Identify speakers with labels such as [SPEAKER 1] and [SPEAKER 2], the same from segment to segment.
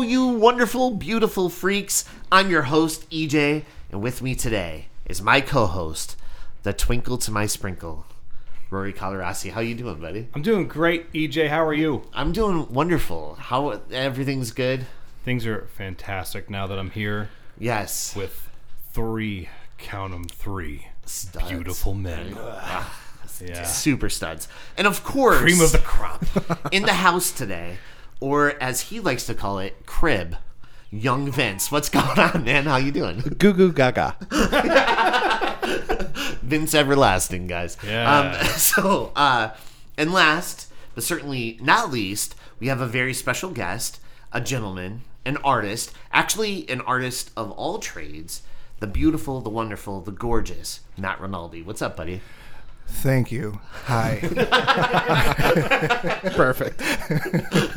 [SPEAKER 1] wonderful, beautiful freaks. I'm your host, EJ, and with me today is my co-host, the twinkle to my sprinkle, Rory Colorasi. How you doing, buddy?
[SPEAKER 2] I'm doing great, EJ. How are you?
[SPEAKER 1] I'm doing wonderful. How everything's good?
[SPEAKER 2] Things are fantastic now that I'm here
[SPEAKER 1] Yes.
[SPEAKER 2] with three, count 'em, three
[SPEAKER 1] Studs.
[SPEAKER 2] beautiful men. Yeah.
[SPEAKER 1] Super studs. And of course,
[SPEAKER 2] Cream of the crop.
[SPEAKER 1] in the house today, or as he likes to call it, crib. Young Vince, what's going on, man? How you doing?
[SPEAKER 3] Goo goo gaga.
[SPEAKER 1] Vince Everlasting, guys.
[SPEAKER 2] Yeah.
[SPEAKER 1] Um, so, uh, and last, but certainly not least, we have a very special guest, a gentleman, an artist, actually an artist of all trades, the beautiful, the wonderful, the gorgeous, Matt Rinaldi. What's up, buddy?
[SPEAKER 4] Thank you. Hi.
[SPEAKER 3] Perfect.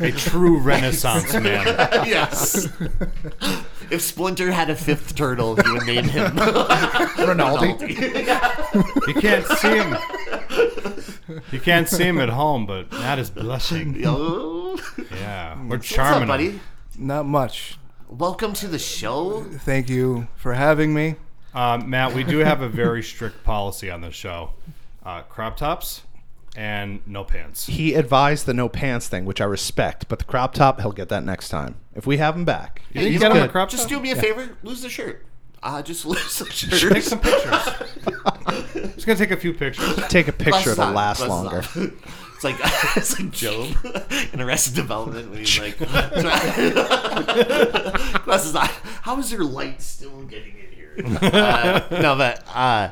[SPEAKER 2] A true renaissance man.
[SPEAKER 1] yes. if Splinter had a fifth turtle, he would name him
[SPEAKER 3] Rinaldi.
[SPEAKER 1] Rinaldi.
[SPEAKER 2] You can't see him. You can't see him at home, but that is blushing.
[SPEAKER 1] Yo.
[SPEAKER 2] Yeah. We're
[SPEAKER 1] What's up,
[SPEAKER 2] charming. him.
[SPEAKER 1] buddy?
[SPEAKER 4] Not much.
[SPEAKER 1] Welcome to the show.
[SPEAKER 4] Thank you for having me.
[SPEAKER 2] Uh, Matt, we do have a very strict policy on the show uh, crop tops and no pants.
[SPEAKER 3] He advised the no pants thing, which I respect, but the crop top, he'll get that next time. If we have him back.
[SPEAKER 2] You think
[SPEAKER 1] you
[SPEAKER 2] you got him a
[SPEAKER 3] good.
[SPEAKER 2] crop
[SPEAKER 1] Just
[SPEAKER 2] top?
[SPEAKER 1] do me a favor, lose the shirt. Uh, just lose the
[SPEAKER 2] Take
[SPEAKER 1] shirt.
[SPEAKER 2] some pictures. Just gonna take a few pictures.
[SPEAKER 3] Take a
[SPEAKER 1] Bless
[SPEAKER 3] picture, it'll
[SPEAKER 1] not,
[SPEAKER 3] last
[SPEAKER 1] bless
[SPEAKER 3] longer.
[SPEAKER 1] not. It's like it's like Job in Arrested Development when he's like, "Bless his eye. How is your light still getting in here?" Uh, no, but uh,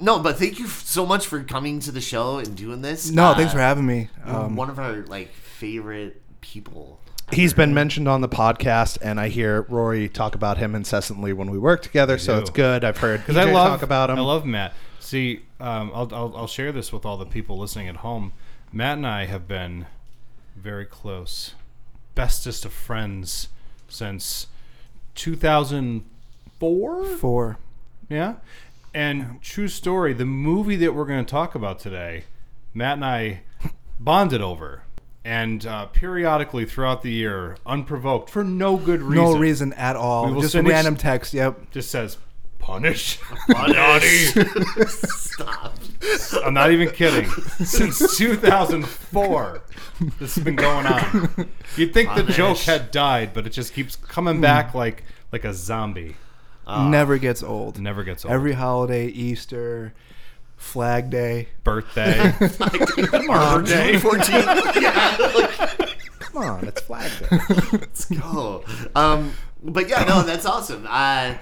[SPEAKER 1] no, but thank you f- so much for coming to the show and doing this.
[SPEAKER 4] No,
[SPEAKER 1] Uh,
[SPEAKER 4] thanks for having me.
[SPEAKER 1] you're
[SPEAKER 4] Um,
[SPEAKER 1] one of our like favorite people.
[SPEAKER 3] He's been mentioned on the podcast, and I hear Rory talk about him incessantly when we work together, so
[SPEAKER 2] do.
[SPEAKER 3] it's good. I've heard
[SPEAKER 2] because I
[SPEAKER 3] EJ
[SPEAKER 2] love
[SPEAKER 3] talk about him.
[SPEAKER 2] I love Matt. See, um, I'll, I'll I'll share this with all the people listening at home. Matt and I have been very close, bestest of friends since 2004.
[SPEAKER 4] four.
[SPEAKER 2] Yeah, and true story. The movie that we're going to talk about today, Matt and I bonded over. And uh, periodically throughout the year, unprovoked for no good reason,
[SPEAKER 4] No reason at
[SPEAKER 2] We
[SPEAKER 4] all.
[SPEAKER 2] will
[SPEAKER 4] Just
[SPEAKER 2] send ex-
[SPEAKER 4] random text. Yep.
[SPEAKER 2] just says punish.
[SPEAKER 1] Naughty. Stop.
[SPEAKER 2] I'm not even kidding. Since 2004, this has been going on. You'd think the
[SPEAKER 1] Punish.
[SPEAKER 2] joke had died, but it just keeps coming back like like a zombie.
[SPEAKER 4] Never gets old.
[SPEAKER 2] It Ah. never gets old.
[SPEAKER 4] Every holiday, Easter, Flag Day.
[SPEAKER 2] birthday,
[SPEAKER 1] June 14th. yeah.
[SPEAKER 3] Come on, it's Flag Day.
[SPEAKER 1] go. Um, but yeah, no, that's awesome. Uh,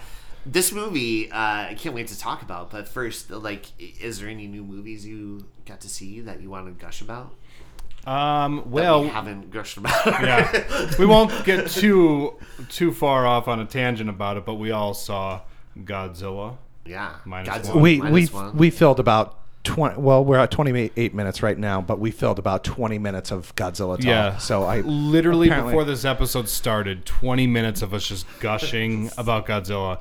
[SPEAKER 1] this movie, uh, I can't wait to talk about. But first, like, i- is there any new movies you got to see that you want to gush about?
[SPEAKER 2] um,
[SPEAKER 1] That
[SPEAKER 2] well,
[SPEAKER 1] we haven't gushed about.
[SPEAKER 2] yeah, we won't get too too far off on a tangent about it, but we all saw Godzilla.
[SPEAKER 1] yeah.
[SPEAKER 2] Minus
[SPEAKER 1] Godzilla
[SPEAKER 2] one.
[SPEAKER 3] we
[SPEAKER 1] minus
[SPEAKER 3] we
[SPEAKER 1] one.
[SPEAKER 3] we filled about 20 well we're at 28 minutes right now but we filled about 20 minutes of godzilla talk
[SPEAKER 2] Yeah.
[SPEAKER 3] so i
[SPEAKER 2] literally
[SPEAKER 3] Apparently.
[SPEAKER 2] before this episode started 20 minutes of us just gushing about godzilla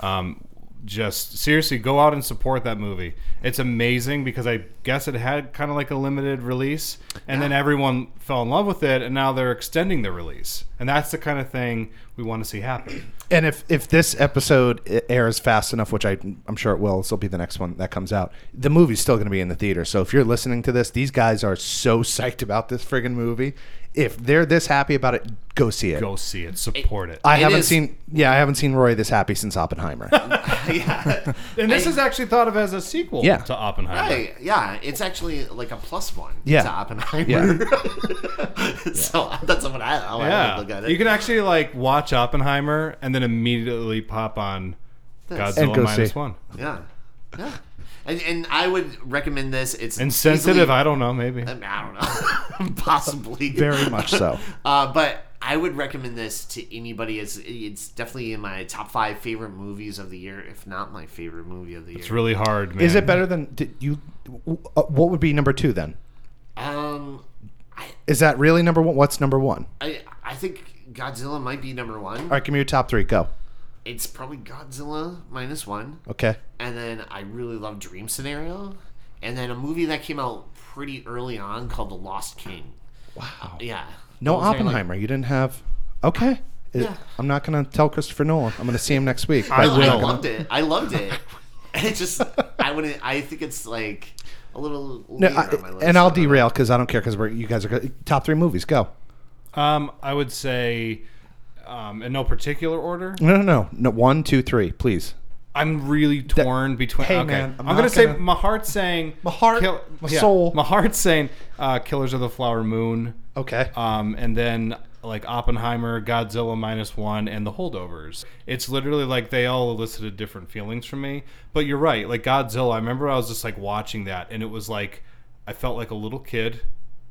[SPEAKER 2] um, just seriously go out and support that movie it's amazing because i guess it had kind of like a limited release and then everyone fell in love with it and now they're extending the release and that's the kind of thing we want to see happen
[SPEAKER 3] and if if this episode i- airs fast enough which I, i'm sure it will this will be the next one that comes out the movie's still going to be in the theater so if you're listening to this these guys are so psyched about this friggin' movie if they're this happy about it go see it
[SPEAKER 2] go see it support it
[SPEAKER 3] i
[SPEAKER 1] It
[SPEAKER 3] haven't
[SPEAKER 1] is-
[SPEAKER 3] seen yeah i haven't seen roy this happy since oppenheimer
[SPEAKER 1] yeah.
[SPEAKER 2] and this is actually thought of as a sequel
[SPEAKER 3] Yeah.
[SPEAKER 2] to oppenheimer
[SPEAKER 1] Hey, yeah, it's actually like a plus one
[SPEAKER 3] Yeah.
[SPEAKER 1] to Oppenheimer. so that's what I, how I
[SPEAKER 2] yeah
[SPEAKER 1] would look at it.
[SPEAKER 2] you can actually like watch oppenheimer and then immediately pop on
[SPEAKER 1] This.
[SPEAKER 2] godzilla
[SPEAKER 3] And go
[SPEAKER 2] minus
[SPEAKER 3] see.
[SPEAKER 2] one
[SPEAKER 1] yeah, yeah, and, and I would recommend this. It's
[SPEAKER 2] Insensitive?
[SPEAKER 1] easily-
[SPEAKER 2] I don't know. Maybe.
[SPEAKER 1] Um, I don't know, possibly
[SPEAKER 3] very much so
[SPEAKER 1] Uh, but I would recommend this to anybody. It's it's definitely in my top five favorite movies of the year, if not my favorite movie of the year.
[SPEAKER 2] It's really hard, man.
[SPEAKER 3] is it better than did you uh, what would be number two then
[SPEAKER 1] um, I,
[SPEAKER 3] is that really number one what's number one
[SPEAKER 1] I I think Godzilla might be number one.
[SPEAKER 3] all right give me your top three go
[SPEAKER 1] It's probably Godzilla minus one,
[SPEAKER 3] okay
[SPEAKER 1] and then I really love Dream Scenario, and then a movie that came out pretty early on called The Lost King.
[SPEAKER 3] wow
[SPEAKER 1] Yeah.
[SPEAKER 3] No
[SPEAKER 1] Those are, like,
[SPEAKER 3] Oppenheimer. you didn't have. Okay. It-
[SPEAKER 1] Yeah.
[SPEAKER 3] I'm not gonna tell Christopher Nolan. I'm gonna see him next week.
[SPEAKER 2] I
[SPEAKER 1] No,
[SPEAKER 3] I'm not
[SPEAKER 2] will.
[SPEAKER 3] gonna-
[SPEAKER 1] loved it. I loved it. it just I wouldn't. I think it's like a little.
[SPEAKER 3] No,
[SPEAKER 1] later on my
[SPEAKER 3] I,
[SPEAKER 1] list.
[SPEAKER 3] and I'll
[SPEAKER 1] I don't know.
[SPEAKER 3] derail because I don't care because we're you guys are go- top three movies. Go.
[SPEAKER 2] Um, I would say, um, in no particular order.
[SPEAKER 3] No, no, no, no. One, two, three, please.
[SPEAKER 2] I'm really torn between.
[SPEAKER 3] Hey,
[SPEAKER 2] okay,
[SPEAKER 3] man, I'm
[SPEAKER 2] I'm,
[SPEAKER 3] not
[SPEAKER 2] gonna, say
[SPEAKER 3] gonna-
[SPEAKER 2] my heart's saying
[SPEAKER 3] My heart, my soul.
[SPEAKER 2] My heart's saying uh, Killers of the Flower Moon.
[SPEAKER 3] Okay.
[SPEAKER 2] Um, and then like Oppenheimer, Godzilla minus one, and The Holdovers. It's literally like they all elicited different feelings from me. But you're right. Like Godzilla, I remember I was just like watching that, and it was like I felt like a little kid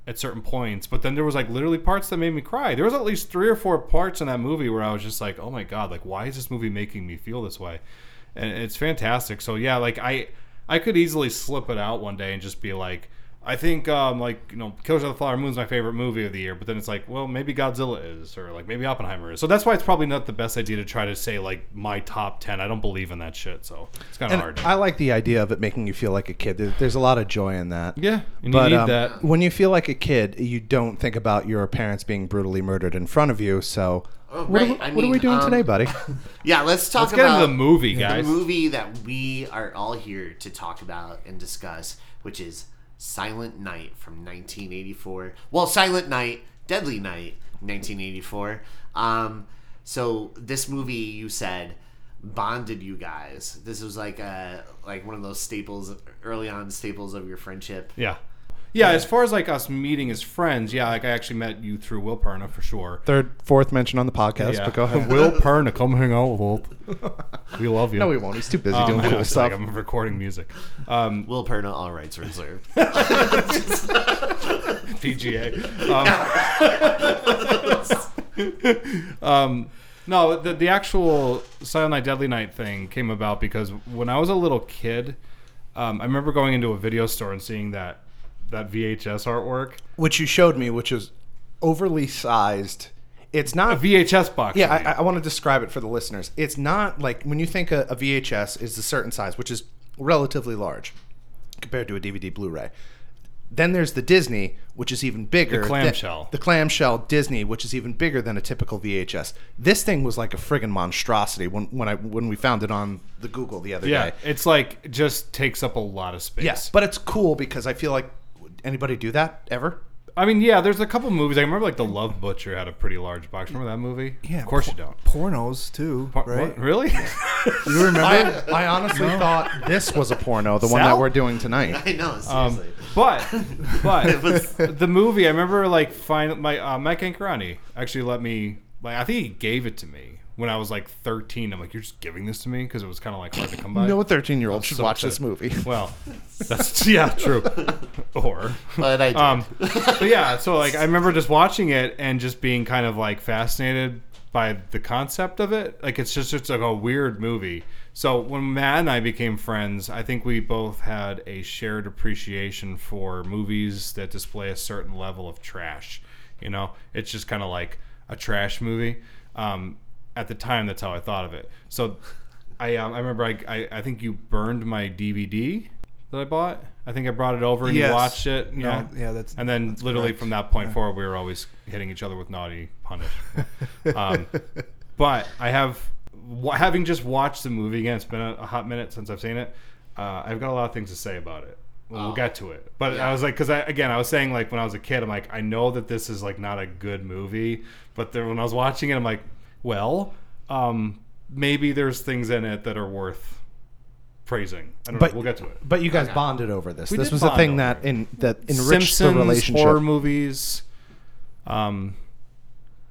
[SPEAKER 2] at certain points. But then there was like literally parts that made me cry. There was at least three or four parts in that movie where I was just like, oh my god, like why is this movie making me feel this way? And it's fantastic. So yeah, like I I could easily slip it out one day and just be like. I think um, like you know, Killers of the Flower Moon's my favorite movie of the year, but then it's like, well, maybe Godzilla is, or like maybe Oppenheimer is. So that's why it's probably not the best idea to try to say like my top ten. I don't believe in that shit, so it's kind of
[SPEAKER 3] and
[SPEAKER 2] hard.
[SPEAKER 3] I like the idea of it making you feel like a kid. There- There's a lot of joy in that.
[SPEAKER 2] yeah, and
[SPEAKER 3] But
[SPEAKER 2] you need
[SPEAKER 3] um,
[SPEAKER 2] that.
[SPEAKER 3] when you feel like a kid, you don't think about your parents being brutally murdered in front of you. So,
[SPEAKER 1] Oh,
[SPEAKER 3] what, are,
[SPEAKER 1] right.
[SPEAKER 3] we-
[SPEAKER 1] I
[SPEAKER 3] what are we
[SPEAKER 1] mean,
[SPEAKER 3] doing
[SPEAKER 1] um,
[SPEAKER 3] today, buddy?
[SPEAKER 1] Yeah, let's talk
[SPEAKER 2] Let's get
[SPEAKER 1] about
[SPEAKER 2] into the movie,
[SPEAKER 1] the
[SPEAKER 2] guys.
[SPEAKER 1] movie that we are all here to talk about and discuss, which is Silent Night from 1984. Well, Silent Night, Deadly Night, 1984. Um, so this movie, you said, bonded you guys. This was like a like one of those staples, early on staples of your friendship.
[SPEAKER 2] Yeah. yeah, As far as like us meeting as friends, yeah, like I actually met you through Will Perna for sure.
[SPEAKER 3] Third, fourth mention on the podcast,
[SPEAKER 2] yeah.
[SPEAKER 3] but go ahead.
[SPEAKER 2] Will Perna, come hang out with us. We love you.
[SPEAKER 3] no, he won't. He's too busy
[SPEAKER 1] Oh,
[SPEAKER 2] Um,
[SPEAKER 3] doing cool
[SPEAKER 2] it's
[SPEAKER 3] stuff.
[SPEAKER 2] like I'm recording music. Um,
[SPEAKER 1] Will Perna, all rights reserved.
[SPEAKER 2] PGA. Um, um, no, the, the actual Silent Night Deadly Night thing came about because when I was a little kid, um, I remember going into a video store and seeing that that VHS artwork,
[SPEAKER 3] Which you showed me, which is overly sized. It's not
[SPEAKER 2] a VHS box.
[SPEAKER 3] Yeah,
[SPEAKER 2] I mean.
[SPEAKER 3] I, I want to describe it for the listeners. It's not like when you think a, a VHS is a certain size, which is relatively large compared to a DVD Blu-ray. Then there's the Disney, which is even bigger. than-
[SPEAKER 2] clamshell.
[SPEAKER 3] the clamshell Disney, which is even bigger than a typical VHS. This thing was like a friggin' monstrosity when when I when we found it on the Google the other
[SPEAKER 2] yeah,
[SPEAKER 3] day.
[SPEAKER 2] it's like just takes up a lot of space.
[SPEAKER 3] Yes, but it's cool because I feel like would anybody do that ever?
[SPEAKER 2] I mean, yeah, there's a couple movies. I remember like The Love Butcher had a pretty large box. Remember that movie? of course you don't.
[SPEAKER 4] Pornos too,
[SPEAKER 2] What-
[SPEAKER 4] right?
[SPEAKER 2] what- really?
[SPEAKER 4] You remember?
[SPEAKER 3] I, I honestly thought this was a porno, the one
[SPEAKER 2] Sal?
[SPEAKER 3] that we're doing tonight.
[SPEAKER 1] I know, seriously.
[SPEAKER 2] Um, But
[SPEAKER 1] It was-
[SPEAKER 2] but the movie, I remember like find my uh, Mike Ankarani actually let me like I think he gave it to me when I was like 13. I'm like, you're just giving this to me because it was kind of like hard to come by.
[SPEAKER 3] No 13 year old should
[SPEAKER 2] So
[SPEAKER 3] watch this
[SPEAKER 2] upset.
[SPEAKER 3] movie.
[SPEAKER 2] Well, that's yeah, true. Or
[SPEAKER 1] But I did.
[SPEAKER 2] um, but yeah, so like I remember just watching it and just being kind of like fascinated by the concept of it. Like it's just it's like a weird movie. So when Matt and I became friends, I think we both had a shared appreciation for movies that display a certain level of trash. You know, it's just kind of like a trash movie. Um, at the time, that's how I thought of it. So I um, I remember I, I I think you burned my DVD that I bought. I think I brought it over and
[SPEAKER 4] Yes.
[SPEAKER 2] you watched it.
[SPEAKER 4] No,
[SPEAKER 2] yeah,
[SPEAKER 4] yeah, that's-
[SPEAKER 2] and then literally from that point forward, we were always hitting each other with naughty punish. um, but I have, wa- having just watched the movie again, it's been a, a hot minute since I've seen it. Uh, I've got a lot of things to say about it. Well,
[SPEAKER 4] Oh.
[SPEAKER 2] we'll get to it. But I was like, because I, again, I was saying like when I was a kid, I'm like, I know that this is like not a good movie, but then when I was watching it, I'm like, well, um, maybe there's things in it that are worth praising. I don't
[SPEAKER 3] But-
[SPEAKER 2] know. We'll get to it.
[SPEAKER 3] But you guys bonded over this.
[SPEAKER 2] We
[SPEAKER 3] this
[SPEAKER 2] did
[SPEAKER 3] was a
[SPEAKER 2] bond
[SPEAKER 3] thing
[SPEAKER 2] over
[SPEAKER 3] that
[SPEAKER 2] it.
[SPEAKER 3] in that enriched
[SPEAKER 2] Simpsons,
[SPEAKER 3] the relationship.
[SPEAKER 2] horror movies. Um,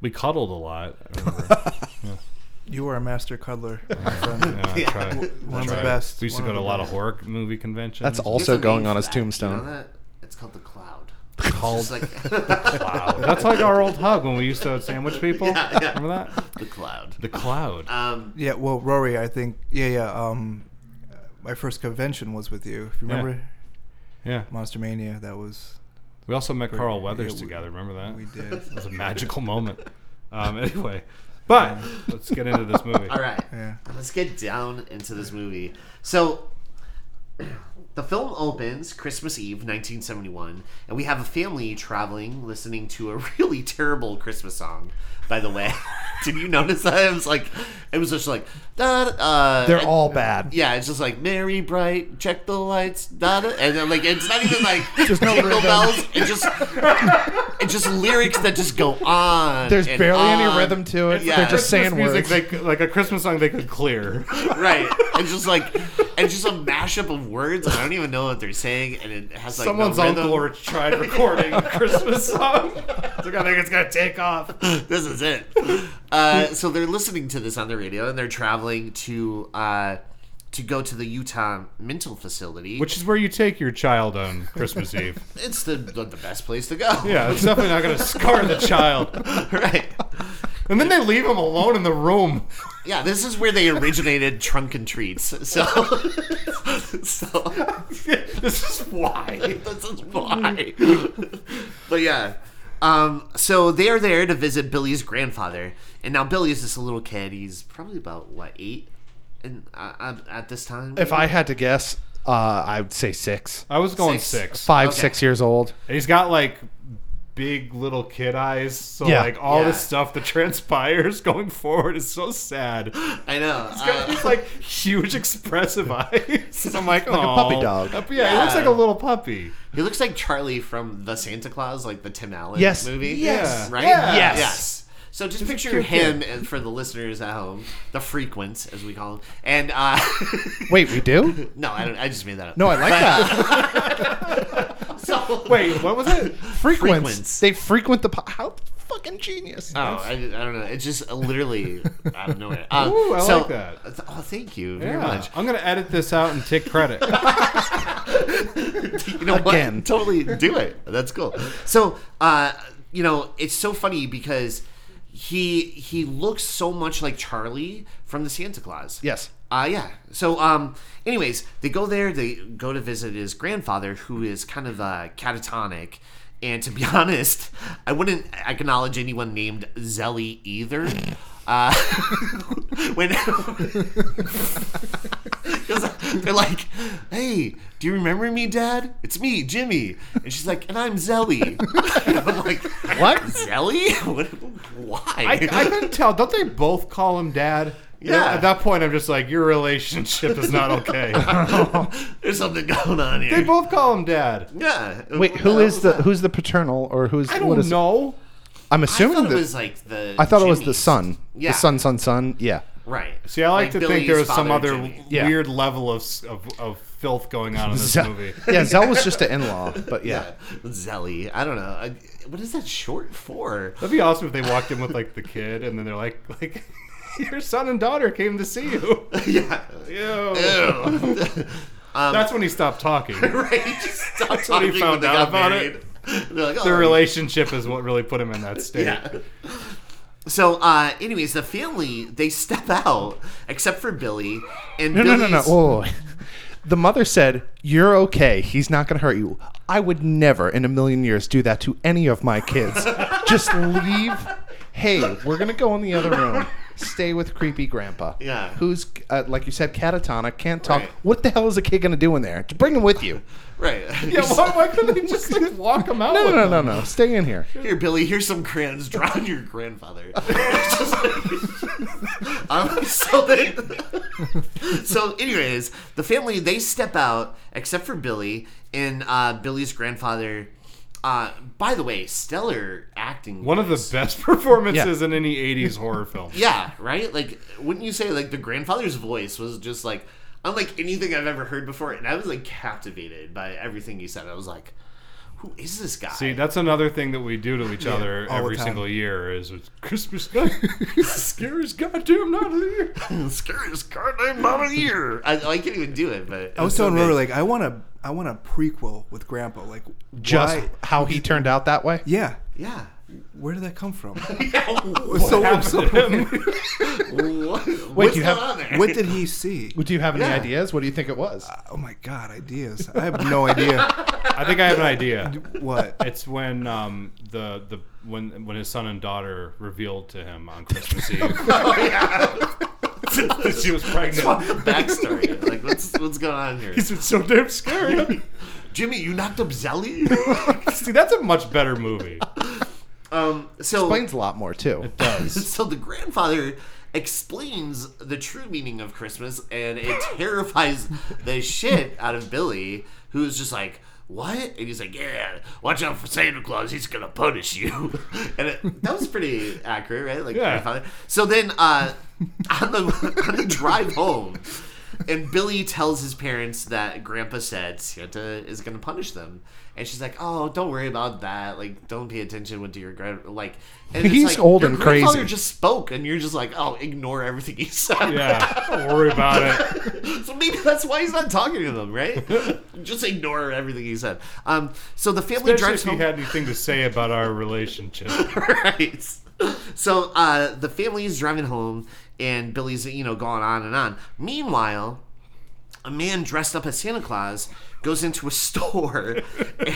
[SPEAKER 2] we cuddled a lot. I remember.
[SPEAKER 4] You were a master cuddler. my friend.
[SPEAKER 2] Yeah, I tried.
[SPEAKER 4] One of
[SPEAKER 2] I
[SPEAKER 4] the
[SPEAKER 2] tried.
[SPEAKER 4] best.
[SPEAKER 2] We used to go
[SPEAKER 4] One of
[SPEAKER 2] to a
[SPEAKER 4] the
[SPEAKER 2] lot of
[SPEAKER 4] best.
[SPEAKER 2] horror movie conventions.
[SPEAKER 3] That's
[SPEAKER 1] There's
[SPEAKER 3] also
[SPEAKER 1] a name
[SPEAKER 3] going
[SPEAKER 1] for
[SPEAKER 3] on his
[SPEAKER 1] that. You know
[SPEAKER 3] tombstone.
[SPEAKER 1] that? It's called the cloud.
[SPEAKER 2] Called
[SPEAKER 1] It's like
[SPEAKER 2] Wow. That's like our old hug when we used to sandwich people.
[SPEAKER 1] Yeah, yeah.
[SPEAKER 2] Remember that?
[SPEAKER 1] the cloud.
[SPEAKER 2] The cloud.
[SPEAKER 4] Uh,
[SPEAKER 1] Um,
[SPEAKER 4] Yeah, well, Rory, I think yeah, yeah. Um, my first convention was with you. If you
[SPEAKER 2] Yeah.
[SPEAKER 4] remember
[SPEAKER 2] yeah.
[SPEAKER 4] Monster Mania, that was
[SPEAKER 2] We also met Carl Weathers
[SPEAKER 4] Yeah, we-
[SPEAKER 2] together. Remember that?
[SPEAKER 4] we
[SPEAKER 2] It
[SPEAKER 4] did.
[SPEAKER 2] was a magical moment. Um, anyway, but let's get into this movie.
[SPEAKER 1] all right.
[SPEAKER 4] Yeah.
[SPEAKER 1] Let's get down into this movie. So, The film opens Christmas Eve, 1971, and we have a family traveling, listening to a really terrible Christmas song. By the way, did you notice that? It was like, it was just like, da, uh,
[SPEAKER 3] They're
[SPEAKER 1] and-
[SPEAKER 3] all bad.
[SPEAKER 1] yeah, it's just like Mary Bright, check the lights, da da, and then like it's not even like
[SPEAKER 3] There's no
[SPEAKER 1] jingle
[SPEAKER 3] rhythm.
[SPEAKER 1] bells. It just it's just lyrics that just go on.
[SPEAKER 3] There's
[SPEAKER 1] and
[SPEAKER 3] barely any
[SPEAKER 1] on.
[SPEAKER 3] rhythm to it.
[SPEAKER 1] Yeah.
[SPEAKER 3] They're just saying
[SPEAKER 2] Christmas
[SPEAKER 3] words.
[SPEAKER 2] music they c- like a Christmas song they could clear.
[SPEAKER 1] right? It's just like it's just a mashup of words. I don't even know what they're saying, and it has like
[SPEAKER 2] Someone's
[SPEAKER 1] no rhythm.
[SPEAKER 2] uncle re- tried recording a Christmas song. It's like, I think it's gonna take off.
[SPEAKER 1] this is it. Uh, so they're listening to this on the radio, and they're traveling to uh, to go to the Utah mental facility,
[SPEAKER 2] Which is where you take your child on Christmas Eve.
[SPEAKER 1] it's the the the best place to go.
[SPEAKER 2] Yeah, it's definitely not gonna scar the child.
[SPEAKER 1] right.
[SPEAKER 2] And then they leave him alone in the room.
[SPEAKER 1] Yeah, this is where they originated trunk and treats. So, so
[SPEAKER 2] this is why.
[SPEAKER 1] this is why. but yeah, um, so they are there to visit Billy's grandfather, and now Billy is this little kid. He's probably about what eight, and uh, um, at this time,
[SPEAKER 3] if I had to guess, uh, I would say six,
[SPEAKER 2] I was going
[SPEAKER 1] Six.
[SPEAKER 2] six.
[SPEAKER 3] five,
[SPEAKER 1] Okay.
[SPEAKER 3] six years old.
[SPEAKER 2] And he's got like big little kid eyes, so
[SPEAKER 3] Yeah.
[SPEAKER 2] like all
[SPEAKER 1] Yeah.
[SPEAKER 2] the stuff that transpires going forward is so sad.
[SPEAKER 1] I know. uh,
[SPEAKER 2] It's like huge expressive eyes. I'm like, like
[SPEAKER 3] puppy dog.
[SPEAKER 2] Yeah, he looks
[SPEAKER 1] Yeah.
[SPEAKER 2] like a little puppy.
[SPEAKER 1] he looks like Charlie from the Santa Claus, like the Tim Allen
[SPEAKER 3] Yes.
[SPEAKER 1] movie.
[SPEAKER 2] Yes.
[SPEAKER 1] Right?
[SPEAKER 2] Yeah.
[SPEAKER 3] Yes.
[SPEAKER 1] Yes. So just picture
[SPEAKER 2] cute
[SPEAKER 1] him, and for the listeners at home, the frequents, as we call him. And uh,
[SPEAKER 3] Wait, we do?
[SPEAKER 1] No, I don't. I just made that up.
[SPEAKER 3] No, I like that.
[SPEAKER 1] So,
[SPEAKER 2] Wait, what was it?
[SPEAKER 3] Frequents.
[SPEAKER 1] Frequents.
[SPEAKER 3] They frequent the. Po- How fucking genius.
[SPEAKER 1] Oh, I, I don't know. It's just uh, literally out of nowhere. Uh,
[SPEAKER 2] Ooh, I
[SPEAKER 1] so-
[SPEAKER 2] like that.
[SPEAKER 1] uh, th- Oh, thank you very
[SPEAKER 2] Yeah.
[SPEAKER 1] much.
[SPEAKER 2] I'm gonna edit this out and take credit.
[SPEAKER 1] You know
[SPEAKER 3] Again.
[SPEAKER 1] what? Totally do it. That's cool. So, uh, you know, it's so funny because he he looks so much like Charlie from the Santa Claus.
[SPEAKER 3] Yes.
[SPEAKER 1] Uh, yeah. So, um, anyways, they go there. They go to visit his grandfather, who is kind of uh, catatonic. And to be honest, I wouldn't acknowledge anyone named Zelly either. Uh, when because they're like, "Hey, do you remember me, Dad? It's me, Jimmy." And she's like, "And I'm Zelly." And I'm like,
[SPEAKER 3] What?
[SPEAKER 1] Zelly? What? Why?"
[SPEAKER 2] I, I couldn't tell. Don't they both call him dad?
[SPEAKER 1] Yeah.
[SPEAKER 2] At that point, I'm just like, your relationship is not okay.
[SPEAKER 1] There's something going on here.
[SPEAKER 2] they both call him dad.
[SPEAKER 1] Yeah.
[SPEAKER 3] Wait, who is the who's the paternal or who's?
[SPEAKER 2] I
[SPEAKER 3] what
[SPEAKER 2] don't
[SPEAKER 3] is-
[SPEAKER 2] know.
[SPEAKER 3] I'm
[SPEAKER 1] I thought
[SPEAKER 3] assuming
[SPEAKER 1] it
[SPEAKER 3] that-
[SPEAKER 1] was like the.
[SPEAKER 3] I thought it was the
[SPEAKER 1] Jimmys.
[SPEAKER 3] son.
[SPEAKER 1] Yeah.
[SPEAKER 3] The son, son, son. Yeah.
[SPEAKER 1] Right.
[SPEAKER 2] See, I like, to think there
[SPEAKER 1] Billy's
[SPEAKER 2] was some
[SPEAKER 1] father,
[SPEAKER 2] other
[SPEAKER 1] Jimmy.
[SPEAKER 3] Yeah.
[SPEAKER 2] weird level of, s- of of filth going on in this
[SPEAKER 3] Ze-
[SPEAKER 2] movie.
[SPEAKER 3] Yeah, Zell was just an in-law, but yeah.
[SPEAKER 1] Yeah. Zelly. I don't know. I, what is that short for?
[SPEAKER 2] That'd be awesome if they walked in with like the kid, and then they're like, like, your son and daughter came to see you.
[SPEAKER 1] yeah. Um,
[SPEAKER 2] Ew.
[SPEAKER 1] Ew.
[SPEAKER 2] That's when he stopped talking.
[SPEAKER 1] right. Just stop
[SPEAKER 2] when he
[SPEAKER 1] talking when
[SPEAKER 2] found
[SPEAKER 1] they
[SPEAKER 2] out
[SPEAKER 1] got
[SPEAKER 2] about
[SPEAKER 1] married.
[SPEAKER 2] it.
[SPEAKER 1] They're like, oh,
[SPEAKER 2] Their relationship is what really put him in that state.
[SPEAKER 1] Yeah. So, uh, anyways, the family they step out, except for Billy and
[SPEAKER 3] No, no, no, no.
[SPEAKER 1] Billy's-
[SPEAKER 3] Whoa. The mother said, "You're okay. He's not going to hurt you. I would never in a million years do that to any of my kids. Just leave. Hey, we're going to go in the other room. Stay with creepy grandpa.
[SPEAKER 1] Yeah.
[SPEAKER 3] Who's uh, like you said catatonic, can't talk.
[SPEAKER 1] Right.
[SPEAKER 3] What the hell is a kid going to do in there? Bring him with you.
[SPEAKER 1] Right.
[SPEAKER 2] Yeah, why, why couldn't they just like walk him out?
[SPEAKER 3] No,
[SPEAKER 2] with
[SPEAKER 3] no,
[SPEAKER 2] them?
[SPEAKER 3] no, no. Stay in here.
[SPEAKER 1] Here, Billy, here's some crayons. Draw on your grandfather. It's just like- um, so, then, so, anyways, the family, they step out, except for Billy and uh, Billy's grandfather. Uh, by the way, stellar acting.
[SPEAKER 2] One of the best performances in any '80s horror film.
[SPEAKER 1] Yeah, right? Like, wouldn't you say, like, the grandfather's voice was just, like, unlike anything I've ever heard before. And I was, like, captivated by everything he said. I was like, who is this guy?
[SPEAKER 2] See, that's another thing that we do to each other
[SPEAKER 4] all the
[SPEAKER 2] every
[SPEAKER 4] time.
[SPEAKER 2] single year is it's Christmas night. Scariest goddamn night of the year.
[SPEAKER 1] scariest goddamn mom of the year. I, oh, I can't even do it, but it
[SPEAKER 4] I was
[SPEAKER 1] so
[SPEAKER 4] telling Rory
[SPEAKER 1] good.
[SPEAKER 4] like I want a I want a prequel with Grandpa. Like
[SPEAKER 3] Just
[SPEAKER 4] why-
[SPEAKER 3] how he turned out that way.
[SPEAKER 4] yeah.
[SPEAKER 1] yeah.
[SPEAKER 4] Where did that come from?
[SPEAKER 1] what,
[SPEAKER 4] so
[SPEAKER 2] Happened to him.
[SPEAKER 1] what's going
[SPEAKER 3] you have-
[SPEAKER 1] on there?
[SPEAKER 4] what did he see?
[SPEAKER 3] Do you have any
[SPEAKER 1] Yeah. Uh,
[SPEAKER 3] ideas? What do you think it was?
[SPEAKER 4] Oh my God! Ideas. I have no idea
[SPEAKER 2] I think I have an idea.
[SPEAKER 4] what.
[SPEAKER 2] It's when um, the the when
[SPEAKER 4] Oh,
[SPEAKER 2] when his son and daughter revealed to him on Christmas Eve.
[SPEAKER 1] oh, yeah.
[SPEAKER 2] she was pregnant.
[SPEAKER 1] Backstory. like, what's what's going on here?
[SPEAKER 2] He's so damn scary.
[SPEAKER 1] Jimmy, you knocked up Zelly?
[SPEAKER 2] See, that's a much better movie.
[SPEAKER 1] um, so,
[SPEAKER 3] Explains a lot more too.
[SPEAKER 1] so the grandfather explains the true meaning of Christmas, and it terrifies the shit out of Billy, who's just like, "What?" And he's like, "Yeah, watch out for Santa Claus. He's gonna punish you." and it, that was pretty accurate, right? Like
[SPEAKER 2] Yeah.
[SPEAKER 1] grandfather. So then, uh, on the on the drive home. And Billy tells his parents that Grandpa said Santa is going to punish them, and she's like, "Oh, don't worry about that. Like, don't pay attention to your grand like." And it's
[SPEAKER 3] He's
[SPEAKER 1] like,
[SPEAKER 3] old
[SPEAKER 1] your
[SPEAKER 3] and
[SPEAKER 1] grandfather
[SPEAKER 3] crazy.
[SPEAKER 1] just spoke, and you're just like, "Oh, ignore everything he said."
[SPEAKER 2] Yeah, don't worry about it.
[SPEAKER 1] so maybe that's why he's not talking to them, right? just ignore everything he said. Um, so the family
[SPEAKER 2] Especially
[SPEAKER 1] drives
[SPEAKER 2] if you
[SPEAKER 1] home.
[SPEAKER 2] had anything to say about our relationship.
[SPEAKER 1] right. So uh, the family is driving home, and Billy's you know going on and on. Meanwhile, a man dressed up as Santa Claus goes into a store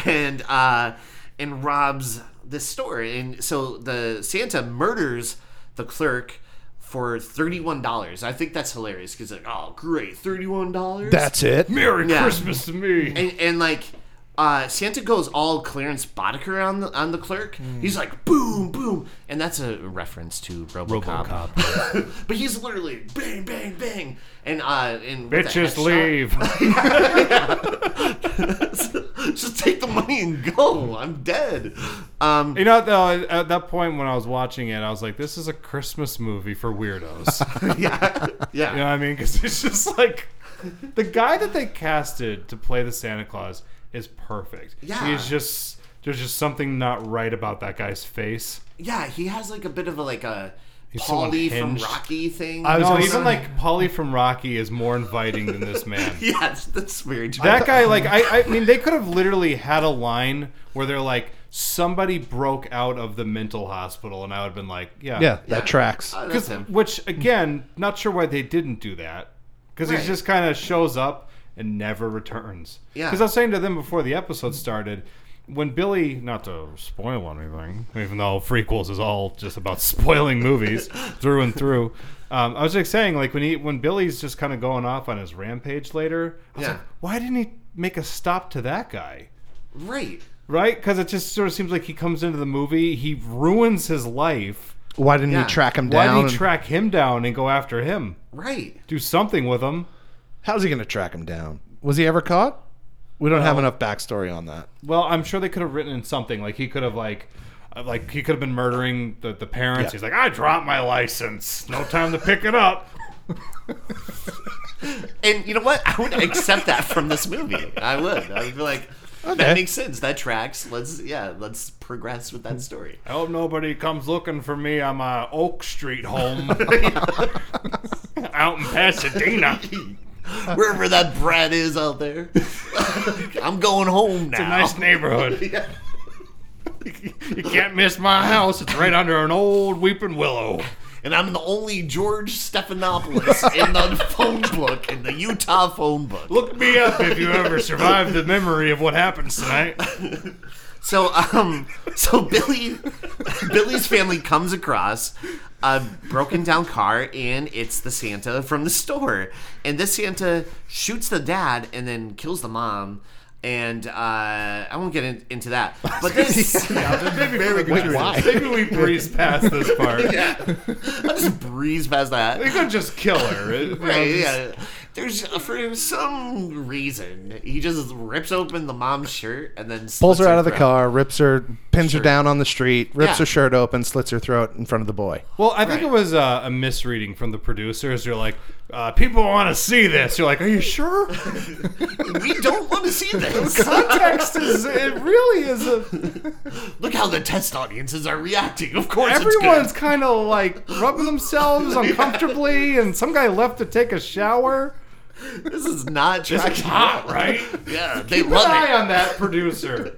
[SPEAKER 1] and uh, and robs this store, and so the Santa murders the clerk. For thirty-one dollars, I think that's hilarious because like, oh, great, thirty-one dollars.
[SPEAKER 3] That's it.
[SPEAKER 2] Merry
[SPEAKER 1] Yeah.
[SPEAKER 2] Christmas to me.
[SPEAKER 1] And, and like, uh, Santa goes all Clarence Boddicker on the on the clerk. He's like, boom, boom, and that's a reference to RoboCop. but he's literally bang, bang, bang, and uh, and with the
[SPEAKER 2] Bitches
[SPEAKER 1] headshot-
[SPEAKER 2] leave.
[SPEAKER 1] Just take the money and go. I'm dead. Um,
[SPEAKER 2] You know, though, at that point when I was watching it, I was like, "This is a Christmas movie for weirdos."
[SPEAKER 1] yeah, yeah,
[SPEAKER 2] you know what I mean? Because it's just like the guy that they casted to play the Santa Claus is perfect.
[SPEAKER 1] Yeah.
[SPEAKER 2] he's just there's just something not right about that guy's face.
[SPEAKER 1] yeah. He has like a bit of a like a
[SPEAKER 2] so
[SPEAKER 1] Polly from
[SPEAKER 2] unhinged.
[SPEAKER 1] Rocky thing.
[SPEAKER 3] I was
[SPEAKER 2] No,
[SPEAKER 3] gonna
[SPEAKER 2] even
[SPEAKER 3] say-
[SPEAKER 2] like Polly from Rocky is more inviting than this man.
[SPEAKER 1] yes, that's weird.
[SPEAKER 2] That guy, like, I, I mean, they could have literally had a line where they're like, somebody broke out of the mental hospital, and I would have been like, yeah,
[SPEAKER 3] Yeah, that tracks.
[SPEAKER 1] Oh, that's
[SPEAKER 2] 'Cause-
[SPEAKER 1] him.
[SPEAKER 2] which again, not sure why they didn't do that, because
[SPEAKER 1] Right.
[SPEAKER 2] he just kind of shows up and never returns.
[SPEAKER 1] Yeah.
[SPEAKER 2] because I was saying to them before the episode started. When Billy, not to spoil anything, even though prequels is all just about spoiling movies through and through, um, I was like saying, like when he, when Billy's just kind of going off on his rampage later, I was
[SPEAKER 1] Yeah.
[SPEAKER 2] like, why didn't he make a stop to that guy?
[SPEAKER 1] Right.
[SPEAKER 2] Right? Because it just sort of seems like he comes into the movie, he ruins his life.
[SPEAKER 3] Why didn't
[SPEAKER 1] Yeah.
[SPEAKER 3] he track him
[SPEAKER 2] Why
[SPEAKER 3] down?
[SPEAKER 2] did he track him down and go after him?
[SPEAKER 1] Right.
[SPEAKER 2] Do something with him.
[SPEAKER 3] How's he going to track him down? Was he ever caught? We don't have enough backstory on that.
[SPEAKER 2] Well, I'm sure they could have written in something like he could have like, uh, like he could have been murdering the, the parents.
[SPEAKER 3] Yeah.
[SPEAKER 2] He's like, I dropped my license. No time to pick it up.
[SPEAKER 1] And you know what? I would accept that from this movie. I would. I would be like,
[SPEAKER 3] Okay.
[SPEAKER 1] that makes sense. That tracks. Let's yeah, let's progress with that story.
[SPEAKER 2] I hope nobody comes looking for me on my Oak Street home out in Pasadena.
[SPEAKER 1] Wherever that brat is out there, I'm going home
[SPEAKER 2] It's a
[SPEAKER 1] now.
[SPEAKER 2] nice neighborhood. you can't miss my house. It's right under an old weeping willow.
[SPEAKER 1] and I'm the only George Stephanopoulos in the phone book in the Utah phone book.
[SPEAKER 2] Look me up if you ever survive the memory of what happens tonight.
[SPEAKER 1] So um, so Billy, Billy's family comes across a broken down car, and it's the Santa from the store. And this Santa shoots the dad and then kills the mom. And uh, I won't get in, into that. But this,
[SPEAKER 2] Maybe, we
[SPEAKER 3] good why? reason.
[SPEAKER 2] maybe we breeze past this part.
[SPEAKER 1] I just breeze past that.
[SPEAKER 2] They could just kill her. It- you know,
[SPEAKER 1] Right,
[SPEAKER 2] oh, just-
[SPEAKER 1] yeah. There's uh, for some reason he just rips open the mom's shirt and then
[SPEAKER 3] Pulls
[SPEAKER 1] slits
[SPEAKER 3] her out of the
[SPEAKER 1] throat.
[SPEAKER 3] car, rips her, pins her
[SPEAKER 1] Sure.
[SPEAKER 3] down on the street, rips
[SPEAKER 1] Yeah.
[SPEAKER 3] her shirt open, slits her throat in front of the boy.
[SPEAKER 2] Well, I think
[SPEAKER 1] Right.
[SPEAKER 2] it was uh, a misreading from the producers. You're like, uh, people want to see this. You're like, are you sure?
[SPEAKER 1] We don't want to see this.
[SPEAKER 2] Context is it really is a
[SPEAKER 1] Look how the test audiences are reacting. Of course,
[SPEAKER 2] everyone's
[SPEAKER 1] everyone's.
[SPEAKER 2] kind of like rubbing themselves uncomfortably, and some guy left to take a shower.
[SPEAKER 1] This is not
[SPEAKER 2] It's
[SPEAKER 1] tracking.
[SPEAKER 2] hot, right?
[SPEAKER 1] Yeah, they
[SPEAKER 2] Keep an
[SPEAKER 1] love
[SPEAKER 2] eye
[SPEAKER 1] it.
[SPEAKER 2] on that producer.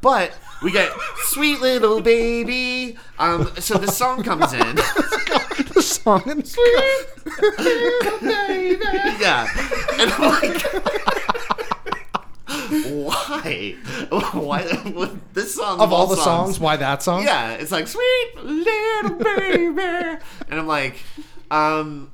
[SPEAKER 1] But we got "Sweet Little Baby." Um, so the song comes in.
[SPEAKER 3] the song and
[SPEAKER 1] yeah, and I'm like, why? Why what- this song
[SPEAKER 3] of all the songs, why that song?
[SPEAKER 1] Yeah, it's like "Sweet Little Baby," and I'm like, um,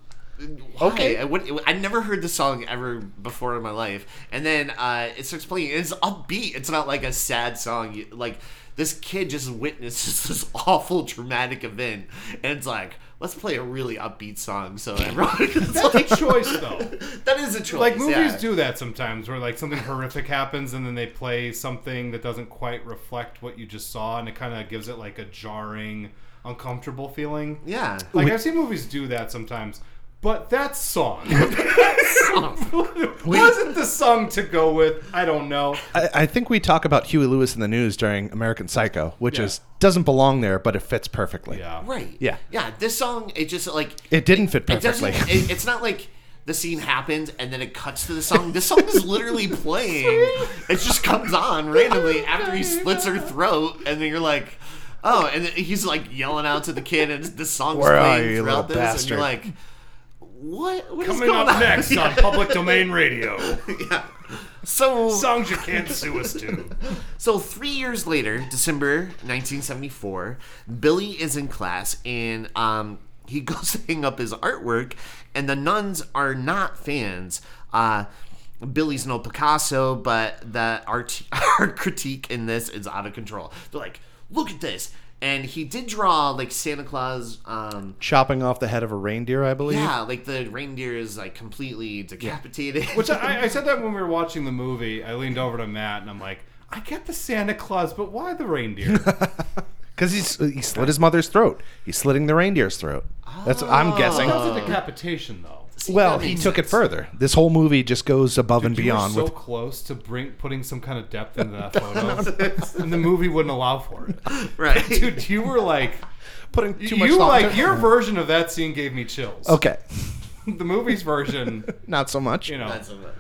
[SPEAKER 1] why?
[SPEAKER 3] Okay.
[SPEAKER 1] I, would, I never heard this song ever before in my life. And then uh, it starts playing. and It's upbeat. It's not like a sad song. You- Like this kid just witnesses this awful dramatic event, and it's like. Let's play a really upbeat song, so everyone. It's like,
[SPEAKER 2] choice though.
[SPEAKER 1] that is a choice.
[SPEAKER 2] Like movies
[SPEAKER 1] yeah.
[SPEAKER 2] do that sometimes, where like something horrific happens, and then they play something that doesn't quite reflect what you just saw, and it kind of gives it like a jarring, uncomfortable feeling.
[SPEAKER 1] Yeah.
[SPEAKER 2] Like I've seen movies do that sometimes, but that song wasn't the song to go with. I don't know.
[SPEAKER 3] I, I think we talk about Huey Lewis in the news during American Psycho, which
[SPEAKER 2] Yeah.
[SPEAKER 3] is doesn't belong there, but it fits perfectly.
[SPEAKER 2] Yeah,
[SPEAKER 1] Right.
[SPEAKER 3] Yeah.
[SPEAKER 1] Yeah. This song, it just like
[SPEAKER 3] It didn't fit
[SPEAKER 1] it doesn't.
[SPEAKER 3] perfectly.
[SPEAKER 1] It, it's not like the scene happens and then it cuts to the song. This song is literally playing. It just comes on randomly after he slits her throat, and then you're like, oh, and then he's like yelling out to the kid, and this song's
[SPEAKER 3] Where are
[SPEAKER 1] playing
[SPEAKER 3] you,
[SPEAKER 1] throughout this,
[SPEAKER 3] little
[SPEAKER 1] and you're like, what? What's
[SPEAKER 2] coming
[SPEAKER 1] going
[SPEAKER 2] up
[SPEAKER 1] on?
[SPEAKER 2] next on
[SPEAKER 1] Yeah.
[SPEAKER 2] Public Domain Radio,
[SPEAKER 1] yeah. So
[SPEAKER 2] songs you can't sue us to.
[SPEAKER 1] So three years later, December 1974, Billy is in class and um, he goes to hang up his artwork, and the nuns are not fans. Uh, Billy's no Picasso, but the art, art critique in this is out of control. They're like, look at this. And he did draw like Santa Claus. Um,
[SPEAKER 3] Chopping off the head of a reindeer, I believe.
[SPEAKER 1] yeah, like the reindeer is like completely decapitated.
[SPEAKER 2] Which I, I said that when we were watching the movie. I leaned over to Matt and I'm like, I get the Santa Claus, but why the reindeer?
[SPEAKER 3] Because he's uh, he slit his mother's throat. He's slitting the reindeer's throat. That's what I'm guessing.
[SPEAKER 2] That's a decapitation, though.
[SPEAKER 3] Well,
[SPEAKER 1] That
[SPEAKER 3] he
[SPEAKER 1] Oh. makes
[SPEAKER 3] took it
[SPEAKER 1] sense.
[SPEAKER 3] further. This whole movie just goes above and
[SPEAKER 2] You were
[SPEAKER 3] beyond
[SPEAKER 2] so
[SPEAKER 3] with
[SPEAKER 2] close to bring putting some kind of depth into that photo, and the movie wouldn't allow for it.
[SPEAKER 1] right.
[SPEAKER 2] Dude, you were like,
[SPEAKER 3] putting too much
[SPEAKER 2] you
[SPEAKER 3] thought
[SPEAKER 2] like
[SPEAKER 3] into-
[SPEAKER 2] your version of that scene gave me chills.
[SPEAKER 3] Okay,
[SPEAKER 2] The movie's version,
[SPEAKER 3] not so much.
[SPEAKER 2] you know,
[SPEAKER 1] Not so much.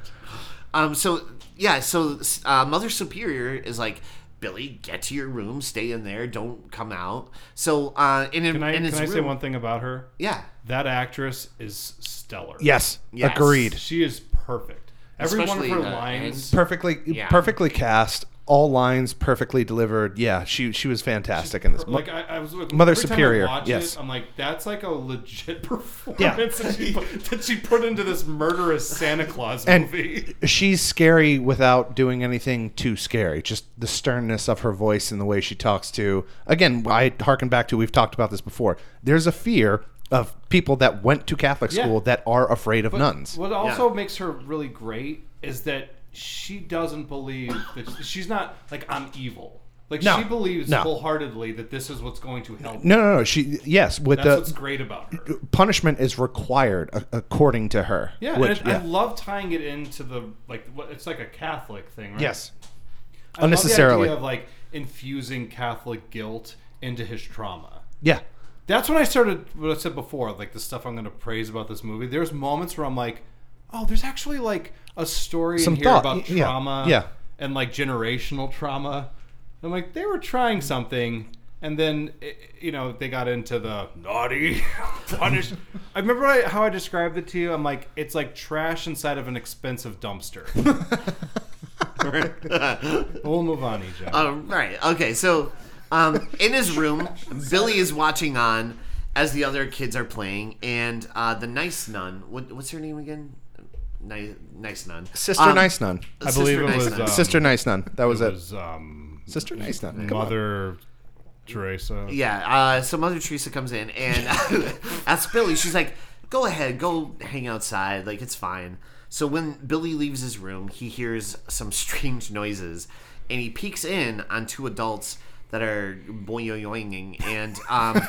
[SPEAKER 1] Um. So yeah. So uh, Mother Superior is like. Billy, get to your room. Stay in there. Don't come out. So, uh, in,
[SPEAKER 2] can I
[SPEAKER 1] in
[SPEAKER 2] can
[SPEAKER 1] his
[SPEAKER 2] I
[SPEAKER 1] room,
[SPEAKER 2] say one thing about her?
[SPEAKER 1] Yeah,
[SPEAKER 2] That actress is stellar.
[SPEAKER 3] Yes,
[SPEAKER 1] Yes.
[SPEAKER 3] agreed.
[SPEAKER 2] she is perfect. Every
[SPEAKER 1] Especially
[SPEAKER 2] one of her
[SPEAKER 1] the
[SPEAKER 2] lines.
[SPEAKER 3] Perfectly,
[SPEAKER 1] Yeah.
[SPEAKER 3] perfectly cast. All lines perfectly delivered. Yeah, she she was fantastic in this.
[SPEAKER 2] Like I, I was like,
[SPEAKER 3] Mother
[SPEAKER 2] every time I
[SPEAKER 3] Superior,
[SPEAKER 2] watch
[SPEAKER 3] yes.
[SPEAKER 2] it, I'm like, that's like a legit performance
[SPEAKER 3] Yeah.
[SPEAKER 2] that, she put, that she put into this murderous Santa Claus
[SPEAKER 3] And-
[SPEAKER 2] movie.
[SPEAKER 3] she's scary without doing anything too scary. Just the sternness of her voice and the way she talks to. Again, I harken back to we've talked about this before. There's a fear of people that went to Catholic
[SPEAKER 2] Yeah.
[SPEAKER 3] school that are afraid of nuns.
[SPEAKER 2] What also makes her really great is that she doesn't believe that she's not like I'm evil. Like
[SPEAKER 3] No.
[SPEAKER 2] she believes
[SPEAKER 3] No.
[SPEAKER 2] wholeheartedly that this is what's going to help.
[SPEAKER 3] No, no, no. She yes, with
[SPEAKER 2] That's what's
[SPEAKER 3] the
[SPEAKER 2] great about her.
[SPEAKER 3] punishment is required a- according to her.
[SPEAKER 2] Yeah,
[SPEAKER 3] which-
[SPEAKER 2] and I, I love tying it into the like what it's like a Catholic thing, right?
[SPEAKER 3] yes,
[SPEAKER 2] I love the
[SPEAKER 3] unnecessarily.
[SPEAKER 2] idea of like infusing Catholic guilt into his trauma.
[SPEAKER 3] yeah.
[SPEAKER 2] That's when I started what I said before, like the stuff I'm going to praise about this movie. There's moments where I'm like, oh, there's actually like a story
[SPEAKER 3] Some
[SPEAKER 2] in here
[SPEAKER 3] thought,
[SPEAKER 2] about
[SPEAKER 3] y- yeah,
[SPEAKER 2] trauma
[SPEAKER 3] yeah.
[SPEAKER 2] and like generational trauma. I'm like, they were trying something. And then, i- you know, they got into the naughty punish. I remember I, how I described it to you. I'm like, it's like trash inside of an expensive dumpster. we'll move on, EJ.
[SPEAKER 3] Uh,
[SPEAKER 1] Oh, right. Okay. So, um, in his room, Billy is watching on as the other kids are playing, and uh, the nice nun. What, what's her name again? Nice, nice nun.
[SPEAKER 3] Sister
[SPEAKER 1] Um,
[SPEAKER 3] Nice Nun.
[SPEAKER 2] I believe it
[SPEAKER 1] Nice
[SPEAKER 2] was,
[SPEAKER 1] Nun.
[SPEAKER 2] uh,
[SPEAKER 3] Sister Nice Nun. That was it.
[SPEAKER 2] was, um,
[SPEAKER 3] Sister Nice Nun. Come on.
[SPEAKER 2] Mother Teresa.
[SPEAKER 1] Yeah. Uh, so Mother Teresa comes in and asks Billy. She's like, "Go ahead, go hang outside. Like it's fine." So when Billy leaves his room, he hears some strange noises, and he peeks in on two adults that are boing and um,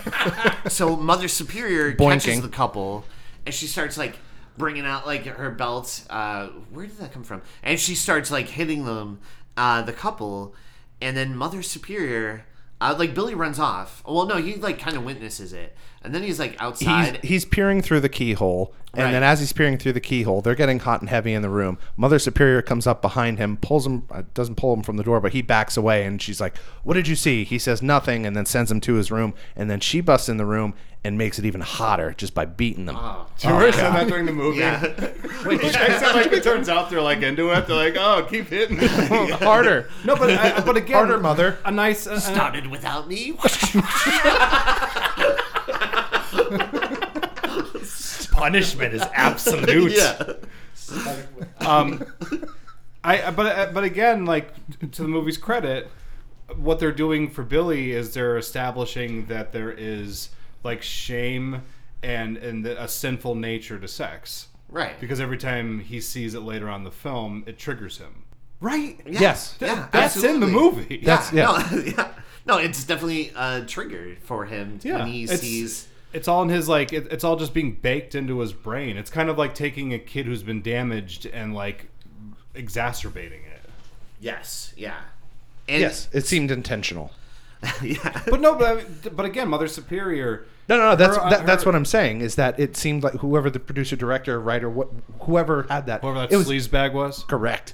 [SPEAKER 1] so Mother Superior catches
[SPEAKER 3] Boinking.
[SPEAKER 1] the couple, and she starts like bringing out like her belts. Uh, where did that come from? And she starts like hitting them, uh, the couple, and then Mother Superior, uh, like Billy runs off. Well, no, he like kind of witnesses it, and then he's like
[SPEAKER 3] he's,
[SPEAKER 1] outside.
[SPEAKER 3] he's peering through the keyhole, and
[SPEAKER 1] Right.
[SPEAKER 3] then as he's peering through the keyhole, they're getting hot and heavy in the room. Mother Superior comes up behind him, pulls him, uh, doesn't pull him from the door, but he backs away, and she's like, "What did you see?" He says nothing, and then sends him to his room, and then she busts in the room and makes it even hotter just by beating them.
[SPEAKER 2] Oh. Tori said that during the movie.
[SPEAKER 1] Oh, yeah.
[SPEAKER 2] Which except like it turns out they're like into it. They're like, oh, keep hitting.
[SPEAKER 3] Harder.
[SPEAKER 2] no, but I, but again,
[SPEAKER 3] Harder, mother.
[SPEAKER 2] A nice. Uh,
[SPEAKER 1] started without me.
[SPEAKER 5] punishment is absolute.
[SPEAKER 1] yeah.
[SPEAKER 2] Um, I but uh, but again, like to the movie's credit, what they're doing for Billy is they're establishing that there is like shame and and a sinful nature to sex
[SPEAKER 1] Right.
[SPEAKER 2] because every time he sees it later on in the film, it triggers him.
[SPEAKER 1] right. Yeah.
[SPEAKER 3] Yes.
[SPEAKER 1] yeah
[SPEAKER 2] That's in the
[SPEAKER 1] absolutely.
[SPEAKER 2] movie.
[SPEAKER 3] That's-
[SPEAKER 1] yeah. No, yeah. No, it's definitely a trigger for him when he
[SPEAKER 2] it's-
[SPEAKER 1] sees.
[SPEAKER 2] It's all in his like. It, it's all just being baked into his brain. It's kind of like taking a kid who's been damaged and like exacerbating it.
[SPEAKER 1] Yes. Yeah. And,
[SPEAKER 3] Yes, it seemed intentional.
[SPEAKER 1] yeah.
[SPEAKER 2] But no, but I mean, th- but again, Mother Superior.
[SPEAKER 3] No, no, no. That's
[SPEAKER 2] Her- uh,
[SPEAKER 3] that, that's
[SPEAKER 2] her-
[SPEAKER 3] what I'm saying. Is that it seemed like whoever the producer, director, writer, what, whoever had that,
[SPEAKER 2] Whoever that
[SPEAKER 3] it was
[SPEAKER 2] sleaze bag was.
[SPEAKER 3] correct.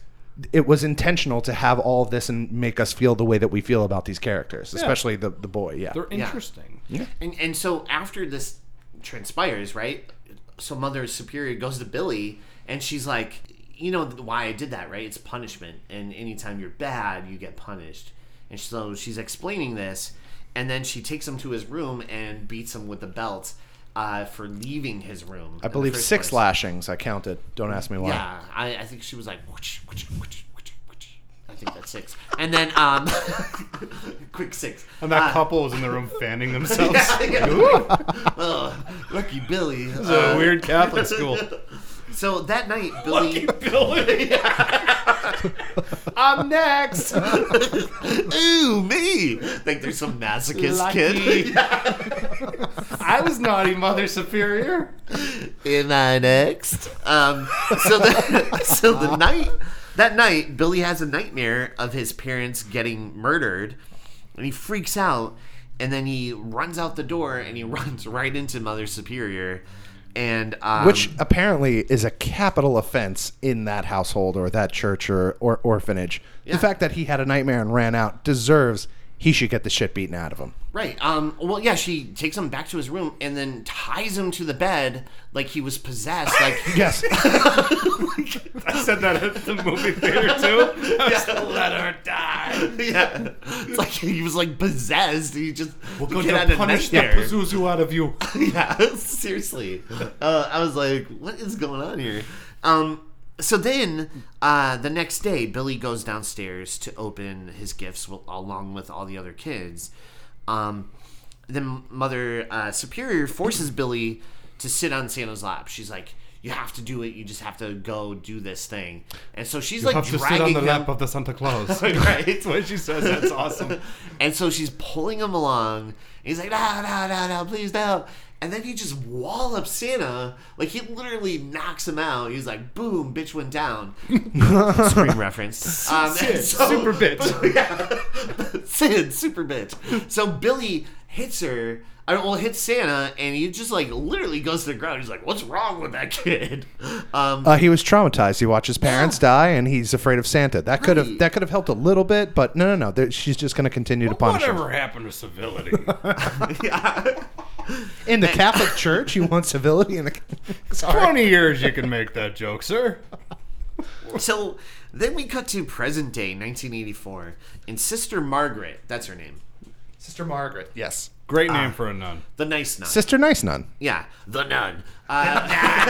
[SPEAKER 3] It was intentional to have all of this and make us feel the way that we feel about these characters, especially the the boy. Yeah,
[SPEAKER 2] They're interesting.
[SPEAKER 1] And and so after this transpires, right? So Mother Superior goes to Billy, and she's like, "You know why I did that, right? It's punishment. And anytime you're bad, you get punished." And so she's explaining this, and then she takes him to his room and beats him with the belt uh, for leaving his room.
[SPEAKER 3] I believe six
[SPEAKER 1] last.
[SPEAKER 3] lashings. I counted. Don't ask me why.
[SPEAKER 1] Yeah, I, I think she was like, whoosh, whoosh, whoosh, whoosh, whoosh. I think that's six. And then, um, quick six.
[SPEAKER 2] And that
[SPEAKER 1] Uh,
[SPEAKER 2] couple was in the room fanning themselves.
[SPEAKER 1] Yeah, yeah.
[SPEAKER 2] Ooh,
[SPEAKER 1] Ugh, lucky Billy.
[SPEAKER 2] this is a
[SPEAKER 1] Uh,
[SPEAKER 2] weird Catholic school.
[SPEAKER 1] So that night, Billy.
[SPEAKER 2] I'm next.
[SPEAKER 1] Ooh, me! Think there's some masochist kid.
[SPEAKER 2] Lucky. I was naughty, Mother Superior.
[SPEAKER 1] Am I next? Um, so the so the night that night, Billy has a nightmare of his parents getting murdered, and he freaks out, and then he runs out the door and he runs right into Mother Superior, and um,
[SPEAKER 3] Which apparently is a capital offense in that household or that church or, or orphanage.
[SPEAKER 1] Yeah.
[SPEAKER 3] The fact that he had a nightmare and ran out deserves he should get the shit beaten out of him.
[SPEAKER 1] right? Um, well, yeah, she takes him back to his room and then ties him to the bed like he was possessed, like
[SPEAKER 3] Yes.
[SPEAKER 2] I said that at the movie theater too. I was like, Let her die.
[SPEAKER 1] yeah, it's like he was like possessed. He just we'll
[SPEAKER 2] Go to punish the Pazuzu out of you.
[SPEAKER 1] yeah, seriously. Uh, I was like, what is going on here? Um, so then uh, the next day, Billy goes downstairs to open his gifts w- along with all the other kids. Um, then Mother uh, Superior forces Billy to sit on Santa's lap. She's like, you have to do it. You just have to go do this thing. And so she's like
[SPEAKER 2] have to sit
[SPEAKER 1] dragging
[SPEAKER 2] on the
[SPEAKER 1] him.
[SPEAKER 2] lap of the Santa Claus.
[SPEAKER 1] Right.
[SPEAKER 2] when she says that's awesome.
[SPEAKER 1] And so she's pulling him along. And he's like, no, no, no, no, please no. And then he just wallops Santa. Like, he literally knocks him out. He's like, boom, bitch went down. Scream reference. Um,
[SPEAKER 2] Sid,
[SPEAKER 1] so-
[SPEAKER 2] super bitch.
[SPEAKER 1] yeah. Sid, super bitch. So Billy hits her. I don't, well, hits Santa, and he just, like, literally goes to the ground. He's like, what's wrong with that kid? Um,
[SPEAKER 3] Uh, he was traumatized. He watched his parents die, and he's afraid of Santa. That could
[SPEAKER 1] Right.
[SPEAKER 3] have that could have helped a little bit, but no, no, no. There, she's just going to continue to punish him.
[SPEAKER 2] Whatever happened to civility?
[SPEAKER 3] In the Catholic Church, you want civility. In the
[SPEAKER 2] Twenty years you can make that joke, sir.
[SPEAKER 1] So then we cut to present day, 1984, and Sister Margaret, that's her name,
[SPEAKER 3] Sister Margaret, yes,
[SPEAKER 2] Great name
[SPEAKER 1] Ah.
[SPEAKER 2] for a nun.
[SPEAKER 1] the nice nun.
[SPEAKER 3] Sister Nice Nun.
[SPEAKER 1] yeah, the nun. Uh,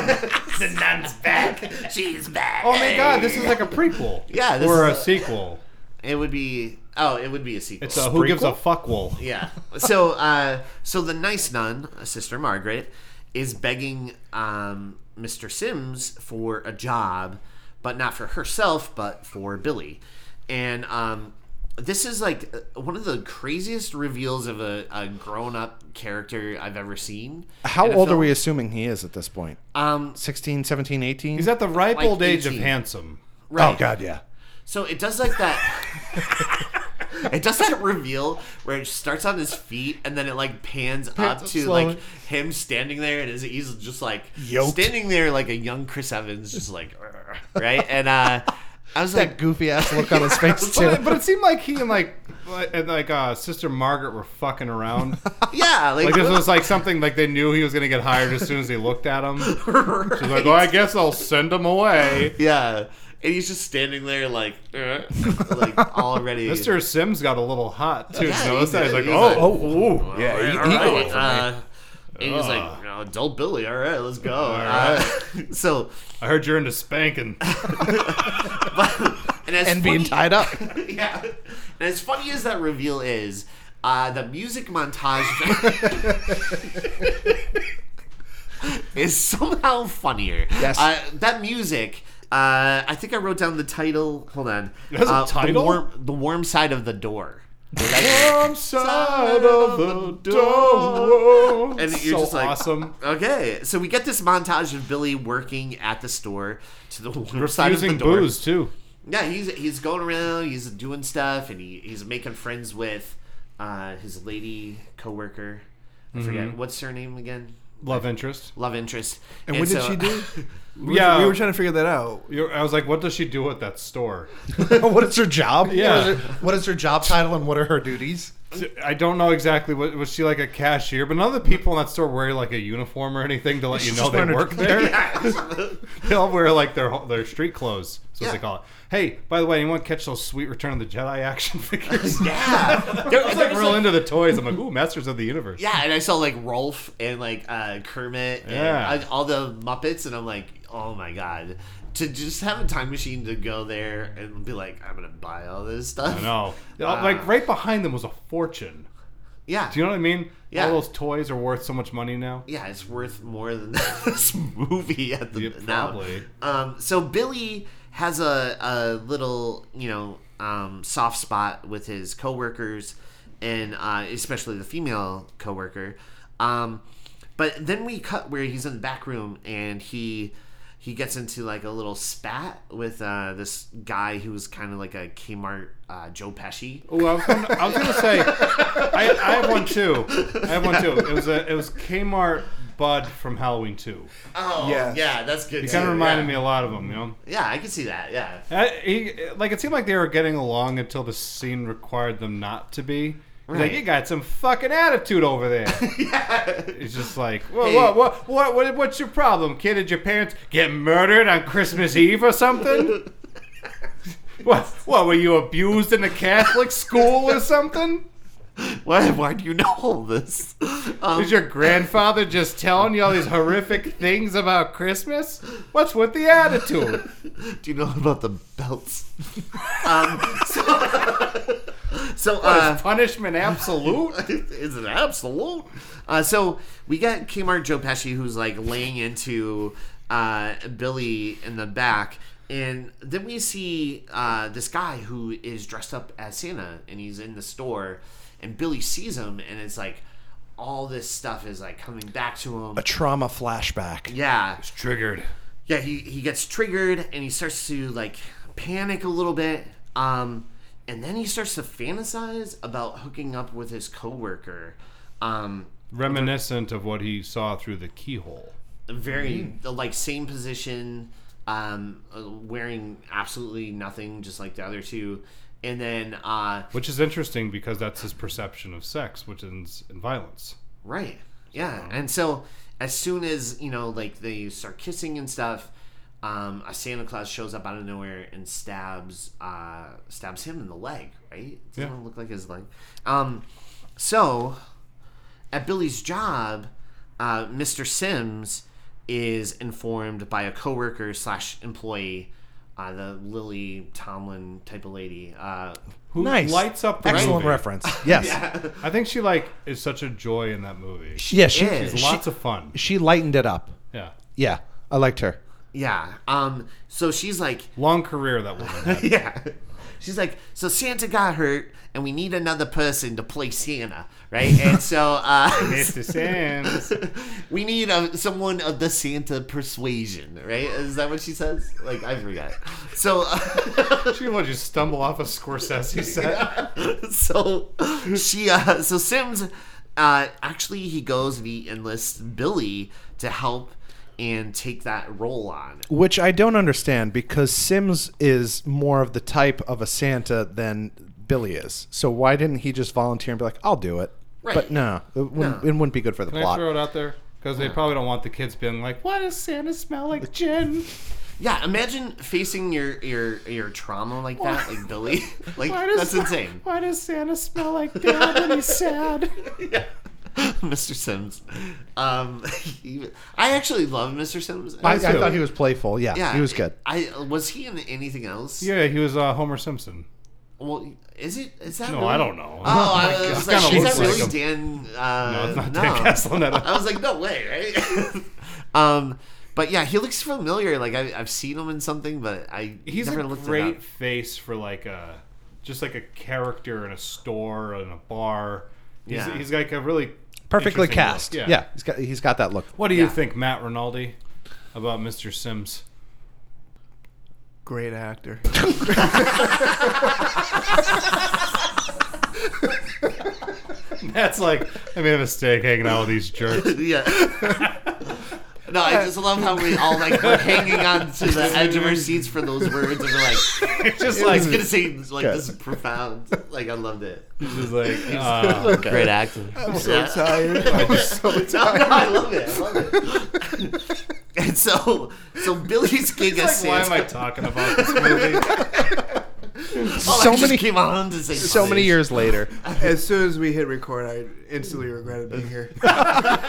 [SPEAKER 1] the nun's back. She's back.
[SPEAKER 2] Oh my god, this is like a prequel.
[SPEAKER 1] Yeah, this
[SPEAKER 2] or a,
[SPEAKER 1] is a-
[SPEAKER 2] sequel.
[SPEAKER 1] It would be. Oh, it would be a sequel.
[SPEAKER 2] It's a who gives a fuck wool.
[SPEAKER 1] yeah. So, uh, so the nice nun, Sister Margaret, is begging um, Mr. Sims for a job, but not for herself, but for Billy. And um, this is like uh, one of the craziest reveals of a, a grown-up character I've ever seen.
[SPEAKER 3] How
[SPEAKER 1] in a
[SPEAKER 3] old are
[SPEAKER 1] film.
[SPEAKER 3] we assuming he is at this point?
[SPEAKER 1] Um,
[SPEAKER 3] 16, 17, 18?
[SPEAKER 2] He's at the ripe
[SPEAKER 1] Like
[SPEAKER 2] old age of
[SPEAKER 1] 18.
[SPEAKER 2] handsome.
[SPEAKER 1] right.
[SPEAKER 3] Oh God, yeah.
[SPEAKER 1] So it does like that. it does that reveal where it starts on his feet and then it like pans up
[SPEAKER 2] up
[SPEAKER 1] to
[SPEAKER 2] slowly.
[SPEAKER 1] like him standing there and is he's just like
[SPEAKER 3] Yoked.
[SPEAKER 1] standing there like a young Chris Evans, just like "Arr," right. And uh, I was
[SPEAKER 3] That
[SPEAKER 1] like,
[SPEAKER 3] goofy ass look on his face too.
[SPEAKER 2] But it, but it seemed like he and like and like uh, Sister Margaret were fucking around.
[SPEAKER 1] yeah, like,
[SPEAKER 2] Like this was like something like they knew he was gonna get hired as soon as they looked at him. She's
[SPEAKER 1] right.
[SPEAKER 2] like, well, I guess I'll send him away.
[SPEAKER 1] yeah. And he's just standing there like, "Arr," like already.
[SPEAKER 2] Mr. Sims got a little hot too.
[SPEAKER 1] Yeah, he
[SPEAKER 2] so it's-
[SPEAKER 1] did.
[SPEAKER 2] he's like,
[SPEAKER 1] He
[SPEAKER 2] oh,
[SPEAKER 1] was
[SPEAKER 2] oh, oh, yeah.
[SPEAKER 1] All
[SPEAKER 2] he-
[SPEAKER 1] right,
[SPEAKER 2] he-
[SPEAKER 1] uh, And he was like, no, adult Billy, all right, let's go. Uh, so,
[SPEAKER 2] I heard you're into spanking.
[SPEAKER 1] and, as
[SPEAKER 3] and being
[SPEAKER 1] funny-
[SPEAKER 3] tied up.
[SPEAKER 1] yeah. And as funny as that reveal is, uh, the music montage is somehow funnier.
[SPEAKER 3] Yes.
[SPEAKER 1] Uh, that music. Uh, I think I wrote down the title. Hold on.
[SPEAKER 2] has a
[SPEAKER 1] Uh,
[SPEAKER 2] title?
[SPEAKER 1] The warm, the warm side of the door.
[SPEAKER 2] Warm side of the door.
[SPEAKER 1] And you're
[SPEAKER 2] so
[SPEAKER 1] just like-
[SPEAKER 2] awesome.
[SPEAKER 1] Okay, so we get this montage of Billy working at the store to the warm side of the
[SPEAKER 2] Using
[SPEAKER 1] door.
[SPEAKER 2] booze too.
[SPEAKER 1] Yeah, he's he's going around, he's doing stuff, and he, he's making friends with uh, his lady coworker. I
[SPEAKER 2] Mm-hmm.
[SPEAKER 1] forget what's her name again.
[SPEAKER 2] Love interest.
[SPEAKER 1] Love interest.
[SPEAKER 4] And what did she do? We
[SPEAKER 2] Yeah.
[SPEAKER 4] were, we were trying to figure that out.
[SPEAKER 2] You're, I was like, what does she do at that store?
[SPEAKER 3] what is her job?
[SPEAKER 2] Yeah.
[SPEAKER 3] What is her, what is her job title and what are her duties?
[SPEAKER 2] I don't know exactly what was she like a cashier, but none of the people in that store wear like a uniform or anything to let you know
[SPEAKER 3] just
[SPEAKER 2] they
[SPEAKER 3] wearing a-
[SPEAKER 2] work there.
[SPEAKER 1] Yeah.
[SPEAKER 2] They all wear like their their street clothes. That's what
[SPEAKER 1] Yeah.
[SPEAKER 2] they call it. Hey, by the way, anyone catch those sweet Return of the Jedi action figures?
[SPEAKER 1] yeah.
[SPEAKER 2] I was like real into the toys. I'm like, ooh, Masters of the Universe.
[SPEAKER 1] Yeah, and I saw like Rolf and like uh, Kermit and
[SPEAKER 2] Yeah.
[SPEAKER 1] uh, all the Muppets, and I'm like, oh my god, to just have a time machine to go there and be like, I'm gonna buy all this stuff.
[SPEAKER 2] I know.
[SPEAKER 1] Ah.
[SPEAKER 2] like right behind them was a fortune.
[SPEAKER 1] Yeah.
[SPEAKER 2] Do you know what I mean?
[SPEAKER 1] Yeah.
[SPEAKER 2] All those toys are worth so much money now.
[SPEAKER 1] yeah, it's worth more than this movie at the
[SPEAKER 2] Yeah,
[SPEAKER 1] now.
[SPEAKER 2] probably.
[SPEAKER 1] Um, so Billy has a, a little, you know, um, soft spot with his coworkers, and uh, especially the female coworker. Um, but then we cut where he's in the back room and he he gets into like a little spat with uh, this guy who's kind of like a Kmart uh, Joe Pesci.
[SPEAKER 2] Oh, I was gonna, I was gonna say, I, I have one too. I have one too. It was a it was Kmart Bud from Halloween Two.
[SPEAKER 1] Oh,
[SPEAKER 4] Yes.
[SPEAKER 1] yeah, that's good.
[SPEAKER 2] He kind of reminded me a lot of him, you know.
[SPEAKER 1] Yeah, I can see that. Yeah.
[SPEAKER 2] Uh, he, like it seemed like they were getting along until the scene required them not to be. He's like,
[SPEAKER 1] Right.
[SPEAKER 2] you got some fucking attitude over there. It's just like, whoa,
[SPEAKER 1] Hey.
[SPEAKER 2] whoa, whoa, what, what, what's your problem, kid? Did your parents get murdered on Christmas Eve or something? what, what, were you abused in a Catholic school or something?
[SPEAKER 1] Why, why do you know all this? Um,
[SPEAKER 2] Is your grandfather just telling you all these horrific things about Christmas? What's with the attitude?
[SPEAKER 1] do you know about the belts? um, so, so
[SPEAKER 2] Is
[SPEAKER 1] uh,
[SPEAKER 2] punishment absolute?
[SPEAKER 1] is it absolute? Uh, so we got Kmart Joe Pesci who's like laying into uh, Billy in the back, and then we see uh, this guy who is dressed up as Santa, and he's in the store, and Billy sees him, and it's like all this stuff is like coming back to him.
[SPEAKER 3] A trauma flashback.
[SPEAKER 1] Yeah,
[SPEAKER 2] Triggered.
[SPEAKER 1] yeah he, he gets triggered and he starts to like panic a little bit um and then he starts to fantasize about hooking up with his coworker um
[SPEAKER 2] reminiscent of what he saw through the keyhole.
[SPEAKER 1] very the, like same position um uh, wearing absolutely nothing just like the other two and then uh
[SPEAKER 2] Which is interesting because that's his perception of sex, which ends in violence.
[SPEAKER 1] Right. Yeah. And so as soon as, you know, like they start kissing and stuff, um, a Santa Claus shows up out of nowhere and stabs uh, stabs him in the leg, right? It doesn't
[SPEAKER 2] Yeah.
[SPEAKER 1] look like his leg. Um, so at Billy's job, uh, Mr. Sims is informed by a coworker slash employee, uh, the Lily Tomlin type of lady. Uh,
[SPEAKER 2] Who
[SPEAKER 3] Nice.
[SPEAKER 2] lights up the
[SPEAKER 3] Excellent
[SPEAKER 2] movie.
[SPEAKER 3] reference. Yes.
[SPEAKER 2] I think she like is such a joy in that movie.
[SPEAKER 3] Yeah, she,
[SPEAKER 1] is.
[SPEAKER 2] She's
[SPEAKER 3] she,
[SPEAKER 2] lots of fun.
[SPEAKER 3] she lightened it up.
[SPEAKER 2] Yeah.
[SPEAKER 3] Yeah, I liked her.
[SPEAKER 1] yeah. Um, so she's like,
[SPEAKER 2] Long career that woman had.
[SPEAKER 1] yeah. She's like, so Santa got hurt, and we need another person to play Santa, right? And so uh,
[SPEAKER 2] Mr. Sands.
[SPEAKER 1] we need a, someone of the Santa persuasion, right? Is that what she says? Like, I forgot. So, uh,
[SPEAKER 2] She would just stumble off a Scorsese set.
[SPEAKER 1] so she, uh, so Sims, uh, actually, he goes and he enlists Billy to help and take that role on.
[SPEAKER 3] Which I don't understand because Sims is more of the type of a Santa than Billy is. So why didn't he just volunteer and be like, I'll do it?
[SPEAKER 1] Right.
[SPEAKER 3] But no, it wouldn't,
[SPEAKER 1] No.
[SPEAKER 3] it wouldn't be good for the
[SPEAKER 2] Can I
[SPEAKER 3] plot.
[SPEAKER 2] throw it out there? Because they probably don't want the kids being like, "Why does Santa smell like gin?
[SPEAKER 1] Yeah, imagine facing your your your trauma like that, like Billy. Like
[SPEAKER 2] Why does
[SPEAKER 1] that's insane.
[SPEAKER 2] Why does Santa smell like dad when he's sad?"
[SPEAKER 1] Mr. Sims. Um, he- I actually love Mr. Sims.
[SPEAKER 3] I, I
[SPEAKER 2] too.
[SPEAKER 3] thought he was playful. Yeah,
[SPEAKER 1] yeah,
[SPEAKER 3] he was good.
[SPEAKER 1] I was he in anything else?
[SPEAKER 2] Yeah, he was uh, Homer Simpson.
[SPEAKER 1] Well, is it? Is that?
[SPEAKER 2] No,
[SPEAKER 1] really-
[SPEAKER 2] I don't know.
[SPEAKER 1] Oh, I
[SPEAKER 2] God.
[SPEAKER 1] was
[SPEAKER 2] Kinda
[SPEAKER 1] like, is that
[SPEAKER 2] looks like
[SPEAKER 1] really
[SPEAKER 2] him.
[SPEAKER 1] Dan? Uh,
[SPEAKER 2] No, it's not Dan Castellaneta.
[SPEAKER 1] I was like, no way, right? um, but yeah, he looks familiar. Like I, I've seen him in something, but I
[SPEAKER 2] He's
[SPEAKER 1] never
[SPEAKER 2] a
[SPEAKER 1] looked it up.
[SPEAKER 2] great face for like a just like a character in a store and a bar. He's,
[SPEAKER 1] Yeah.
[SPEAKER 2] he's like a really
[SPEAKER 3] Perfectly
[SPEAKER 2] interesting look.
[SPEAKER 3] cast. Yeah. he's got he's got that look.
[SPEAKER 2] What do you
[SPEAKER 1] Yeah.
[SPEAKER 2] think, Matt Rinaldi, about Mr. Sims?
[SPEAKER 4] Great actor.
[SPEAKER 2] That's like I made a mistake hanging out with these jerks.
[SPEAKER 1] yeah. No, I just love how we all like we're hanging on to the edge of our seats for those words, and we're like,
[SPEAKER 2] It's just
[SPEAKER 1] I
[SPEAKER 2] like
[SPEAKER 1] was gonna say like
[SPEAKER 3] Yeah.
[SPEAKER 1] this is profound. Like I loved it.
[SPEAKER 2] it's just like uh,
[SPEAKER 1] Great acting. I'm
[SPEAKER 4] so tired.
[SPEAKER 1] I
[SPEAKER 4] I'm just so
[SPEAKER 1] No, no,
[SPEAKER 4] tired.
[SPEAKER 1] I love it. I love it. and so, so Billy's gig as
[SPEAKER 2] it's like, why
[SPEAKER 1] Santa.
[SPEAKER 2] am I talking about this movie?
[SPEAKER 1] Well, Oh, I
[SPEAKER 3] so
[SPEAKER 1] just
[SPEAKER 3] many-
[SPEAKER 1] came on to say
[SPEAKER 3] So many
[SPEAKER 1] something.
[SPEAKER 3] years later,
[SPEAKER 4] As soon as we hit record, I instantly regretted being here.
[SPEAKER 3] I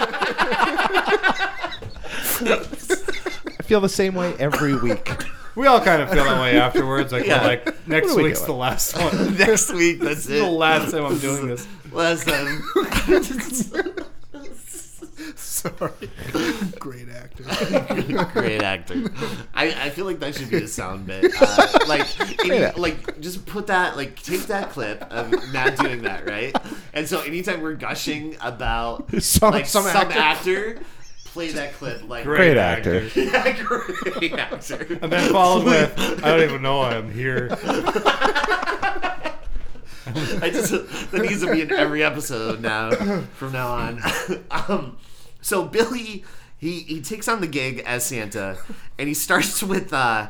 [SPEAKER 3] feel the same way every week.
[SPEAKER 2] We all kind of feel that way afterwards. Like, we're
[SPEAKER 1] Yeah.
[SPEAKER 2] like next
[SPEAKER 3] What are we
[SPEAKER 2] week's
[SPEAKER 3] doing?
[SPEAKER 2] the last one.
[SPEAKER 1] Next week, that's
[SPEAKER 2] This is the
[SPEAKER 1] it.
[SPEAKER 2] last time I'm doing this.
[SPEAKER 1] Last time.
[SPEAKER 4] Sorry. Great actor.
[SPEAKER 1] Great actor. I, I feel like that should be a sound bit. Uh, like, any,
[SPEAKER 3] Yeah.
[SPEAKER 1] like just put that, like, take that clip of Matt doing that, right? And so anytime we're gushing about
[SPEAKER 3] Some-
[SPEAKER 1] like
[SPEAKER 3] some
[SPEAKER 1] some actor, play that clip. Like,
[SPEAKER 3] Great actor.
[SPEAKER 1] Yeah, great actor.
[SPEAKER 2] And then followed with, I don't even know why I'm here.
[SPEAKER 1] I just that needs to be in every episode now from now on. um, so Billy he he takes on the gig as Santa, and he starts with uh,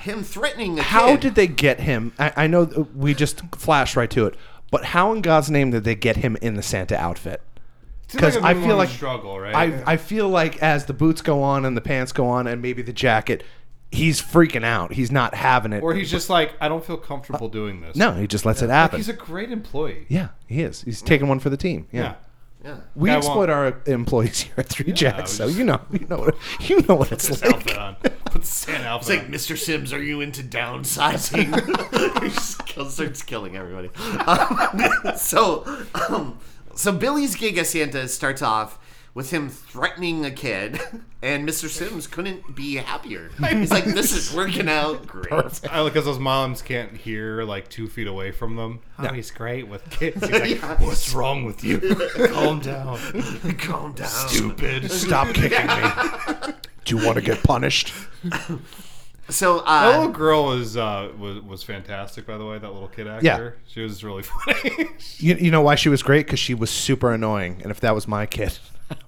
[SPEAKER 1] him threatening a
[SPEAKER 3] How
[SPEAKER 1] kid.
[SPEAKER 3] did they get him? I, I know th- we just flashed right to it, but how in God's name did they get him in the Santa outfit?
[SPEAKER 2] Seems like
[SPEAKER 3] Because
[SPEAKER 2] it'd
[SPEAKER 3] I
[SPEAKER 2] be
[SPEAKER 3] feel
[SPEAKER 2] more of a
[SPEAKER 3] like-
[SPEAKER 2] struggle, right?
[SPEAKER 3] I I feel like as the boots go on and the pants go on and maybe the jacket, he's freaking out. He's not having it.
[SPEAKER 2] or he's just like, I don't feel comfortable doing this.
[SPEAKER 3] no, he just lets it
[SPEAKER 2] Like,
[SPEAKER 3] happen.
[SPEAKER 2] he's a great employee.
[SPEAKER 3] yeah, he is. He's taking one for the team. Yeah.
[SPEAKER 2] Yeah.
[SPEAKER 1] Yeah.
[SPEAKER 3] We
[SPEAKER 2] Guy
[SPEAKER 3] exploit our employees here at Three
[SPEAKER 2] I
[SPEAKER 3] Jacks,
[SPEAKER 2] was
[SPEAKER 3] so
[SPEAKER 2] just-
[SPEAKER 3] you know, you know, what, you know what it's
[SPEAKER 2] Put this
[SPEAKER 3] like.
[SPEAKER 2] outfit on. Put this tan
[SPEAKER 1] It's
[SPEAKER 2] outfit
[SPEAKER 1] like,
[SPEAKER 2] on.
[SPEAKER 1] Mr. Sims, are you into downsizing? he just kills- starts killing everybody. Um, so, um, so Billy's gig as Santa starts off with him threatening a kid, and Mr. Sims couldn't be happier. He's like, "This is working out great."
[SPEAKER 2] I because those moms can't hear like two feet away from them. Oh, he's great with kids. He's like,
[SPEAKER 1] Yeah.
[SPEAKER 2] What's wrong with you? Calm down,
[SPEAKER 1] Calm down.
[SPEAKER 2] stupid.
[SPEAKER 3] Stop kicking me. Do you want to get punished?
[SPEAKER 1] So,
[SPEAKER 2] That little
[SPEAKER 1] uh,
[SPEAKER 2] girl was uh, was was fantastic, by the way. That little kid actor, she was really funny.
[SPEAKER 3] You, you know why she was great? Because she was super annoying. And if that was my kid,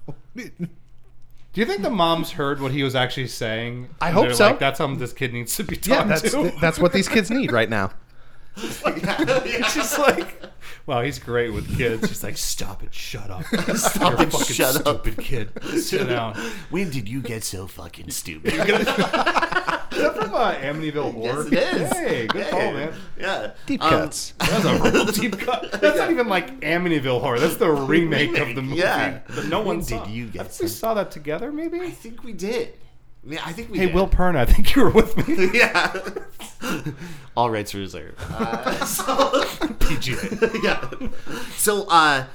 [SPEAKER 2] Do you think the moms heard what he was actually saying?
[SPEAKER 3] I
[SPEAKER 2] And
[SPEAKER 3] hope
[SPEAKER 2] they're
[SPEAKER 3] so.
[SPEAKER 2] Like, that's how this kid needs to be
[SPEAKER 3] yeah,
[SPEAKER 2] taught
[SPEAKER 3] that's
[SPEAKER 2] to.
[SPEAKER 3] that's what these kids need right now.
[SPEAKER 2] It's just like, wow, he's great with kids. Just like, stop it, shut up,
[SPEAKER 1] Stop
[SPEAKER 2] You're a
[SPEAKER 1] it,
[SPEAKER 2] fucking
[SPEAKER 1] shut
[SPEAKER 2] stupid
[SPEAKER 1] up."
[SPEAKER 2] kid. Sit down.
[SPEAKER 1] when did you get so fucking stupid?
[SPEAKER 2] Is that from uh, Amityville Horror?
[SPEAKER 1] yes, it is.
[SPEAKER 2] Hey, good call,
[SPEAKER 1] Hey,
[SPEAKER 2] man.
[SPEAKER 1] Yeah.
[SPEAKER 3] Deep
[SPEAKER 1] Um,
[SPEAKER 3] cuts.
[SPEAKER 2] That's a real deep cut. That's not even like Amityville Horror. That's the remake, of the movie
[SPEAKER 1] yeah.
[SPEAKER 2] that no one
[SPEAKER 1] When did
[SPEAKER 2] saw.
[SPEAKER 1] you
[SPEAKER 2] I
[SPEAKER 1] get
[SPEAKER 2] think we
[SPEAKER 1] some-
[SPEAKER 2] saw that together,
[SPEAKER 1] I
[SPEAKER 2] maybe.
[SPEAKER 1] think we did. Yeah, I think we
[SPEAKER 2] Hey,
[SPEAKER 1] did.
[SPEAKER 2] Will Pern, I think you were with me.
[SPEAKER 1] yeah. All rights reserved. Uh, so,
[SPEAKER 2] PGA.
[SPEAKER 1] yeah. So, uh,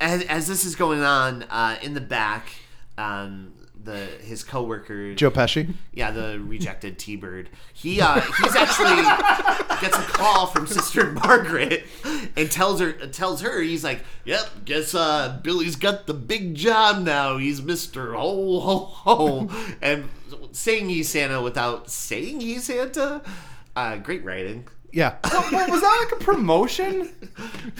[SPEAKER 1] as, as this is going on uh, in the back, um, the his coworker
[SPEAKER 3] Joe Pesci.
[SPEAKER 1] Yeah, the rejected T Bird. He uh, he's actually gets a call from Sister Margaret and tells her tells her he's like, "Yep, guess uh, Billy's got the big job now. He's Mister Ho Ho Ho," and saying he's Santa without saying he's Santa. Uh, great writing.
[SPEAKER 3] Yeah.
[SPEAKER 2] Well, was that like a promotion?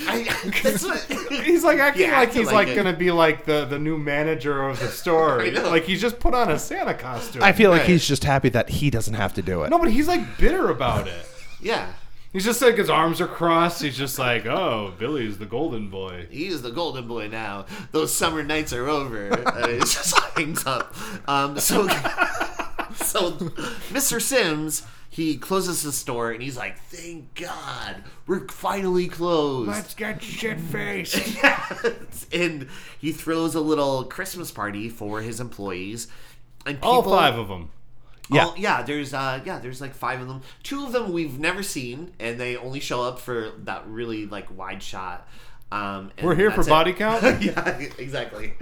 [SPEAKER 1] I, that's what.
[SPEAKER 2] He's like acting
[SPEAKER 1] Yeah,
[SPEAKER 2] like
[SPEAKER 1] acting
[SPEAKER 2] he's
[SPEAKER 1] like
[SPEAKER 2] like,
[SPEAKER 1] it.
[SPEAKER 2] gonna be like the, the new manager of the store.
[SPEAKER 1] I know.
[SPEAKER 2] like he's just put on a Santa costume.
[SPEAKER 3] I feel like
[SPEAKER 1] Right.
[SPEAKER 3] he's just happy that he doesn't have to do it.
[SPEAKER 2] no, but he's like bitter about it.
[SPEAKER 1] Yeah,
[SPEAKER 2] He's just like his arms are crossed. He's just like, oh, Billy's the golden boy.
[SPEAKER 1] he is the golden boy now. Those summer nights are over. uh, it just hangs up. Um, so, so Mr. Sims He closes the store and he's like, "Thank God, we're finally closed."
[SPEAKER 2] get shit faced.
[SPEAKER 1] and he throws a little Christmas party for his employees. And people,
[SPEAKER 2] All five of them.
[SPEAKER 3] Yeah.
[SPEAKER 1] all- yeah. There's uh, yeah, there's like five of them. Two of them we've never seen, and they only show up for that really like wide shot. Um, and
[SPEAKER 2] We're here for
[SPEAKER 1] that's it.
[SPEAKER 2] body count.
[SPEAKER 1] yeah, exactly.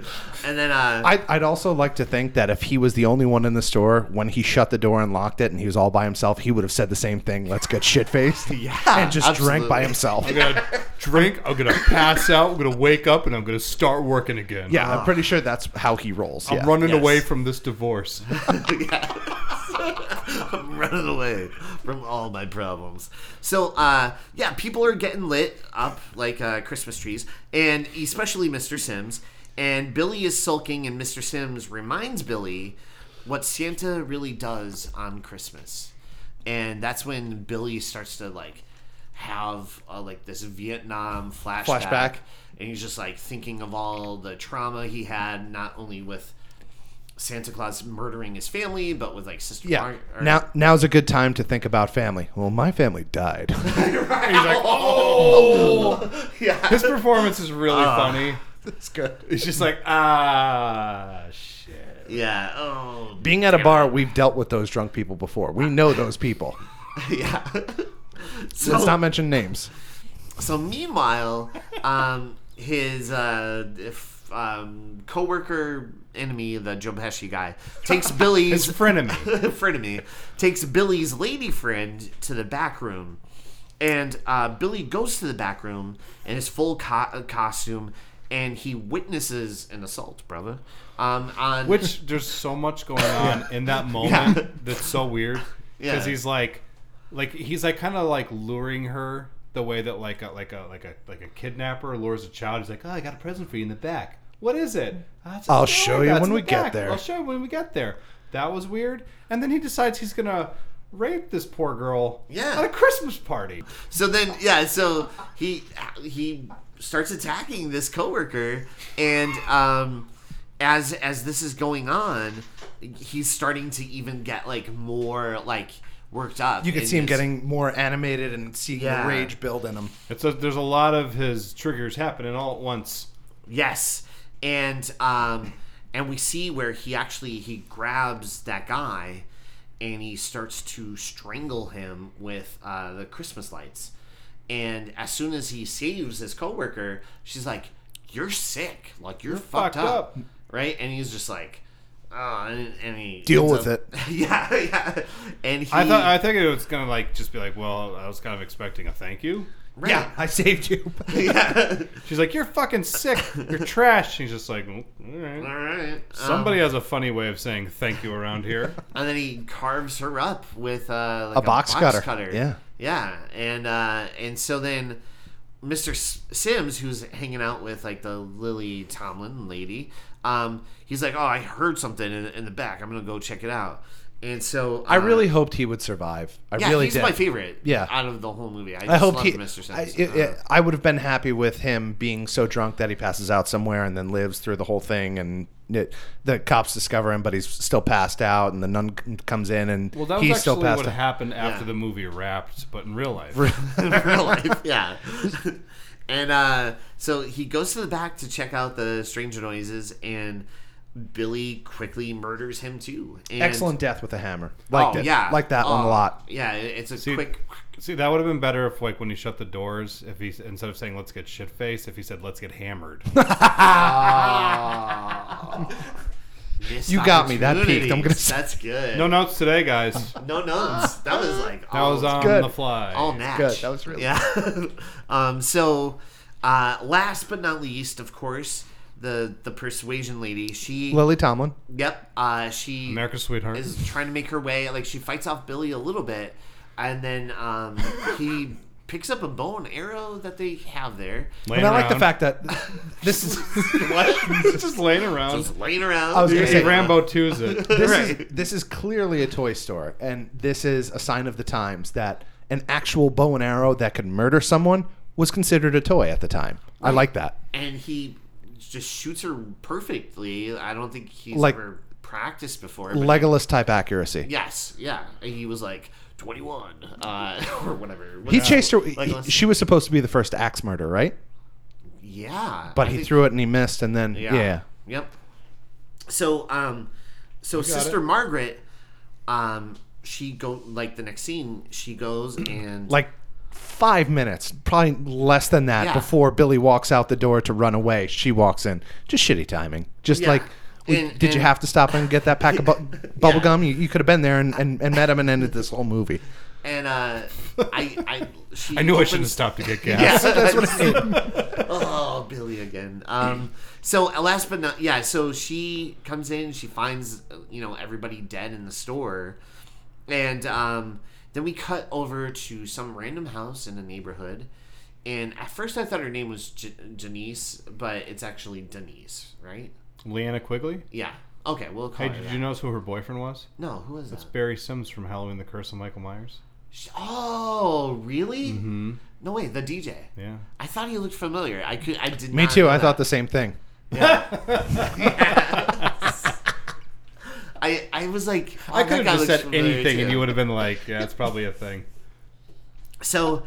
[SPEAKER 1] And then uh,
[SPEAKER 3] I'd, I'd also like to think that if he was the only one in the store when he shut the door and locked it and he was all by himself, he would have said the same thing. Let's get shit faced. yeah. And just drank
[SPEAKER 1] absolutely.
[SPEAKER 3] by himself.
[SPEAKER 2] I'm gonna drink. I'm gonna pass out. I'm gonna wake up, and I'm gonna start working again.
[SPEAKER 3] Yeah, I'm pretty sure that's how he rolls.
[SPEAKER 2] I'm
[SPEAKER 3] yeah.
[SPEAKER 2] running
[SPEAKER 1] Yes.
[SPEAKER 2] away from this divorce.
[SPEAKER 1] I'm running away from all my problems. So, uh, yeah, people are getting lit up like uh, Christmas trees, and especially Mr. Sims. And Billy is sulking, and Mr. Sims reminds Billy what Santa really does on Christmas. And that's when Billy starts to like have uh, like this Vietnam flashback,
[SPEAKER 3] Flashback.
[SPEAKER 1] and he's just like thinking of all the trauma he had, not only with Santa Claus murdering his family, but with like Sister
[SPEAKER 3] Yeah.
[SPEAKER 1] Mar- or-
[SPEAKER 3] Now now's a good time to think about family. Well, my family died.
[SPEAKER 2] He's like, oh,
[SPEAKER 1] yeah. Ah.
[SPEAKER 2] his performance is really funny.
[SPEAKER 3] that's good.
[SPEAKER 2] He's just like, ah, shit.
[SPEAKER 1] Yeah. Oh.
[SPEAKER 3] Being at a bar, we've dealt with those drunk people before. We know those people.
[SPEAKER 1] yeah.
[SPEAKER 3] Let's
[SPEAKER 1] so,
[SPEAKER 3] not mention names.
[SPEAKER 1] so meanwhile, um, his uh, if, um, coworker enemy, the Joe Pesci guy, takes Billy's
[SPEAKER 2] His frenemy.
[SPEAKER 1] frenemy takes Billy's lady friend to the back room, and uh, Billy goes to the back room in his full co- costume, and he witnesses an assault, brother. Um, on
[SPEAKER 2] Which there's so much going on in that moment that's so weird
[SPEAKER 1] Yeah.
[SPEAKER 2] because he's like, like he's like kind of like luring her the way that like a like a like a like a kidnapper lures a child. He's like, oh, I got a present for you in the back. What is it? "Ah, it's a
[SPEAKER 3] I'll
[SPEAKER 2] flower
[SPEAKER 3] show you
[SPEAKER 2] that's
[SPEAKER 3] when
[SPEAKER 2] in
[SPEAKER 3] we
[SPEAKER 2] the
[SPEAKER 3] get
[SPEAKER 2] back.
[SPEAKER 3] there."
[SPEAKER 2] I'll show you when we get there. That was weird. And then he decides he's gonna rape this poor girl
[SPEAKER 1] Yeah.
[SPEAKER 2] at a Christmas party.
[SPEAKER 1] So then, yeah. So he he starts attacking this coworker, and um, as as this is going on, he's starting to even get like more like worked up.
[SPEAKER 3] You can
[SPEAKER 1] and
[SPEAKER 3] see him
[SPEAKER 1] his-
[SPEAKER 3] getting more animated and seeing
[SPEAKER 1] Yeah.
[SPEAKER 3] the rage build in him.
[SPEAKER 2] It's a, there's a lot of his triggers happening all at once.
[SPEAKER 1] Yes, and um, and we see where he actually he grabs that guy, and he starts to strangle him with uh, the Christmas lights. And as soon as he saves his coworker, she's like, "You're sick. Like you're, fucked,
[SPEAKER 2] fucked
[SPEAKER 1] up.
[SPEAKER 2] up."
[SPEAKER 1] right?" And he's just like, "Oh," and, and he
[SPEAKER 3] Deal
[SPEAKER 1] ends
[SPEAKER 3] with
[SPEAKER 1] up- yeah, yeah. And he,
[SPEAKER 2] I thought I think it was gonna like just be like, well, I was kind of expecting a thank you.
[SPEAKER 1] right.
[SPEAKER 3] I saved you.
[SPEAKER 1] yeah.
[SPEAKER 2] She's like, "You're fucking sick. You're trash." She's just like, "Mm, all
[SPEAKER 1] All
[SPEAKER 2] right.
[SPEAKER 1] right. Um,
[SPEAKER 2] "Somebody has a funny way of saying thank you around here."
[SPEAKER 1] and then he carves her up with uh, like a,
[SPEAKER 3] box cutter. Yeah.
[SPEAKER 1] yeah, and uh, and so then Mr. S- Sims, who's hanging out with like the Lily Tomlin lady, um, he's like, "Oh, I heard something in, in the back. I'm gonna go check it out." And so
[SPEAKER 3] I
[SPEAKER 1] uh,
[SPEAKER 3] really hoped he would survive. I
[SPEAKER 1] yeah,
[SPEAKER 3] really
[SPEAKER 1] he's
[SPEAKER 3] did.
[SPEAKER 1] my favorite.
[SPEAKER 3] Yeah.
[SPEAKER 1] out of the whole movie, I,
[SPEAKER 3] I
[SPEAKER 1] just
[SPEAKER 3] hope
[SPEAKER 1] loved
[SPEAKER 3] he.
[SPEAKER 1] Mr. Sims.
[SPEAKER 3] I, it-
[SPEAKER 1] Uh,
[SPEAKER 3] it- I would have been happy with him being so drunk that he passes out somewhere and then lives through the whole thing, and it, the cops discover him, but he's still passed out, and the nun c- comes in, and
[SPEAKER 2] Well, that was
[SPEAKER 3] he's
[SPEAKER 2] actually
[SPEAKER 3] still passed
[SPEAKER 2] what
[SPEAKER 3] out.
[SPEAKER 2] happened after
[SPEAKER 1] Yeah.
[SPEAKER 2] the movie wrapped, but in real life,
[SPEAKER 1] in real life. Yeah. And uh, so he goes to the back to check out the stranger noises, and Billy quickly murders him too. And,
[SPEAKER 3] Excellent death with a hammer. Liked
[SPEAKER 1] oh,
[SPEAKER 3] it.
[SPEAKER 1] Yeah.
[SPEAKER 3] Like that one a
[SPEAKER 1] Oh,
[SPEAKER 3] lot.
[SPEAKER 1] Yeah, it- it's a
[SPEAKER 2] See-
[SPEAKER 1] quick.
[SPEAKER 2] see that would have been better if like when he shut the doors, if he instead of saying "Let's get shit faced," if he said "Let's get hammered." ah.
[SPEAKER 1] missed
[SPEAKER 3] You got me. That peaked. I'm gonna
[SPEAKER 1] opportunities.
[SPEAKER 3] say-
[SPEAKER 1] That's good.
[SPEAKER 2] no notes today, guys. That
[SPEAKER 1] no, notes. That was like all,
[SPEAKER 2] was um, on
[SPEAKER 3] good.
[SPEAKER 2] the fly.
[SPEAKER 1] all match.
[SPEAKER 3] Good. That was really
[SPEAKER 1] yeah. um. So, uh, last but not least, of course, the the persuasion lady. She.
[SPEAKER 3] Lily Tomlin.
[SPEAKER 1] yep. Uh. She.
[SPEAKER 2] America's sweetheart.
[SPEAKER 1] is trying to make her way. Like she fights off Billy a little bit, and then um, he picks up a bow and arrow that they have there.
[SPEAKER 2] Laying
[SPEAKER 3] And I like the
[SPEAKER 2] around.
[SPEAKER 3] fact that this is
[SPEAKER 1] What?
[SPEAKER 2] just laying around.
[SPEAKER 1] Just laying around.
[SPEAKER 3] I was gonna
[SPEAKER 2] He
[SPEAKER 3] say-
[SPEAKER 2] Rambo twos it.
[SPEAKER 3] this
[SPEAKER 1] Right.
[SPEAKER 3] is this is clearly a toy store, and this is a sign of the times that an actual bow and arrow that could murder someone was considered a toy at the time. I like that.
[SPEAKER 1] and he just shoots her perfectly. I don't think he's
[SPEAKER 3] Like
[SPEAKER 1] ever practiced before. but-
[SPEAKER 3] Legolas type accuracy.
[SPEAKER 1] yes, yeah. And he was like 21 uh, or whatever.
[SPEAKER 3] He chased her.
[SPEAKER 1] Legolas.
[SPEAKER 3] he- she was supposed to be the first axe murder, right?
[SPEAKER 1] yeah.
[SPEAKER 3] But
[SPEAKER 1] I
[SPEAKER 3] he
[SPEAKER 1] think-
[SPEAKER 3] threw it and he missed, and then yeah.
[SPEAKER 1] Yep. So um so Sister Margaret um she go like the next scene she goes and
[SPEAKER 3] like five minutes, probably less than that,
[SPEAKER 1] Yeah.
[SPEAKER 3] before Billy walks out the door to run away. She walks in. Just shitty timing. Just
[SPEAKER 1] Yeah.
[SPEAKER 3] like. we-
[SPEAKER 1] And-
[SPEAKER 3] did you
[SPEAKER 1] and-
[SPEAKER 3] have to stop and get that pack of bu- bubble gum? You, you could have been there and, and, and met him and ended this whole movie.
[SPEAKER 1] and uh I I she
[SPEAKER 2] I knew I
[SPEAKER 1] opens-
[SPEAKER 2] shouldn't have stopped to get gas.
[SPEAKER 1] Yeah, that's what I oh, Billy again. Um, so last but not yeah, so she comes in, she finds uh, you know everybody dead in the store, and um, then we cut over to some random house in a neighborhood, and at first I thought her name was J- Janice, but it's actually Denise, right?
[SPEAKER 2] Leanna Quigley.
[SPEAKER 1] Yeah. Okay, we'll call
[SPEAKER 2] Hey,
[SPEAKER 1] her
[SPEAKER 2] did
[SPEAKER 1] that.
[SPEAKER 2] you notice who her boyfriend was?
[SPEAKER 1] No, who is that?
[SPEAKER 2] Barry Sims from Halloween: The Curse of Michael Myers.
[SPEAKER 1] Sh- Oh, really? Mm-hmm. No way, the DJ.
[SPEAKER 2] Yeah.
[SPEAKER 1] I thought he looked familiar. I could. I did.
[SPEAKER 3] Me
[SPEAKER 1] not
[SPEAKER 3] too.
[SPEAKER 1] know
[SPEAKER 3] I
[SPEAKER 1] that.
[SPEAKER 3] thought the same thing.
[SPEAKER 1] I, I was like, oh,
[SPEAKER 2] I
[SPEAKER 1] that
[SPEAKER 2] could
[SPEAKER 1] guy
[SPEAKER 2] have just
[SPEAKER 1] looks
[SPEAKER 2] said
[SPEAKER 1] familiar
[SPEAKER 2] anything,
[SPEAKER 1] too.
[SPEAKER 2] and you would have been like, "Yeah, it's probably a thing."
[SPEAKER 1] So,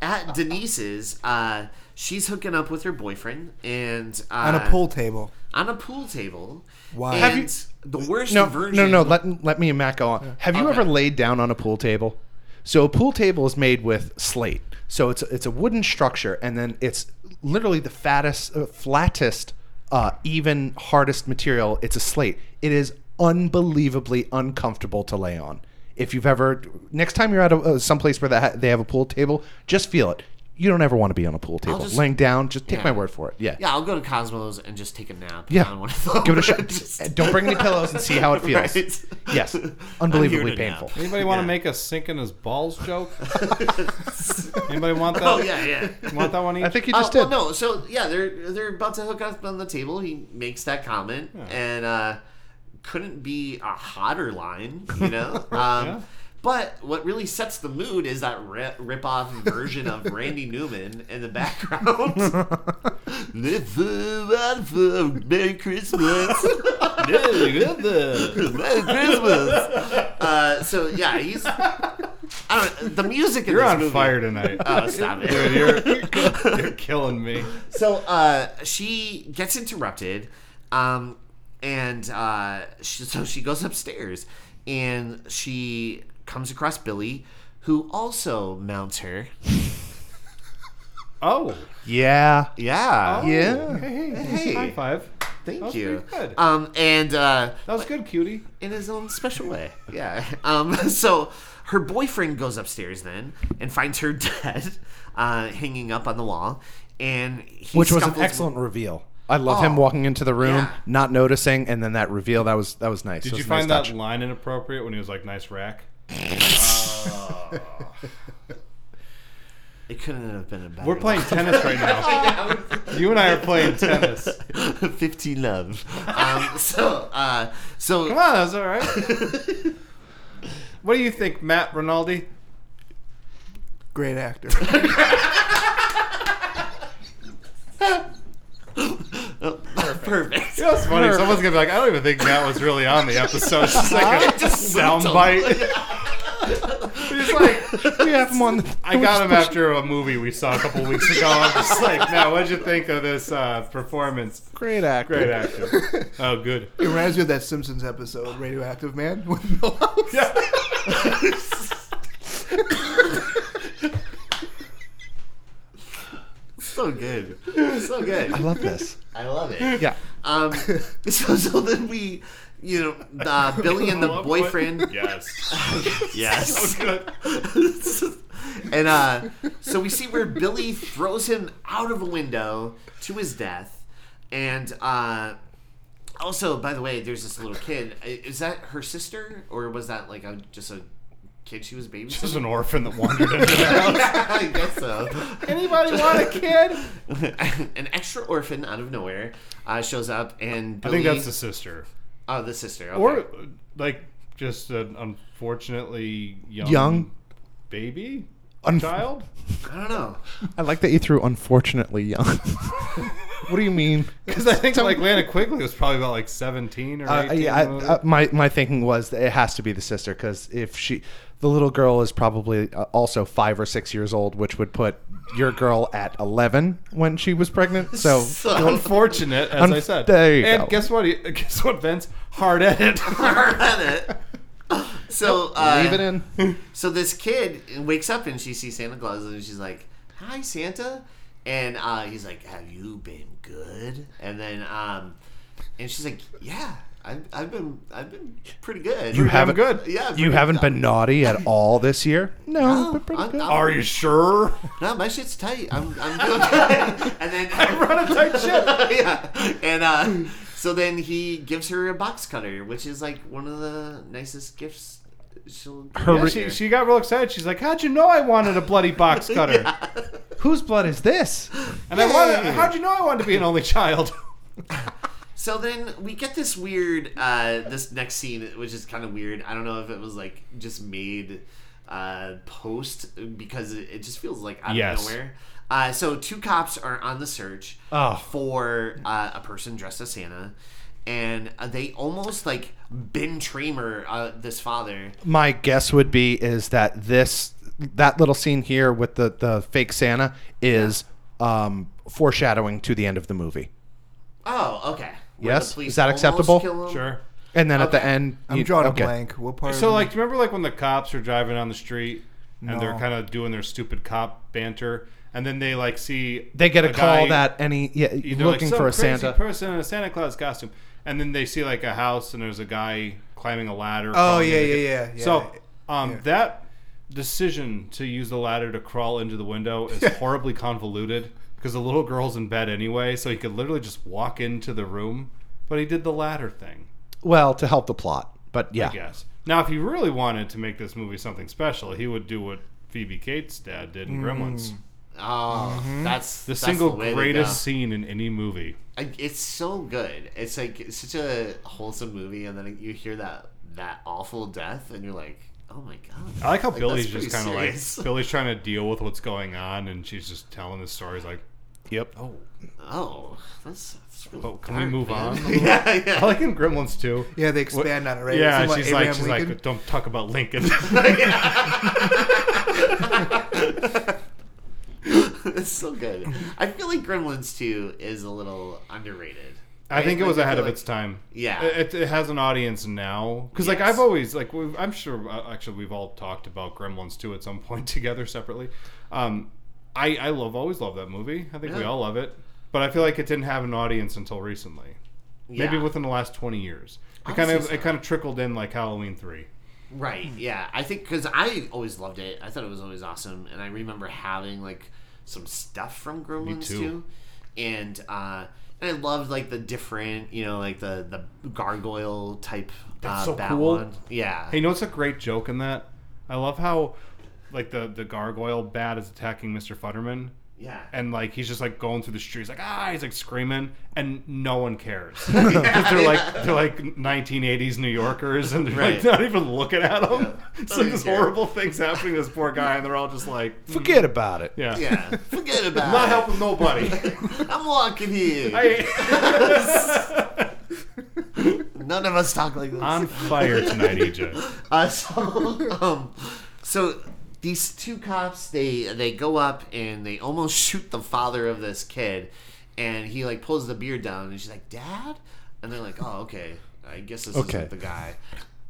[SPEAKER 1] at Denise's, uh, she's hooking up with her boyfriend, and uh,
[SPEAKER 4] on a pool table.
[SPEAKER 1] on a pool table.
[SPEAKER 4] Wow.
[SPEAKER 1] And
[SPEAKER 4] Have
[SPEAKER 1] the worst
[SPEAKER 3] No,
[SPEAKER 1] version.
[SPEAKER 3] no, no. Let let me and Matt go on. Have you
[SPEAKER 1] Okay.
[SPEAKER 3] ever laid down on a pool table? So a pool table is made with slate. So it's it's a wooden structure, and then it's literally the fattest, uh, flattest, uh, even hardest material. It's a slate. It is unbelievably uncomfortable to lay on. If you've ever, next time you're at a, uh, someplace where that they have a pool table, just feel it. You don't ever want to be on a pool table.
[SPEAKER 1] just-
[SPEAKER 3] Laying down, just take
[SPEAKER 1] Yeah.
[SPEAKER 3] my word for it. Yeah.
[SPEAKER 1] Yeah, I'll go to Cosmos and just take a nap.
[SPEAKER 3] Yeah.
[SPEAKER 1] on one of those.
[SPEAKER 3] Give it a shot.
[SPEAKER 1] Just-
[SPEAKER 3] Don't bring any pillows and see how it feels.
[SPEAKER 1] Right.
[SPEAKER 3] Yes.
[SPEAKER 1] I'm here
[SPEAKER 3] Unbelievably
[SPEAKER 1] to
[SPEAKER 3] painful.
[SPEAKER 1] nap.
[SPEAKER 2] Anybody want to make a sink in his balls joke? Anybody want that?
[SPEAKER 1] Oh yeah, yeah.
[SPEAKER 2] Want that one? Each?
[SPEAKER 3] I think you
[SPEAKER 1] Oh,
[SPEAKER 3] just
[SPEAKER 1] well,
[SPEAKER 3] did.
[SPEAKER 1] no. So yeah, they're they're about to hook up on the table. He makes that comment, and uh, couldn't be a hotter line, you know. Um, But what really sets the mood is that ri- rip-off version of Randy Newman in the background. Live for Merry Christmas. Merry Christmas. Uh, so yeah, he's. I don't. know, The music in
[SPEAKER 2] You're
[SPEAKER 1] this
[SPEAKER 2] on
[SPEAKER 1] movie-
[SPEAKER 2] fire tonight.
[SPEAKER 1] Oh, stop it.
[SPEAKER 2] Dude, you're, you're killing me.
[SPEAKER 1] so uh, she gets interrupted, um, and uh, she, so she goes upstairs, and she comes across Billy, who also mounts her.
[SPEAKER 2] Oh,
[SPEAKER 3] Yeah.
[SPEAKER 1] Yeah,
[SPEAKER 3] Yeah.
[SPEAKER 2] Hey, hey,
[SPEAKER 1] Hey.
[SPEAKER 2] high five.
[SPEAKER 1] thank
[SPEAKER 2] That was
[SPEAKER 1] you.
[SPEAKER 2] Oh, pretty good.
[SPEAKER 1] Um, and uh,
[SPEAKER 2] That was good, cutie.
[SPEAKER 1] in his own special way, yeah. Um, so her boyfriend goes upstairs then and finds her dead, uh, hanging up on the wall, and he
[SPEAKER 3] Which was an
[SPEAKER 1] scuffles-
[SPEAKER 3] excellent reveal. I love
[SPEAKER 1] Oh,
[SPEAKER 3] him walking into the room,
[SPEAKER 1] yeah.
[SPEAKER 3] not noticing, and then that reveal. That was that was nice.
[SPEAKER 2] Did you find that line inappropriate when he was like, "Nice rack"?
[SPEAKER 1] It couldn't have been a better.
[SPEAKER 2] We're playing tennis right now. You and I are playing tennis. Oh, Come
[SPEAKER 1] 50 love. Um, so, uh, so
[SPEAKER 2] on, that's all right. What do you think, Matt Rinaldi?
[SPEAKER 4] Great actor.
[SPEAKER 1] Oh, perfect.
[SPEAKER 2] You know what's funny? Someone's gonna be like, I don't even think Matt was really on the episode. It's just like a
[SPEAKER 1] Just
[SPEAKER 2] soundbite. He's like,
[SPEAKER 3] We have him on. The,
[SPEAKER 2] I got him after a movie we saw a couple weeks ago. I'm just like, Matt, what'd you think of this uh, performance?
[SPEAKER 3] great actor.
[SPEAKER 2] Great action. Oh, good.
[SPEAKER 4] It reminds me of that Simpsons episode, Radioactive Man, with Milhouse.
[SPEAKER 1] So good. So good.
[SPEAKER 3] I love this.
[SPEAKER 1] I love it.
[SPEAKER 3] Yeah.
[SPEAKER 1] Um, so, so then we, you know, uh, Billy and the boyfriend.
[SPEAKER 2] Yes.
[SPEAKER 1] Yes.
[SPEAKER 2] Good.
[SPEAKER 1] and uh, so we see where Billy throws him out of a window to his death. And uh, also, by the way, there's this little kid. I- Is that her sister? Or was that like a, just a kid she was babysitting?
[SPEAKER 2] There's an orphan that wandered into the house.
[SPEAKER 1] I guess so.
[SPEAKER 2] Anybody want a kid?
[SPEAKER 1] An extra orphan out of nowhere uh, shows up, and
[SPEAKER 2] I
[SPEAKER 1] Billy,
[SPEAKER 2] think that's the sister.
[SPEAKER 1] oh, the sister. Okay.
[SPEAKER 2] Or, like, just an unfortunately young,
[SPEAKER 3] Young.
[SPEAKER 2] baby?
[SPEAKER 3] Unf-
[SPEAKER 2] child?
[SPEAKER 1] I don't know.
[SPEAKER 3] I like that you threw unfortunately young. What do you mean?
[SPEAKER 2] Because I think like Lana Quigley was probably about like seventeen or
[SPEAKER 3] Uh,
[SPEAKER 2] eighteen.
[SPEAKER 3] yeah, I,
[SPEAKER 2] when-
[SPEAKER 3] uh, my my thinking was that it has to be the sister because if she, the little girl is probably uh, also five or six years old, which would put your girl at eleven when she was pregnant. So
[SPEAKER 1] So,
[SPEAKER 2] Unfortunate, as
[SPEAKER 3] Un-
[SPEAKER 2] I said.
[SPEAKER 3] there you
[SPEAKER 2] and
[SPEAKER 3] go.
[SPEAKER 2] guess what? Guess what, Vince? Hard edit.
[SPEAKER 1] so uh,
[SPEAKER 3] leave it in.
[SPEAKER 1] So this kid wakes up and she sees Santa Claus and she's like, "Hi, Santa," and uh, he's like, "Have you been good?" And then, um, and she's like, "Yeah, I've, I've been, I've been pretty good.
[SPEAKER 3] You haven't
[SPEAKER 2] good.
[SPEAKER 1] yeah,
[SPEAKER 3] You haven't been naughty at all this year. No,
[SPEAKER 1] No,
[SPEAKER 3] but pretty
[SPEAKER 1] Oh, I'm-
[SPEAKER 3] good.
[SPEAKER 1] I'm-
[SPEAKER 2] Are you sure?
[SPEAKER 1] No, my shit's tight. I'm, I'm doing good." and then I
[SPEAKER 2] Run a tight ship.
[SPEAKER 1] yeah, and uh, so then he gives her a box cutter, which is like one of the nicest gifts. She'll
[SPEAKER 3] Her-
[SPEAKER 2] Yeah, she, she got real excited. She's like, "How'd you know I wanted a bloody box cutter?"
[SPEAKER 3] Whose blood is this?
[SPEAKER 2] And I wanted. How'd you know I wanted to be an only child?
[SPEAKER 1] So then we get this weird, uh, this next scene, which is kind of weird. I don't know if it was like just made uh, post because it, it just feels like out of
[SPEAKER 2] Yes.
[SPEAKER 1] nowhere. Uh, so two cops are on the search
[SPEAKER 3] Oh.
[SPEAKER 1] for uh, a person dressed as Santa, and uh, they almost like Ben Tramer, uh, this father.
[SPEAKER 3] My guess would be is that this that little scene here with the the fake Santa is um, foreshadowing to the end of the movie.
[SPEAKER 1] Oh, okay.
[SPEAKER 3] Yes? Is that acceptable?
[SPEAKER 2] sure.
[SPEAKER 3] And then at the
[SPEAKER 1] Okay.
[SPEAKER 3] end,
[SPEAKER 4] I'm
[SPEAKER 3] you-
[SPEAKER 4] drawing
[SPEAKER 3] okay.
[SPEAKER 4] a blank. What part?
[SPEAKER 2] So
[SPEAKER 4] of
[SPEAKER 2] like, do you remember like when the cops are driving down the street and they're
[SPEAKER 4] No.
[SPEAKER 2] kind of doing their stupid cop banter, and then they like see
[SPEAKER 3] They get a, call
[SPEAKER 2] guy
[SPEAKER 3] that any yeah,
[SPEAKER 2] either,
[SPEAKER 3] looking
[SPEAKER 2] like,
[SPEAKER 3] for a
[SPEAKER 2] some crazy
[SPEAKER 3] Santa.
[SPEAKER 2] person in a Santa Claus costume, and then they see like a house and there's a guy climbing a ladder.
[SPEAKER 4] Oh,
[SPEAKER 2] crawling
[SPEAKER 4] yeah,
[SPEAKER 2] in.
[SPEAKER 4] yeah, yeah,
[SPEAKER 2] So um,
[SPEAKER 4] Yeah.
[SPEAKER 2] that decision to use the ladder to crawl into the window is horribly convoluted because the little girl's in bed anyway, so he could literally just walk into the room, but he did the ladder thing.
[SPEAKER 3] well, to help the plot, but
[SPEAKER 4] Ah.
[SPEAKER 3] yeah,
[SPEAKER 2] I guess. Now, if he really wanted to make this movie something special, he would do what Phoebe Cates' dad did
[SPEAKER 4] Mm.
[SPEAKER 2] in Gremlins.
[SPEAKER 1] Oh, that's
[SPEAKER 2] The
[SPEAKER 1] that's
[SPEAKER 2] single
[SPEAKER 1] way to go.
[SPEAKER 2] greatest scene in any movie.
[SPEAKER 1] I, it's so good. It's like it's such a wholesome movie, and then you hear that that awful death, and you're like, oh my god.
[SPEAKER 2] I like how
[SPEAKER 1] Like,
[SPEAKER 2] Billy's
[SPEAKER 1] that's
[SPEAKER 2] just kind of
[SPEAKER 1] pretty
[SPEAKER 2] like
[SPEAKER 1] serious.
[SPEAKER 2] Billy's trying to deal with what's going on, and she's just telling the stories like,
[SPEAKER 3] yep.
[SPEAKER 2] "Oh,
[SPEAKER 1] Oh, that's, that's really.
[SPEAKER 2] Well, Oh, can we
[SPEAKER 1] dark,
[SPEAKER 2] move
[SPEAKER 1] man.
[SPEAKER 2] on?
[SPEAKER 1] yeah,
[SPEAKER 2] I
[SPEAKER 1] yeah.
[SPEAKER 2] like in Gremlins too."
[SPEAKER 4] Yeah, they expand on it, right?
[SPEAKER 2] Yeah,
[SPEAKER 4] It's about
[SPEAKER 2] she's like,
[SPEAKER 4] Abraham
[SPEAKER 2] she's
[SPEAKER 4] Lincoln.
[SPEAKER 2] like, "Don't talk about Lincoln."
[SPEAKER 1] it's so good. I feel like Gremlins Two is a little underrated.
[SPEAKER 2] I think it
[SPEAKER 1] Like,
[SPEAKER 2] was
[SPEAKER 1] I
[SPEAKER 2] ahead
[SPEAKER 1] feel
[SPEAKER 2] of
[SPEAKER 1] like-
[SPEAKER 2] its time.
[SPEAKER 1] Yeah.
[SPEAKER 2] it, it has an audience now because, like,
[SPEAKER 1] Yes.
[SPEAKER 2] I've always like we've, I'm sure uh, actually we've all talked about Gremlins too at some point together separately. Um, I I love always love that movie. I think we
[SPEAKER 1] Yeah.
[SPEAKER 2] all love it, but I feel like it didn't have an audience until recently, maybe
[SPEAKER 1] Yeah.
[SPEAKER 2] within the last twenty years. It
[SPEAKER 1] I'd
[SPEAKER 2] kind
[SPEAKER 1] say
[SPEAKER 2] of
[SPEAKER 1] so.
[SPEAKER 2] it kind of trickled in like Halloween three.
[SPEAKER 1] Right.
[SPEAKER 2] Hmm.
[SPEAKER 1] Yeah. I think because I always loved it. I thought it was always awesome, and I remember having like some stuff from Gremlins
[SPEAKER 2] too.
[SPEAKER 1] too, and uh, and I loved like the different, you know, like the the gargoyle type.
[SPEAKER 2] That's
[SPEAKER 1] uh,
[SPEAKER 2] so
[SPEAKER 1] bat
[SPEAKER 2] cool.
[SPEAKER 1] One. Yeah.
[SPEAKER 2] Hey, you know what's a great joke in that? I love how like the the gargoyle bat is attacking Mr. Futterman.
[SPEAKER 1] Yeah.
[SPEAKER 2] and like he's just like going through the streets, like ah, he's like screaming, and no one cares. 'Cause they're like they're like 1980s New Yorkers, and they're like
[SPEAKER 1] Right.
[SPEAKER 2] not even looking at him. so
[SPEAKER 1] Doesn't
[SPEAKER 2] this
[SPEAKER 1] care.
[SPEAKER 2] horrible thing's happening to this poor guy, and they're all just like,
[SPEAKER 3] Forget about it.
[SPEAKER 2] yeah,
[SPEAKER 1] yeah. Forget about.
[SPEAKER 2] not
[SPEAKER 1] it.
[SPEAKER 2] helping nobody.
[SPEAKER 1] I'm walking here.
[SPEAKER 2] I-
[SPEAKER 1] None of us talk like this.
[SPEAKER 2] on fire tonight, E EJ.
[SPEAKER 1] Uh, so, um, so these two cops they they go up and they almost shoot the father of this kid, and he like pulls the beard down and she's like, "Dad," and they're like, "Oh, okay, I guess this
[SPEAKER 3] Okay.
[SPEAKER 1] isn't the guy."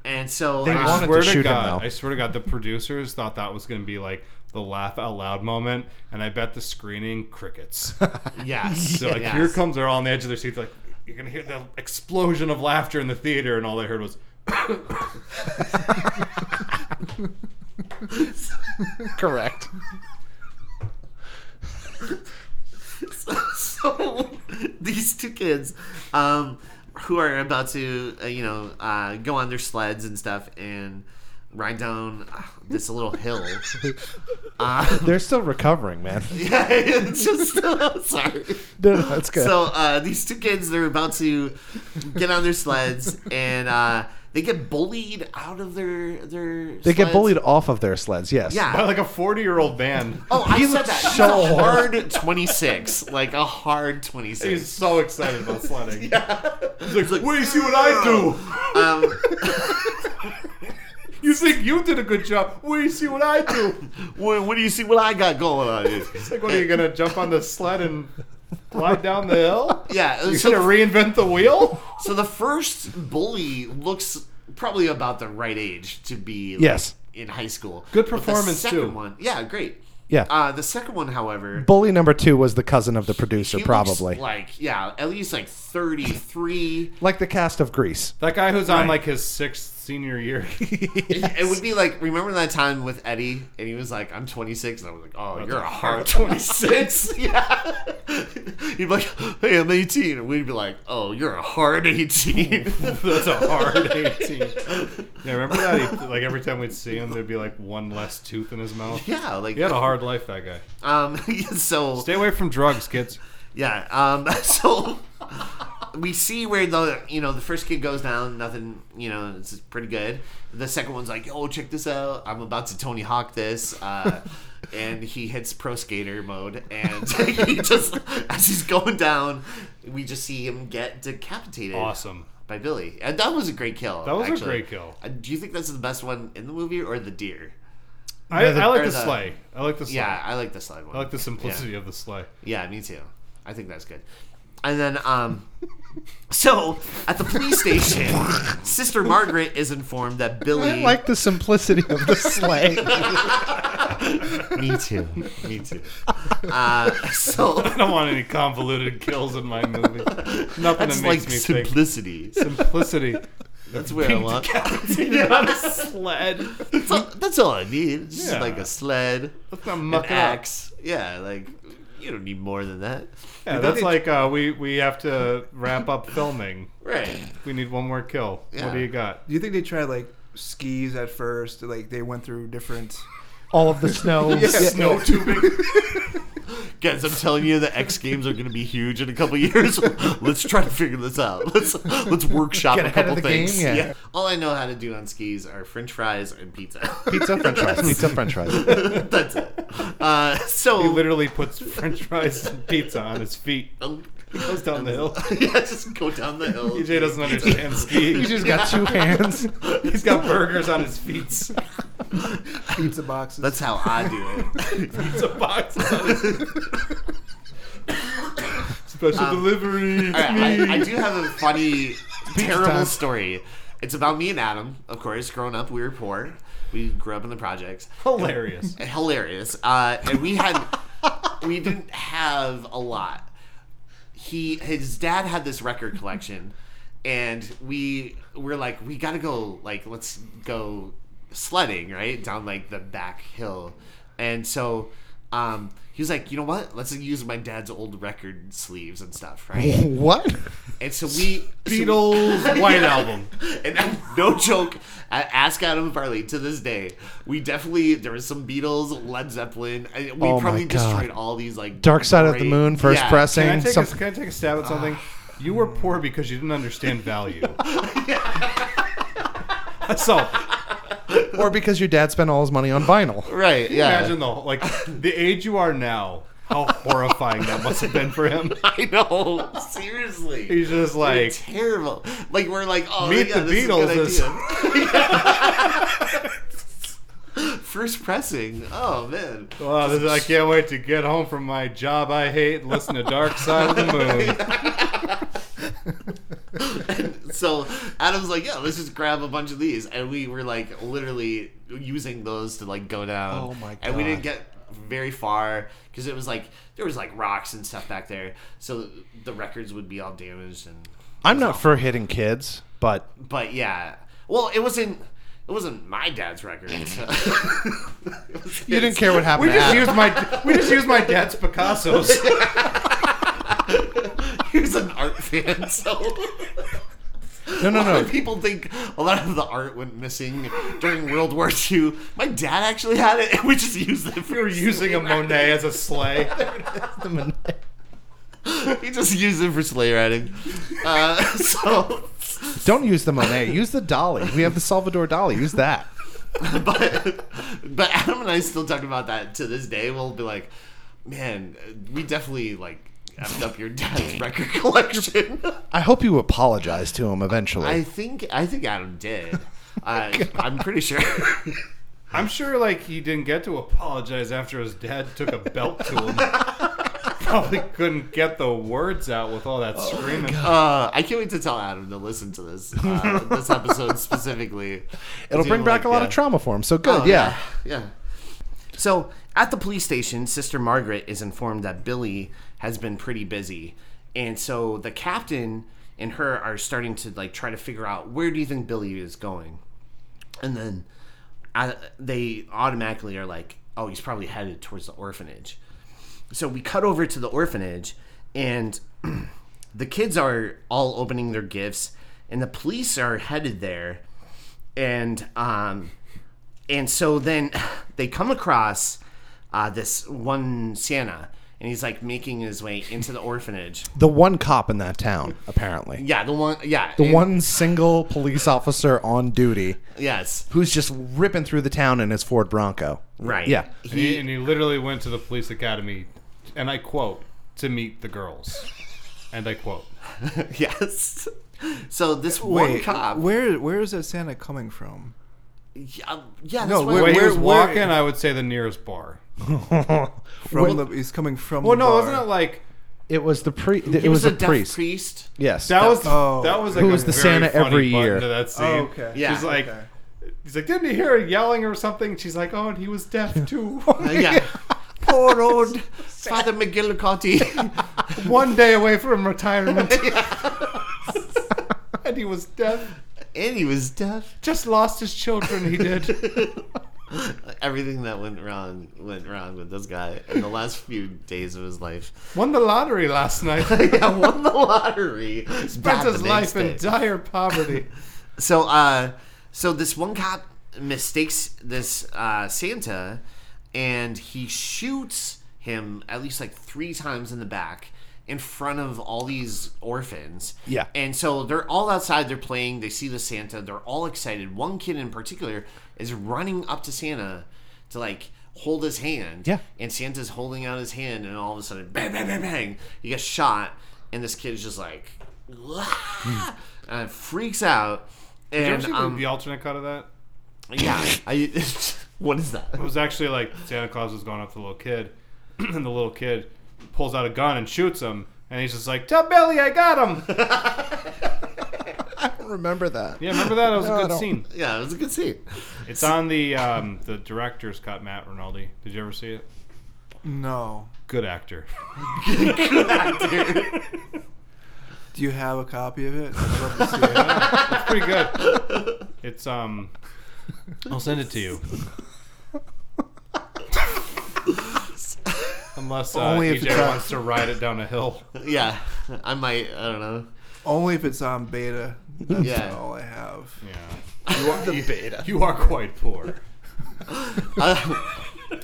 [SPEAKER 1] And so
[SPEAKER 3] They
[SPEAKER 1] uh,
[SPEAKER 3] wanted
[SPEAKER 2] I swear
[SPEAKER 3] to
[SPEAKER 2] to,
[SPEAKER 3] shoot him,
[SPEAKER 2] God,
[SPEAKER 3] though.
[SPEAKER 2] I swear to God, the producers thought that was going to be like the laugh out loud moment, and I bet the screening crickets.
[SPEAKER 1] yes,
[SPEAKER 2] So like
[SPEAKER 1] yes.
[SPEAKER 2] here comes they're all on the edge of their seats like you're gonna hear the explosion of laughter in the theater and all they heard was
[SPEAKER 3] Correct.
[SPEAKER 1] so, so these two kids um, who are about to uh, you know uh, go on their sleds and stuff and ride down uh, this little hill. Uh,
[SPEAKER 3] They're still recovering, man.
[SPEAKER 1] yeah, it's just sorry.
[SPEAKER 3] No, no, that's good.
[SPEAKER 1] So uh, these two kids, they're about to get on their sleds, and uh, They get bullied out of their their.
[SPEAKER 3] They get
[SPEAKER 1] sleds.
[SPEAKER 3] bullied off of their sleds. Yes.
[SPEAKER 1] Yeah.
[SPEAKER 2] By like a 40 year old man.
[SPEAKER 1] Oh, I
[SPEAKER 3] He
[SPEAKER 1] said
[SPEAKER 3] looks
[SPEAKER 1] that. He's
[SPEAKER 3] so
[SPEAKER 1] a hard 26, like a hard 26.
[SPEAKER 2] He's so excited about sledding. He's like,
[SPEAKER 1] like,
[SPEAKER 2] wait, see what I do.
[SPEAKER 1] Um,
[SPEAKER 2] You think you did a good job. Wait, see what I do.
[SPEAKER 1] what, what do you see? What I got going on? Is,
[SPEAKER 2] It's like, what are you going to jump on the sled and glide down the hill?
[SPEAKER 1] yeah.
[SPEAKER 2] You're
[SPEAKER 1] so-
[SPEAKER 2] going to reinvent the wheel?
[SPEAKER 1] So the first bully looks probably about the right age to be like,
[SPEAKER 3] Yes.
[SPEAKER 1] in high school.
[SPEAKER 2] Good
[SPEAKER 1] But the
[SPEAKER 2] performance,
[SPEAKER 1] second
[SPEAKER 2] too.
[SPEAKER 1] One, yeah, great.
[SPEAKER 3] Yeah.
[SPEAKER 1] Uh, the second one, however,
[SPEAKER 3] Bully number two was the cousin of the producer,
[SPEAKER 1] he looks
[SPEAKER 3] probably. Like-,
[SPEAKER 1] like yeah, at least like thirty three.
[SPEAKER 3] the cast of Grease.
[SPEAKER 2] That guy who's on like his sixth senior year.
[SPEAKER 1] It would be like remember that time with Eddie and he was like, "I'm 26," and I was like, "Oh, you're a hard 26." yeah. He'd be like, "Hey, I'm 18," and we'd be like, "Oh, you're a hard 18."
[SPEAKER 2] That's a hard 18. Yeah, remember that? He, like every time we'd see him, there'd be like one less tooth in his mouth.
[SPEAKER 1] yeah, like
[SPEAKER 2] He had a hard life, that guy.
[SPEAKER 1] um so
[SPEAKER 2] Stay away from drugs, kids.
[SPEAKER 1] Yeah. Um, so we see where the you know the first kid goes down. Nothing. You know, it's pretty good. The second one's like, "Yo, check this out! I'm about to Tony Hawk this." Uh, And he hits pro skater mode, and he just as he's going down, we just see him get decapitated.
[SPEAKER 2] Awesome.
[SPEAKER 1] by Billy, and that was a great kill.
[SPEAKER 2] That was a
[SPEAKER 1] actually.
[SPEAKER 2] great kill.
[SPEAKER 1] Uh, do you think that's the best one in the movie, or the deer?
[SPEAKER 2] I, I like
[SPEAKER 1] or
[SPEAKER 2] the
[SPEAKER 1] the-
[SPEAKER 2] sleigh. I like the sleigh.
[SPEAKER 1] Yeah, I like the slide one.
[SPEAKER 2] I like the simplicity of the sleigh.
[SPEAKER 1] Yeah, me too. I think that's good. And then, um, so at the police station, Sister Margaret is informed that Billy.
[SPEAKER 3] I like the simplicity of the sleigh.
[SPEAKER 1] me too. Me too. Uh, so
[SPEAKER 2] I don't want any convoluted kills in my movie. Nothing
[SPEAKER 1] that's
[SPEAKER 2] that makes
[SPEAKER 1] like
[SPEAKER 2] me think.
[SPEAKER 1] simplicity.
[SPEAKER 2] Simplicity.
[SPEAKER 1] That's where I want.
[SPEAKER 2] on a sled.
[SPEAKER 1] That's all, that's all I need. Just
[SPEAKER 2] Yeah.
[SPEAKER 1] like a sled,
[SPEAKER 2] Let's not
[SPEAKER 1] an
[SPEAKER 2] muck it up.
[SPEAKER 1] axe. Yeah, like you don't need more than that.
[SPEAKER 2] Yeah, that's like uh, we we have to wrap up filming.
[SPEAKER 1] Right.
[SPEAKER 2] We need one more kill.
[SPEAKER 1] Yeah.
[SPEAKER 2] What do you got?
[SPEAKER 4] Do you think they tried like skis at first? Like they went through different.
[SPEAKER 3] All of the snow.
[SPEAKER 2] Snow tubing.
[SPEAKER 1] Guys, I'm telling you, the X Games are going to be huge in a couple years. let's try to figure this out. Let's let's workshop
[SPEAKER 3] Get
[SPEAKER 1] a
[SPEAKER 3] ahead
[SPEAKER 1] couple
[SPEAKER 3] of the
[SPEAKER 1] things.
[SPEAKER 3] game, yeah.
[SPEAKER 1] All I know how to do on skis are French fries and pizza.
[SPEAKER 3] Pizza French fries. Pizza French fries.
[SPEAKER 1] That's it. Uh,
[SPEAKER 2] he
[SPEAKER 1] so
[SPEAKER 2] literally puts French fries and pizza on his feet. He goes down the hill.
[SPEAKER 1] yeah, just go down the
[SPEAKER 3] E
[SPEAKER 1] hill.
[SPEAKER 2] EJ doesn't understand skiing.
[SPEAKER 3] He's just got two hands.
[SPEAKER 2] He's got burgers on his feet.
[SPEAKER 4] Pizza boxes.
[SPEAKER 1] That's how I do it.
[SPEAKER 2] Pizza boxes on his Special delivery.
[SPEAKER 1] Um, All right, I, I do have a funny, terrible story. It's about me and Adam, of course. Growing up, we were poor. We grew up in the projects.
[SPEAKER 2] Oh, Hilarious.
[SPEAKER 1] hilarious. Uh, and we had we didn't have a lot. He his dad had this record collection, and we were like, we gotta go. Like, let's go sledding right down like the back hill, and so. Um, he was like, you know what? Let's use my dad's old record sleeves and stuff, right?
[SPEAKER 3] What?
[SPEAKER 1] and so we so we-
[SPEAKER 2] Beatles White Album.
[SPEAKER 1] and I'm- no joke, I ask Adam Farley to this day. We definitely there was some Beatles, Led Zeppelin. I, we
[SPEAKER 3] Oh my
[SPEAKER 1] probably
[SPEAKER 3] God.
[SPEAKER 1] destroyed all these like
[SPEAKER 3] Dark Side of the
[SPEAKER 1] great-
[SPEAKER 3] Moon, first
[SPEAKER 1] yeah.
[SPEAKER 3] pressing.
[SPEAKER 2] Can I, take
[SPEAKER 3] some-
[SPEAKER 2] a, can I take a stab at something? you were poor because you didn't understand value. so
[SPEAKER 3] or because your dad spent all his money on vinyl.
[SPEAKER 1] Right? Yeah.
[SPEAKER 2] imagine the like the age you are now. How horrifying that must have been for him.
[SPEAKER 1] I know. Seriously.
[SPEAKER 2] He's just
[SPEAKER 1] They're
[SPEAKER 2] like
[SPEAKER 1] terrible. Like we're like, oh,
[SPEAKER 2] Meet
[SPEAKER 1] yeah,
[SPEAKER 2] the
[SPEAKER 1] this Is
[SPEAKER 2] Beatles is-
[SPEAKER 1] a good idea. First pressing. Oh man.
[SPEAKER 2] Wow, this, I can't wait to get home from my job I hate and listen to Dark Side of the Moon.
[SPEAKER 1] So Adam's like, yeah, let's just grab a bunch of these, and we were like literally using those to like go down.
[SPEAKER 3] Oh, my
[SPEAKER 1] And we didn't
[SPEAKER 3] God.
[SPEAKER 1] get very far because it was like there was like rocks and stuff back there, so the records would be all damaged and.
[SPEAKER 3] I'm not for hitting kids, but
[SPEAKER 1] But yeah, well, it wasn't. It wasn't my dad's record. so- It was
[SPEAKER 3] you didn't
[SPEAKER 1] his.
[SPEAKER 3] care what happened.
[SPEAKER 2] We just
[SPEAKER 3] to
[SPEAKER 2] used my we just used my dad's Picasso's.
[SPEAKER 1] He was an art fan, so.
[SPEAKER 3] no, no,
[SPEAKER 1] A lot
[SPEAKER 3] no.
[SPEAKER 1] of people think a lot of the art went missing during World War II. My dad actually had it, and we just used it
[SPEAKER 2] We
[SPEAKER 1] for
[SPEAKER 2] were using a Monet as a sleigh.
[SPEAKER 1] he just used it for sleigh riding. Uh, so
[SPEAKER 3] Don't use the Monet. Use the Dolly. We have the Salvador Dolly. Use that.
[SPEAKER 1] but but Adam and I still talk about that to this day. We'll be like, man, we definitely like effed up your dad's record collection.
[SPEAKER 3] I hope you apologize to him eventually.
[SPEAKER 1] I think I think Adam did.
[SPEAKER 2] Oh,
[SPEAKER 1] Uh, I'm pretty sure.
[SPEAKER 2] I'm sure like he didn't get to apologize after his dad took a belt to him. Probably couldn't get the words out with all
[SPEAKER 3] Oh
[SPEAKER 2] that screaming.
[SPEAKER 1] Uh, I can't wait to tell Adam to listen to this uh, this episode specifically.
[SPEAKER 3] It'll
[SPEAKER 1] Do,
[SPEAKER 3] bring back
[SPEAKER 1] like,
[SPEAKER 3] a lot
[SPEAKER 1] uh,
[SPEAKER 3] of trauma for him. So good.
[SPEAKER 1] Oh,
[SPEAKER 3] yeah.
[SPEAKER 1] yeah. yeah. So at the police station, Sister Margaret is informed that Billy has been pretty busy, and so the captain and her are starting to like try to figure out where do you think Billy is going, and then I, they automatically are like, oh, he's probably headed towards the orphanage. So we cut over to the orphanage, and the kids are all opening their gifts, and the police are headed there, and um, and so then they come across uh, this one Santa, and he's like making his way into the orphanage.
[SPEAKER 3] The one cop in that town, apparently.
[SPEAKER 1] Yeah, the one. Yeah,
[SPEAKER 3] The
[SPEAKER 1] and-
[SPEAKER 3] one single police officer on duty
[SPEAKER 1] Yes,
[SPEAKER 3] who's just ripping through the town in his Ford Bronco.
[SPEAKER 1] right.
[SPEAKER 3] Yeah.
[SPEAKER 2] And he, and he literally went to the police academy, and I quote, to meet the girls. And I quote,
[SPEAKER 1] Yes. So this one
[SPEAKER 4] Wait,
[SPEAKER 1] cop.
[SPEAKER 4] where where is that Santa coming from?
[SPEAKER 1] yeah, yeah,
[SPEAKER 4] No,
[SPEAKER 1] that's why-
[SPEAKER 4] wait,
[SPEAKER 2] when he
[SPEAKER 4] where-
[SPEAKER 2] was walking, I would say the nearest bar.
[SPEAKER 4] From the, he's coming from.
[SPEAKER 2] Well,
[SPEAKER 4] the
[SPEAKER 2] no,
[SPEAKER 4] bar.
[SPEAKER 2] wasn't it like
[SPEAKER 3] It was the pre. It
[SPEAKER 1] he was,
[SPEAKER 3] was, the
[SPEAKER 1] a deaf
[SPEAKER 3] priest.
[SPEAKER 1] priest.
[SPEAKER 3] Yes.
[SPEAKER 2] that was
[SPEAKER 4] oh.
[SPEAKER 2] that was like
[SPEAKER 3] Who
[SPEAKER 2] a
[SPEAKER 3] was the
[SPEAKER 2] very
[SPEAKER 3] Santa
[SPEAKER 2] funny
[SPEAKER 3] every
[SPEAKER 2] button
[SPEAKER 3] year?
[SPEAKER 2] to that scene.
[SPEAKER 4] Oh, okay.
[SPEAKER 1] Yeah,
[SPEAKER 2] He's like,
[SPEAKER 4] okay.
[SPEAKER 2] he's like, didn't you hear her yelling or something? And she's like, oh, and he was deaf too.
[SPEAKER 1] Uh, yeah. Poor old Father McGillicotty.
[SPEAKER 2] One day away from retirement, and he was deaf.
[SPEAKER 1] and he was deaf.
[SPEAKER 2] Just lost his children. He did.
[SPEAKER 1] Everything that went wrong went wrong with this guy in the last few days of his life.
[SPEAKER 2] Won the lottery last night.
[SPEAKER 1] yeah, won the lottery.
[SPEAKER 2] Spent
[SPEAKER 1] Died the
[SPEAKER 2] his
[SPEAKER 1] next
[SPEAKER 2] life in
[SPEAKER 1] day.
[SPEAKER 2] dire poverty.
[SPEAKER 1] So, uh, so this one cop mistakes this uh, Santa, and he shoots him at least like three times in the back in front of all these orphans.
[SPEAKER 3] Yeah.
[SPEAKER 1] And so they're all outside. They're playing. They see the Santa. They're all excited. One kid in particular is running up to Santa to like hold his hand.
[SPEAKER 3] Yeah.
[SPEAKER 1] And Santa's holding out his hand, and all of a sudden, bang, bang, bang, bang, he gets shot, and this kid's just like, "Ah!" and freaks out.
[SPEAKER 2] Did
[SPEAKER 1] And
[SPEAKER 2] you ever see the-
[SPEAKER 1] um,
[SPEAKER 2] the alternate cut of that?
[SPEAKER 1] yeah, I, what is that?
[SPEAKER 2] It was actually like Santa Claus was going up to the little kid, and the little kid pulls out a gun and shoots him, and he's just like, "Tell Billy I got him."
[SPEAKER 3] I don't remember that.
[SPEAKER 2] yeah, remember that? That was
[SPEAKER 3] No, I
[SPEAKER 2] a good
[SPEAKER 3] don't.
[SPEAKER 2] scene.
[SPEAKER 1] Yeah, it was a good scene.
[SPEAKER 2] It's on the um, the director's cut. Matt Rinaldi. Did you ever see it?
[SPEAKER 4] No.
[SPEAKER 2] Good actor.
[SPEAKER 4] Do you have a copy of it? I'd love to see it.
[SPEAKER 2] It's pretty good. It's um. I'll send it to you. Unless uh,
[SPEAKER 4] Only if
[SPEAKER 2] EJ
[SPEAKER 4] it's on-
[SPEAKER 2] wants to ride it down a hill.
[SPEAKER 1] Yeah, I might. I don't know.
[SPEAKER 4] Only if it's on beta. That's
[SPEAKER 1] Yeah.
[SPEAKER 4] all I have.
[SPEAKER 2] Yeah.
[SPEAKER 1] You are the beta.
[SPEAKER 2] You are quite poor.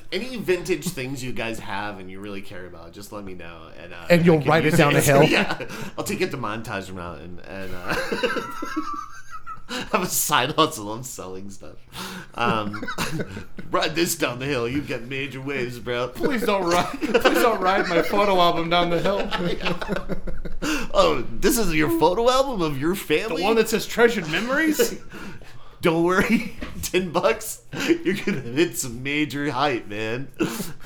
[SPEAKER 1] any vintage things you guys have and you really care about, just let me know. And, uh,
[SPEAKER 3] And you'll
[SPEAKER 1] I can
[SPEAKER 3] write it
[SPEAKER 1] use
[SPEAKER 3] down a hill?
[SPEAKER 1] yeah, I'll take it to montage them out and, and uh, have a side hustle on selling stuff. Um, ride this down the hill. You get major waves, bro.
[SPEAKER 2] Please don't ride. Please don't ride my photo album down the hill.
[SPEAKER 1] Oh, this is your photo album of your family?
[SPEAKER 2] The one that says treasured memories.
[SPEAKER 1] don't worry, ten bucks. You're gonna hit some major height, man.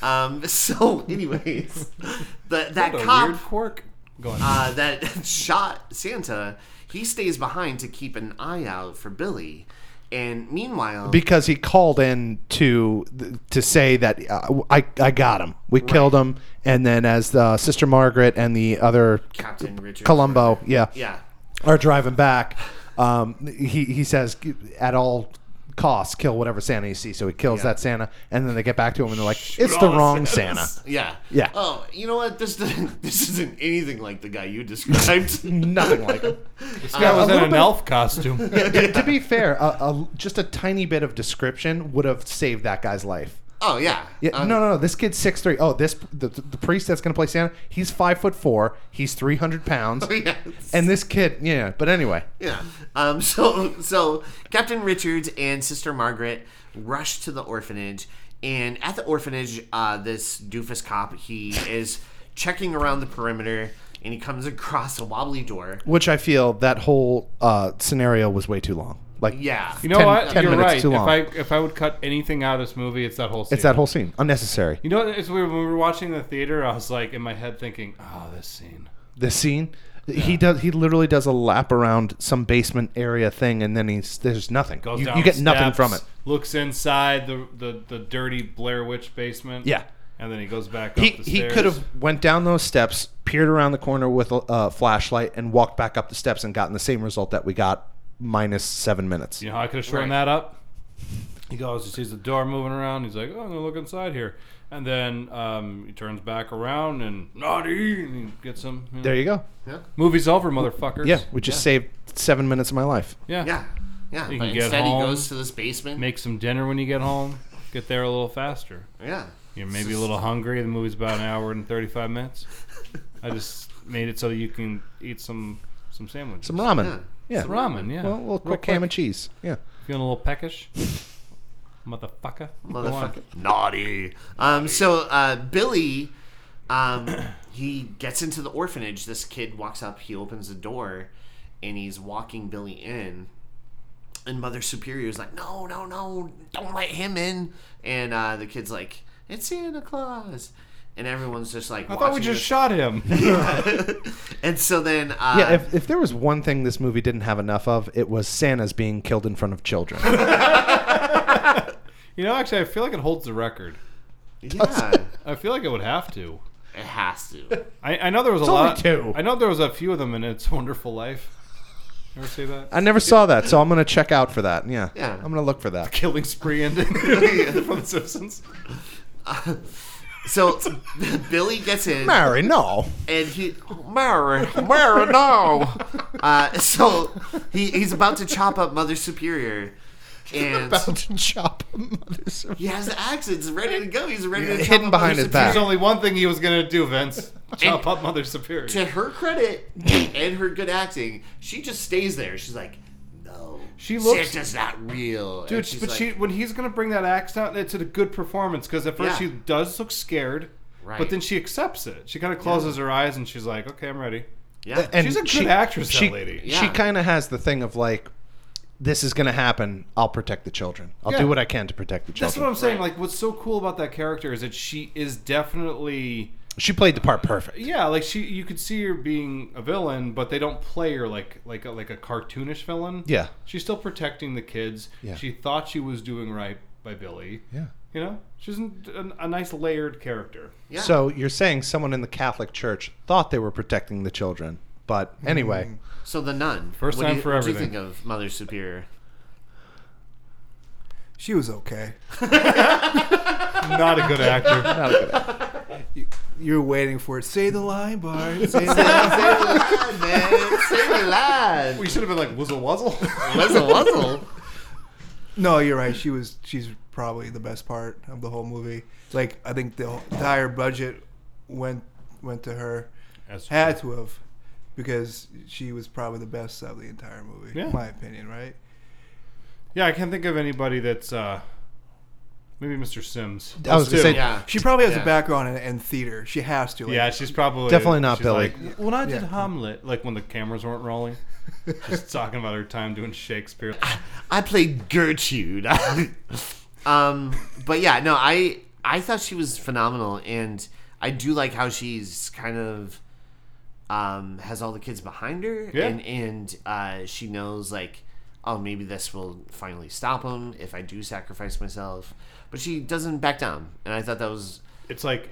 [SPEAKER 1] Um, so, anyways, the, that
[SPEAKER 2] What a
[SPEAKER 1] cop
[SPEAKER 2] weird quirk. Going.
[SPEAKER 1] uh, that shot Santa. He stays behind to keep an eye out for Billy, and meanwhile,
[SPEAKER 3] because he called in to to say that uh, I I got him. We killed him, and then as uh, Sister Margaret and the other
[SPEAKER 1] Captain Richard
[SPEAKER 3] Columbo, yeah,
[SPEAKER 1] yeah,
[SPEAKER 3] are driving back, um, he he says at all costs kill whatever Santa you see. So he kills
[SPEAKER 1] Yeah.
[SPEAKER 3] that Santa, and then they get back to him and they're like, it's the wrong Santa.
[SPEAKER 1] yeah,
[SPEAKER 3] Yeah.
[SPEAKER 1] Oh, you know what? This doesn't- this isn't anything like the guy you described.
[SPEAKER 3] Nothing like him.
[SPEAKER 2] this guy
[SPEAKER 1] uh,
[SPEAKER 2] was in
[SPEAKER 3] little
[SPEAKER 2] an
[SPEAKER 3] bit-
[SPEAKER 2] elf costume.
[SPEAKER 3] to be fair, a, a, just a tiny bit of description would have saved that guy's life.
[SPEAKER 1] Oh yeah.
[SPEAKER 3] Yeah,
[SPEAKER 1] Uh,
[SPEAKER 3] no, no, no. This kid's six three. Oh, this the, the priest that's gonna play Santa. He's five foot four. He's three hundred pounds.
[SPEAKER 1] Oh, yes.
[SPEAKER 3] And this kid, yeah. But anyway,
[SPEAKER 1] Yeah. Um, so so Captain Richards and Sister Margaret rush to the orphanage, and at the orphanage, uh, this doofus cop he is checking around the perimeter, and he comes across a wobbly door.
[SPEAKER 3] which I feel that whole uh, scenario was way too long. Like,
[SPEAKER 1] Yeah.
[SPEAKER 2] You know
[SPEAKER 3] 10
[SPEAKER 2] what?
[SPEAKER 3] 10
[SPEAKER 2] You're
[SPEAKER 3] minutes
[SPEAKER 2] right.
[SPEAKER 3] too
[SPEAKER 2] If
[SPEAKER 3] long.
[SPEAKER 2] I if I would cut anything out of this movie, it's that whole. Scene.
[SPEAKER 3] it's that whole scene unnecessary.
[SPEAKER 2] You know, what? it's weird. When we were watching the theater, I was like in my head thinking, "Oh, this scene."
[SPEAKER 3] The scene. He does. He literally does a lap around some basement area thing, and then he's there's nothing.
[SPEAKER 2] Goes
[SPEAKER 3] you,
[SPEAKER 2] down
[SPEAKER 3] you get
[SPEAKER 2] the
[SPEAKER 3] nothing
[SPEAKER 2] steps,
[SPEAKER 3] from it.
[SPEAKER 2] Looks inside the, the the dirty Blair Witch basement.
[SPEAKER 3] Yeah.
[SPEAKER 2] and then he goes back.
[SPEAKER 3] He
[SPEAKER 2] up the
[SPEAKER 3] he
[SPEAKER 2] stairs.
[SPEAKER 3] could have went down those steps, peered around the corner with a uh, flashlight, and walked back up the steps and gotten the same result that we got minus seven minutes.
[SPEAKER 2] You know how I could have shortened that up? He goes, he sees the door moving around. He's like, oh, I'm going to look inside here. And then um, he turns back around and, naughty, and he gets him. you know.
[SPEAKER 3] There you go.
[SPEAKER 1] Yeah.
[SPEAKER 2] Movie's over, motherfuckers.
[SPEAKER 3] Yeah, we just saved seven minutes of my life.
[SPEAKER 2] Yeah.
[SPEAKER 1] Yeah. Yeah.
[SPEAKER 2] You
[SPEAKER 1] But
[SPEAKER 2] can get
[SPEAKER 1] instead,
[SPEAKER 2] home.
[SPEAKER 1] he goes to this basement.
[SPEAKER 2] Make some dinner when you get home. Get there a little faster.
[SPEAKER 1] yeah.
[SPEAKER 2] You're maybe a little hungry. The movie's about an hour and 35 minutes. I just made it so you can eat some some sandwiches.
[SPEAKER 3] Some ramen.
[SPEAKER 1] Yeah.
[SPEAKER 3] Yeah.
[SPEAKER 2] Some ramen, yeah.
[SPEAKER 3] Well, a little
[SPEAKER 2] Real
[SPEAKER 3] quick ham and cheese. Yeah.
[SPEAKER 2] Feeling a little peckish? Motherfucker. Go on.
[SPEAKER 1] Motherfucker. Naughty. Um, so uh, Billy, um, he gets into the orphanage. This kid walks up. He opens the door, and he's walking Billy in. And Mother Superior's like, "No, no, no! Don't let him in." And uh, the kid's like, "It's Santa Claus." And everyone's just like,
[SPEAKER 2] I thought we
[SPEAKER 1] watching
[SPEAKER 2] just
[SPEAKER 1] this-
[SPEAKER 2] shot him.
[SPEAKER 1] and so then, uh,
[SPEAKER 3] Yeah, if, if there was one thing this movie didn't have enough of, it was Santa's being killed in front of children.
[SPEAKER 2] You know, actually, I feel like it holds the record.
[SPEAKER 1] yeah,
[SPEAKER 2] I feel like it would have to.
[SPEAKER 1] it has to.
[SPEAKER 2] I, I know there was a
[SPEAKER 3] only
[SPEAKER 2] lot.
[SPEAKER 3] two.
[SPEAKER 2] I know there was a few of them in It's Wonderful Life. You ever see that?
[SPEAKER 3] I never saw that, so I'm going to check out for that. Yeah.
[SPEAKER 1] Yeah.
[SPEAKER 3] I'm going to look for that.
[SPEAKER 2] Killing spree ending from The Simpsons.
[SPEAKER 1] So Billy gets in.
[SPEAKER 3] Mary, no.
[SPEAKER 1] and he Mary, Mary, no. Uh, so he he's about to chop up Mother Superior, and
[SPEAKER 3] About to chop a mother's.
[SPEAKER 1] he has the axe. It's ready to go. He's ready to chop
[SPEAKER 3] hidden
[SPEAKER 1] up
[SPEAKER 3] behind
[SPEAKER 1] Mother
[SPEAKER 3] his
[SPEAKER 1] Superior.
[SPEAKER 2] There's only one thing he was gonna do, Vince. Chop
[SPEAKER 1] And-
[SPEAKER 2] up Mother Superior.
[SPEAKER 1] To her credit and her good acting, she just stays there. She's like, no,
[SPEAKER 2] She looks-
[SPEAKER 1] Santa's not real, And
[SPEAKER 2] Dude,
[SPEAKER 1] she's
[SPEAKER 2] but
[SPEAKER 1] like,
[SPEAKER 2] she when he's gonna bring that axe down, it's a good performance because at first
[SPEAKER 1] Yeah.
[SPEAKER 2] she does look scared, but
[SPEAKER 1] Right.
[SPEAKER 2] then she accepts it. She kind of closes her eyes and she's like, "Okay, I'm ready."
[SPEAKER 1] yeah,
[SPEAKER 3] And
[SPEAKER 2] She's a good
[SPEAKER 3] she-
[SPEAKER 2] actress,
[SPEAKER 3] she,
[SPEAKER 2] that lady.
[SPEAKER 3] She
[SPEAKER 1] Yeah.
[SPEAKER 3] kind of has the thing of like, this is going to happen. I'll protect the children. I'll
[SPEAKER 2] Yeah.
[SPEAKER 3] do what I can to protect the
[SPEAKER 2] That's what
[SPEAKER 3] children.
[SPEAKER 2] I'm saying. Like, what's so cool about that character is that she is definitely
[SPEAKER 3] she played the part perfect.
[SPEAKER 2] yeah like she you could see her being a villain but they don't play her like like a, like a cartoonish villain
[SPEAKER 3] Yeah.
[SPEAKER 2] she's still protecting the kids
[SPEAKER 3] Yeah.
[SPEAKER 2] she thought she was doing right by billy
[SPEAKER 3] Yeah.
[SPEAKER 2] you know she's an, an, a nice layered character
[SPEAKER 1] yeah.
[SPEAKER 3] So you're saying someone in the Catholic Church thought they were protecting the children, but anyway,
[SPEAKER 1] So the nun.
[SPEAKER 2] First
[SPEAKER 1] What do
[SPEAKER 2] time
[SPEAKER 1] you-
[SPEAKER 2] for
[SPEAKER 1] What do
[SPEAKER 2] everything.
[SPEAKER 1] you think of Mother Superior?
[SPEAKER 4] She was okay.
[SPEAKER 2] not a good actor
[SPEAKER 3] not a good act.
[SPEAKER 4] You're waiting for it. Say the line, Bart. Say the
[SPEAKER 1] Save
[SPEAKER 4] line.
[SPEAKER 1] the line, man. Save the line.
[SPEAKER 2] we should have been like wuzzle wuzzle
[SPEAKER 1] Wuzzle, wuzzle.
[SPEAKER 4] No, you're right. She was. She's probably the best part of the whole movie. Like I think the entire budget went went to her.
[SPEAKER 2] That's
[SPEAKER 4] Had to have, because she was probably the best of the entire movie.
[SPEAKER 2] Yeah.
[SPEAKER 4] my opinion, right?
[SPEAKER 2] yeah i can't think of anybody that's uh maybe mr sims
[SPEAKER 3] I
[SPEAKER 2] Those
[SPEAKER 3] was gonna say
[SPEAKER 2] two.
[SPEAKER 1] Yeah.
[SPEAKER 4] She probably has
[SPEAKER 1] Yeah.
[SPEAKER 4] a background in, in theater. She has to. Like,
[SPEAKER 2] yeah she's probably
[SPEAKER 3] Definitely not
[SPEAKER 2] she's
[SPEAKER 3] Billy.
[SPEAKER 2] like, when i did
[SPEAKER 4] Yeah.
[SPEAKER 2] hamlet like when the cameras weren't rolling just talking about her time doing shakespeare
[SPEAKER 1] I played Gertrude. um, but yeah, no, I I thought she was phenomenal, and I do like how she's kind of um, has all the kids behind her,
[SPEAKER 2] Yeah.
[SPEAKER 1] and and uh, she knows like, oh, maybe this will finally stop him if I do sacrifice myself. But she doesn't back down, and I thought that was
[SPEAKER 2] it's like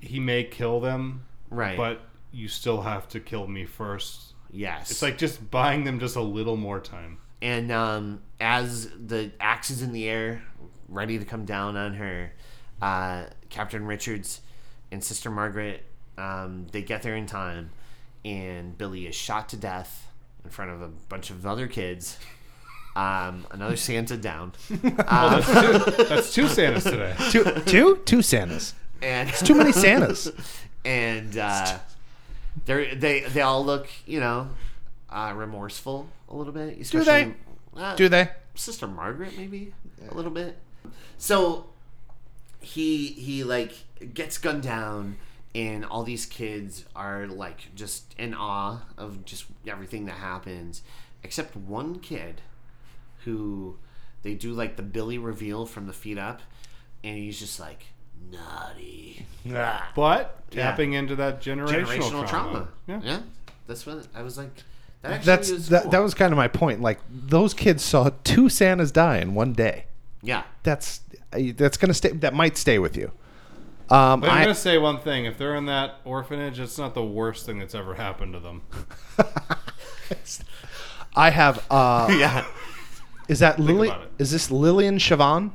[SPEAKER 2] he may kill them,
[SPEAKER 1] Right.
[SPEAKER 2] But you still have to kill me first.
[SPEAKER 1] yes.
[SPEAKER 2] It's like just buying them just a little more time.
[SPEAKER 1] and um, as the axe is in the air, ready to come down on her, uh, Captain Richards and Sister Margaret, um, they get there in time, and Billy is shot to death in front of a bunch of other kids, Um, another Santa down,
[SPEAKER 2] That's two, that's two Santas today.
[SPEAKER 3] Two, two, two Santas.
[SPEAKER 1] and
[SPEAKER 3] It's too many Santas.
[SPEAKER 1] and uh, they they they all look you know uh, remorseful a little bit. especially- Uh,
[SPEAKER 3] Do they?
[SPEAKER 1] Sister Margaret maybe a little bit. So he he like gets gunned down and all these kids are like just in awe of just everything that happens except one kid who they do like the Billy reveal from the feet up and he's just like naughty
[SPEAKER 2] But
[SPEAKER 1] Yeah.
[SPEAKER 2] tapping into that generational,
[SPEAKER 1] generational trauma.
[SPEAKER 2] trauma.
[SPEAKER 1] Yeah. That's what I was like that actually
[SPEAKER 3] That's
[SPEAKER 1] is
[SPEAKER 3] that,
[SPEAKER 1] cool.
[SPEAKER 3] that was kind of my point. Like those kids saw two Santas die in one day.
[SPEAKER 1] Yeah.
[SPEAKER 3] That's uh, that's gonna stay. That might stay with you. Um,
[SPEAKER 2] But I'm
[SPEAKER 3] I-
[SPEAKER 2] gonna say one thing: if they're in that orphanage, it's not the worst thing that's ever happened to them.
[SPEAKER 3] I have. Uh,
[SPEAKER 1] Yeah.
[SPEAKER 3] is that Lily?
[SPEAKER 2] about it.
[SPEAKER 3] Is this Lillian Chavon?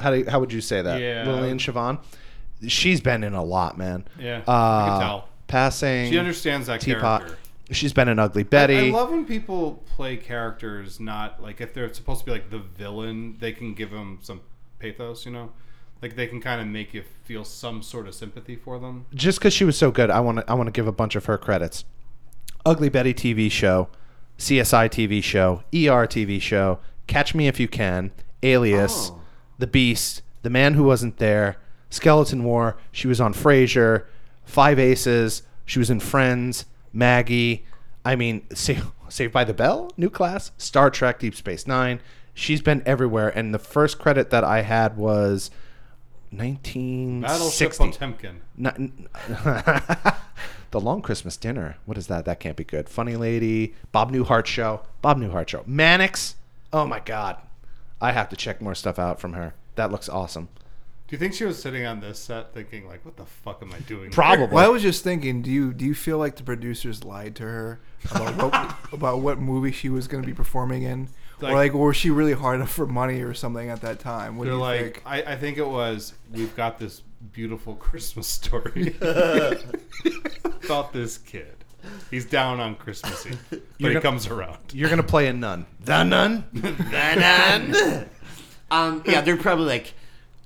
[SPEAKER 3] How do you, how would you say that?
[SPEAKER 2] Yeah.
[SPEAKER 3] Lillian Chavon. She's been in a lot, man.
[SPEAKER 2] Yeah,
[SPEAKER 3] Uh,
[SPEAKER 2] I can tell.
[SPEAKER 3] Passing.
[SPEAKER 2] She understands that
[SPEAKER 3] Teapot.
[SPEAKER 2] character.
[SPEAKER 3] She's been in Ugly
[SPEAKER 2] I
[SPEAKER 3] Betty.
[SPEAKER 2] love when people play characters not like if they're supposed to be like the villain, they can give them some pathos, you know, like they can kind of make you feel some sort of sympathy for them.
[SPEAKER 3] just because she was so good, I want to I want to give a bunch of her credits. Ugly Betty TV show, CSI TV show, ER TV show, Catch Me If You Can, Alias,
[SPEAKER 1] Oh.
[SPEAKER 3] The Beast, The Man Who Wasn't There, Skeleton War. She was on Frasier, Five Aces. She was in Friends, Maggie. I mean, Save, Saved by the Bell, New Class, Star Trek, Deep Space Nine. She's been everywhere, and the first credit that I had was 1960.
[SPEAKER 2] Battleship Potemkin.
[SPEAKER 3] Not, the Long Christmas Dinner. What is that? That can't be good. Funny Lady, Bob Newhart Show, Bob Newhart Show, Mannix. Oh my God, I have to check more stuff out from her. That looks awesome.
[SPEAKER 2] Do you think she was sitting on this set thinking like, "What the fuck am I doing?" here?"
[SPEAKER 3] Probably.
[SPEAKER 4] Well, I was just thinking, do you do you feel like the producers lied to her about what, about what movie she was going to be performing in,
[SPEAKER 2] Like-
[SPEAKER 4] or like was she really hard up for money or something at that time? What do
[SPEAKER 2] They're
[SPEAKER 4] you
[SPEAKER 2] like,
[SPEAKER 4] think?
[SPEAKER 2] I, I think it was. We've got this beautiful Christmas story about this kid. He's down on Christmas Eve, but he
[SPEAKER 3] gonna-
[SPEAKER 2] comes around.
[SPEAKER 3] You're gonna play a nun. The nun.
[SPEAKER 1] Venom. um, yeah, they're probably like,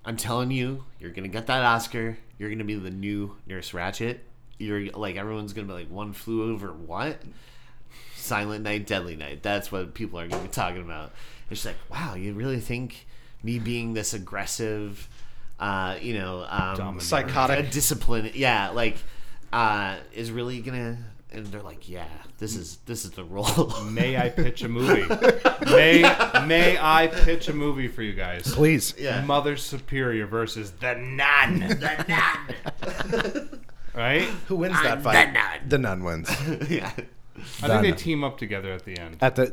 [SPEAKER 1] I'm telling you, you're gonna get that Oscar. You're gonna be the new Nurse Ratchet. You're like everyone's gonna be like, one flew over what? Silent Night, Deadly Night. That's what people are gonna be talking about. It's just like, wow, you really think me being this aggressive, uh, you know, um,
[SPEAKER 3] Psychotic.
[SPEAKER 1] a discipline, yeah, like, uh, is really gonna? And they're like, yeah, this is this is the role.
[SPEAKER 2] May I pitch a movie? may May I pitch a movie for you guys?
[SPEAKER 3] Please.
[SPEAKER 1] Yeah.
[SPEAKER 2] Mother Superior versus the Nun. the Nun. right?
[SPEAKER 3] Who wins that fight? The nun wins.
[SPEAKER 1] yeah.
[SPEAKER 2] I think they team up together at the end.
[SPEAKER 3] At the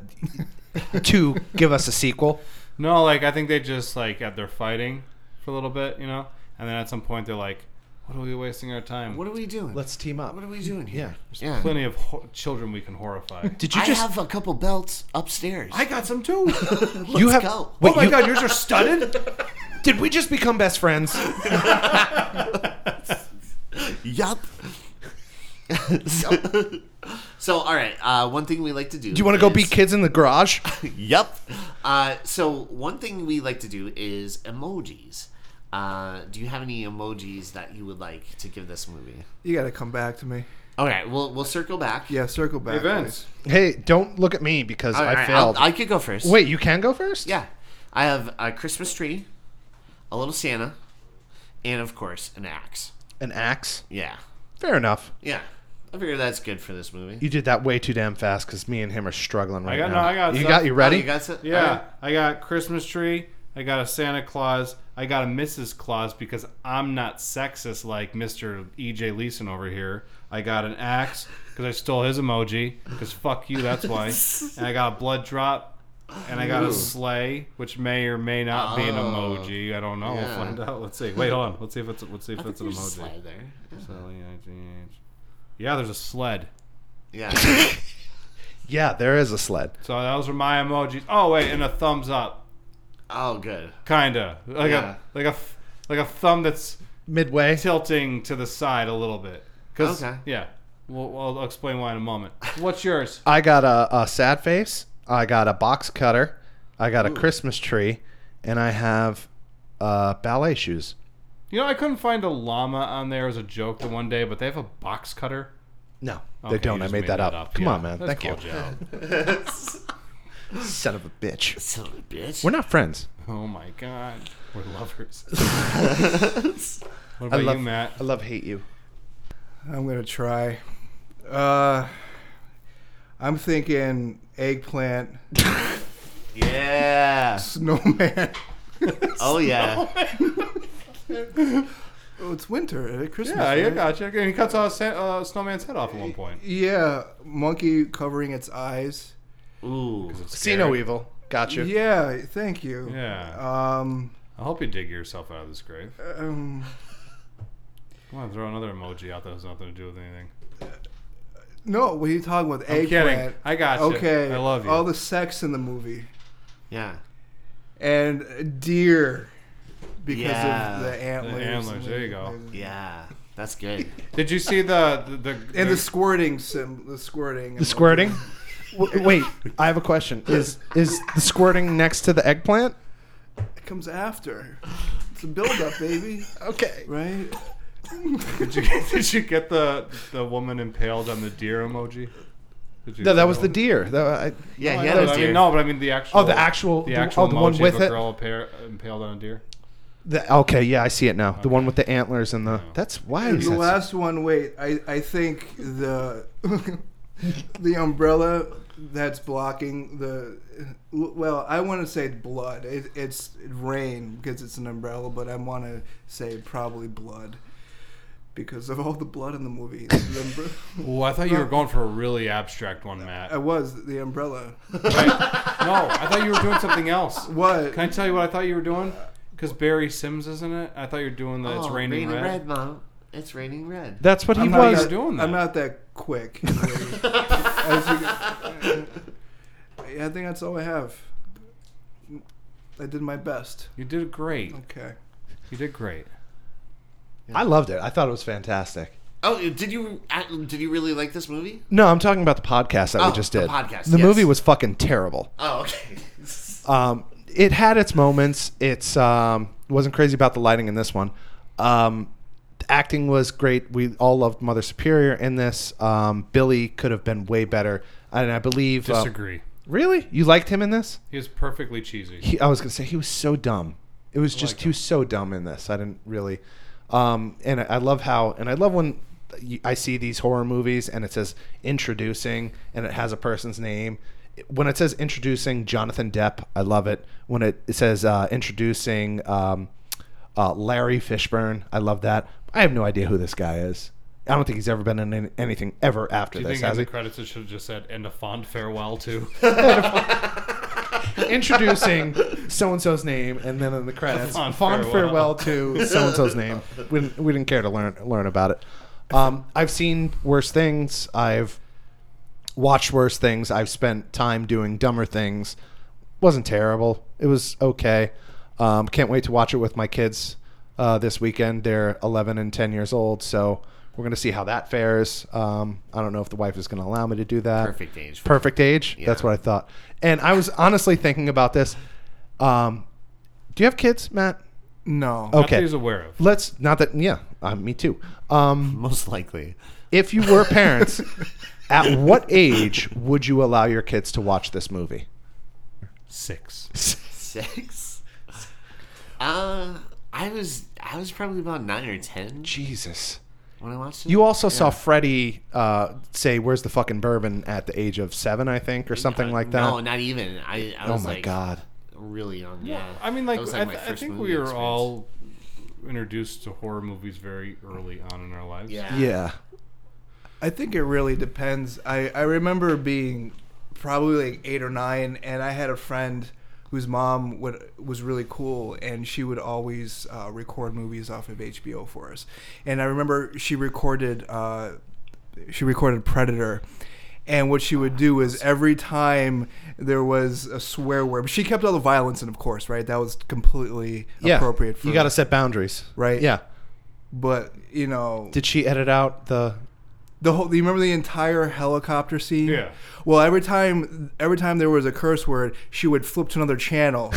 [SPEAKER 3] to give us a sequel.
[SPEAKER 2] No, like I think they just like at their fighting for a little bit, you know, and then at some point they're like, "What are we wasting our time?
[SPEAKER 1] What are we doing?
[SPEAKER 3] Let's team up.
[SPEAKER 1] What are we doing here?
[SPEAKER 2] There's plenty of ho- children we can horrify."
[SPEAKER 3] Did you
[SPEAKER 1] I
[SPEAKER 3] just?
[SPEAKER 1] have a couple belts upstairs.
[SPEAKER 2] got some too.
[SPEAKER 3] you have.
[SPEAKER 1] go.
[SPEAKER 3] Wait,
[SPEAKER 2] oh my
[SPEAKER 3] you-
[SPEAKER 2] god, yours are studded.
[SPEAKER 3] Did we just become best friends?
[SPEAKER 1] yup. so, so, all right. Uh, one thing we like to do.
[SPEAKER 3] Do you want to go beat
[SPEAKER 1] is-
[SPEAKER 3] kids in the garage?
[SPEAKER 1] Yup. Uh, so, one thing we like to do is emojis. Uh, do you have any emojis that you would like to give this movie?
[SPEAKER 4] you got to come back to me.
[SPEAKER 1] All right, we'll we'll circle back.
[SPEAKER 4] Yeah, circle back.
[SPEAKER 2] Events.
[SPEAKER 3] Hey, don't look at me because
[SPEAKER 1] All
[SPEAKER 3] I
[SPEAKER 1] right, I'll-
[SPEAKER 3] failed.
[SPEAKER 1] I could go first.
[SPEAKER 3] Wait, you can go first?
[SPEAKER 1] Yeah, I have a Christmas tree, a little Santa, and of course an axe.
[SPEAKER 3] An axe?
[SPEAKER 1] Yeah.
[SPEAKER 3] Fair enough.
[SPEAKER 1] Yeah. I figure that's good for this movie.
[SPEAKER 3] You did that way too damn fast because me and him are struggling right
[SPEAKER 2] got-
[SPEAKER 3] now.
[SPEAKER 2] no, I got
[SPEAKER 3] you
[SPEAKER 2] some.
[SPEAKER 3] got you ready?
[SPEAKER 1] Oh, you guys-
[SPEAKER 2] Yeah, I got Christmas tree. I got a Santa Claus. I got a Mrs. Claus because I'm not sexist like Mr. E.J. Leeson over here. I got an axe because I stole his emoji because fuck you, that's why. And I got a blood drop. And I got a sleigh, which may or may not be an emoji. I don't know.
[SPEAKER 1] Oh. Yeah.
[SPEAKER 2] We'll find out. Let's see. Wait, hold on. Let's see if it's let's see if
[SPEAKER 1] I think
[SPEAKER 2] it's an
[SPEAKER 1] there's a
[SPEAKER 2] emoji.
[SPEAKER 1] slide there.
[SPEAKER 2] S-L-E-I-G-H. Yeah, there's a sled.
[SPEAKER 1] Yeah.
[SPEAKER 3] Yeah, there is a sled.
[SPEAKER 2] So those are my emojis. Oh wait, and a thumbs up.
[SPEAKER 1] oh, good.
[SPEAKER 2] kinda like
[SPEAKER 1] Yeah.
[SPEAKER 2] a like a f- like a thumb that's
[SPEAKER 3] Midway.
[SPEAKER 2] tilting to the side a little bit. 'Cause-
[SPEAKER 1] Okay.
[SPEAKER 2] yeah, we'll, I'll explain why in a moment. What's yours?
[SPEAKER 3] I got a, a sad face. I got a box cutter. I got a Christmas tree, and I have uh, ballet shoes.
[SPEAKER 2] You know, I couldn't find a llama on there as a joke the one day, but they have a box cutter.
[SPEAKER 3] No,
[SPEAKER 2] Okay,
[SPEAKER 3] they don't.
[SPEAKER 2] you
[SPEAKER 3] I
[SPEAKER 2] just
[SPEAKER 3] made, that, up. Come
[SPEAKER 2] Yeah.
[SPEAKER 3] on, man.
[SPEAKER 2] That's
[SPEAKER 3] Thank you,
[SPEAKER 2] cool, Joe.
[SPEAKER 3] son of a bitch.
[SPEAKER 1] Son of a bitch.
[SPEAKER 3] We're not friends.
[SPEAKER 2] Oh my god, we're lovers. what
[SPEAKER 3] I
[SPEAKER 2] about
[SPEAKER 3] love
[SPEAKER 2] you, Matt?
[SPEAKER 3] I love hate you.
[SPEAKER 4] I'm gonna try. Uh, I'm thinking eggplant,
[SPEAKER 1] yeah.
[SPEAKER 4] snowman.
[SPEAKER 1] Oh yeah.
[SPEAKER 4] Oh, it's winter. eh, Christmas.
[SPEAKER 2] Yeah, yeah,
[SPEAKER 4] right?
[SPEAKER 2] gotcha. And he cuts a uh, snowman's head off at one point.
[SPEAKER 4] Yeah, monkey covering its eyes.
[SPEAKER 1] Ooh.
[SPEAKER 3] See no evil. Got you.
[SPEAKER 4] Yeah, thank you.
[SPEAKER 2] Yeah.
[SPEAKER 4] Um,
[SPEAKER 2] I hope you dig yourself out of this grave.
[SPEAKER 4] um,
[SPEAKER 2] Come on, throw another emoji out that has nothing to do with anything.
[SPEAKER 4] no, what are you talking about?
[SPEAKER 2] I'm
[SPEAKER 4] Eggplant.
[SPEAKER 2] kidding. I got you.
[SPEAKER 4] Okay.
[SPEAKER 2] I love you.
[SPEAKER 4] All the sex in the movie
[SPEAKER 1] Yeah.
[SPEAKER 4] and deer because
[SPEAKER 1] Yeah.
[SPEAKER 4] of the antlers.
[SPEAKER 2] antlers, there you go.
[SPEAKER 1] Yeah. That's good.
[SPEAKER 2] Did you see the the, the,
[SPEAKER 4] And the squirting sim, the squirting.
[SPEAKER 3] The squirting. W- wait, I have a question. Is is the squirting next to the eggplant?
[SPEAKER 4] It comes after. It's a build-up, baby.
[SPEAKER 3] Okay.
[SPEAKER 4] Right?
[SPEAKER 2] did you get, did you get the the woman impaled on the deer emoji? Did you
[SPEAKER 3] No,
[SPEAKER 2] see
[SPEAKER 3] that was the
[SPEAKER 2] one?
[SPEAKER 3] deer. That- I-
[SPEAKER 1] Yeah.
[SPEAKER 2] I
[SPEAKER 1] yeah.
[SPEAKER 2] know,
[SPEAKER 1] That was
[SPEAKER 2] but I
[SPEAKER 1] dear.
[SPEAKER 2] mean, no, but I mean the actual.
[SPEAKER 3] Oh, the actual-
[SPEAKER 2] The
[SPEAKER 3] the-
[SPEAKER 2] actual
[SPEAKER 3] oh, the one
[SPEAKER 2] emoji
[SPEAKER 3] with
[SPEAKER 2] of a
[SPEAKER 3] it?
[SPEAKER 2] girl appa- impaled on a deer.
[SPEAKER 3] the- okay, yeah, I see it now. The one with the antlers and the. That's why.
[SPEAKER 4] And
[SPEAKER 3] is
[SPEAKER 4] the
[SPEAKER 3] that-
[SPEAKER 4] last one, wait, I, I think the the umbrella that's blocking the well, I want to say blood. It, it's rain because it's an umbrella, but I want to say probably blood because of all the blood in the movie. The umbre-
[SPEAKER 2] Oh, I thought you were going for a really abstract one, Matt.
[SPEAKER 3] Oh.
[SPEAKER 4] I was the umbrella.
[SPEAKER 2] Right. No, I thought you were doing something else.
[SPEAKER 4] What?
[SPEAKER 2] Can I tell you what I thought you were doing? Because Barry Sims isn't it? I thought you were doing the
[SPEAKER 1] Oh,
[SPEAKER 2] it's raining, red.
[SPEAKER 1] mom. It's raining red.
[SPEAKER 3] That's what he
[SPEAKER 2] I'm not
[SPEAKER 3] was.
[SPEAKER 2] even doing that.
[SPEAKER 4] I'm not that quick. As you- I think that's all I have. I did my best.
[SPEAKER 2] You did great.
[SPEAKER 4] Okay.
[SPEAKER 2] You did great.
[SPEAKER 3] I loved it. I thought it was fantastic.
[SPEAKER 1] Oh, did you uh, did you really like this movie?
[SPEAKER 3] No, I'm talking about the podcast that
[SPEAKER 1] Oh,
[SPEAKER 3] we just
[SPEAKER 1] the
[SPEAKER 3] did.
[SPEAKER 1] podcast,
[SPEAKER 3] The
[SPEAKER 1] yes.
[SPEAKER 3] movie was fucking terrible.
[SPEAKER 1] Oh, okay.
[SPEAKER 3] Um, it had its moments. It's um, wasn't crazy about the lighting in this one. Um, the acting was great. We all loved Mother Superior in this. Um, Billy could have been way better, and I believe. uh,
[SPEAKER 2] Disagree.
[SPEAKER 3] really, you liked him in this?
[SPEAKER 2] He was perfectly cheesy.
[SPEAKER 3] He, I was gonna say he was so dumb. It was just
[SPEAKER 2] like
[SPEAKER 3] he was so dumb in this. I didn't really. Um, and I, I love how, and I love when you- I see these horror movies and it says introducing and it has a person's name. When it says introducing Jonathan Depp, I love it. When it, it says uh, introducing um, uh, Larry Fishburne, I love that. I have no idea who this guy is. I don't think he's ever been in any, anything ever after
[SPEAKER 2] Do you
[SPEAKER 3] this.
[SPEAKER 2] think in
[SPEAKER 3] Has
[SPEAKER 2] the
[SPEAKER 3] he?
[SPEAKER 2] credits it should have just said and a fond farewell too?
[SPEAKER 3] introducing so and so's name, and then in the credits,
[SPEAKER 2] Fond
[SPEAKER 3] fond,
[SPEAKER 2] farewell.
[SPEAKER 3] farewell. to so and so's name. We didn't, we didn't care to learn learn about it. Um, I've seen worse things. I've watched worse things. I've spent time doing dumber things. wasn't terrible. It was okay. Um, can't wait to watch it with my kids uh, this weekend. They're 11 and 10 years old, so we're gonna see how that fares. Um, I don't know if the wife is gonna allow me to do that.
[SPEAKER 1] Perfect age for
[SPEAKER 3] Perfect age. That's what I thought. And I was honestly thinking about this. Um, do you have kids, Matt?
[SPEAKER 4] No.
[SPEAKER 2] Not that
[SPEAKER 3] Okay.
[SPEAKER 2] he's aware of.
[SPEAKER 3] Let's not that. Yeah, uh, me too. Um,
[SPEAKER 1] Most likely.
[SPEAKER 3] if you were parents, at what age would you allow your kids to watch this movie?
[SPEAKER 2] Six.
[SPEAKER 1] Six. Uh, I was I was probably about nine or ten
[SPEAKER 3] Jesus.
[SPEAKER 1] when I watched it.
[SPEAKER 3] You also saw Freddie uh, say, "Where's the fucking bourbon?" at the age of seven, I think, or something like that.
[SPEAKER 1] No, not even. I, I
[SPEAKER 3] oh
[SPEAKER 1] was
[SPEAKER 3] my
[SPEAKER 1] like
[SPEAKER 3] god.
[SPEAKER 1] really young. Yeah.
[SPEAKER 2] I mean, like,
[SPEAKER 1] That was,
[SPEAKER 2] I,
[SPEAKER 1] my
[SPEAKER 2] th- I
[SPEAKER 1] first
[SPEAKER 2] think
[SPEAKER 1] movie
[SPEAKER 2] we were
[SPEAKER 1] experience.
[SPEAKER 2] all introduced to horror movies very early on in our lives.
[SPEAKER 1] Yeah.
[SPEAKER 3] Yeah.
[SPEAKER 4] I think it really depends. I, I remember being probably like eight or nine, and I had a friend whose mom would, was really cool, and she would always uh, record movies off of HBO for us. And I remember she recorded uh, she recorded Predator. And what she would
[SPEAKER 3] Ah,
[SPEAKER 4] do is every time there was a swear word, she kept all the violence in, of course, right? That was completely
[SPEAKER 3] Yeah.
[SPEAKER 4] appropriate for
[SPEAKER 3] you got to set boundaries,
[SPEAKER 4] Right.
[SPEAKER 3] Yeah.
[SPEAKER 4] But you know,
[SPEAKER 3] Did she edit out the
[SPEAKER 4] The whole, you remember the entire helicopter scene?
[SPEAKER 2] Yeah.
[SPEAKER 4] Well, every time, every time there was a curse word, she would flip to another channel.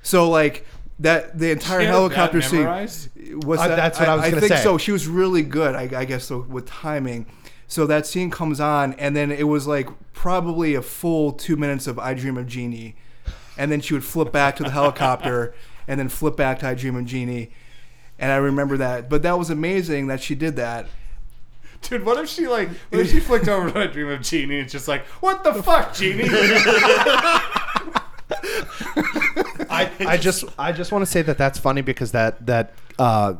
[SPEAKER 4] so like that, the entire
[SPEAKER 2] She had that
[SPEAKER 4] helicopter scene.
[SPEAKER 2] memorized?
[SPEAKER 4] Was
[SPEAKER 3] Uh,
[SPEAKER 4] that-
[SPEAKER 3] that's what I was gonna
[SPEAKER 4] think
[SPEAKER 3] say.
[SPEAKER 4] so. She was really good, I, I guess, so, with timing. So that scene comes on, and then it was like probably a full two minutes of "I Dream of Jeannie," and then she would flip back to the helicopter, and then flip back to "I Dream of Jeannie," and I remember that. But that was amazing that she did that.
[SPEAKER 2] Dude, what if she like what if she flicked over to I Dream of Genie and it's just like, what the fuck, Genie?
[SPEAKER 3] I, I just I just want to say that that's funny because that that uh,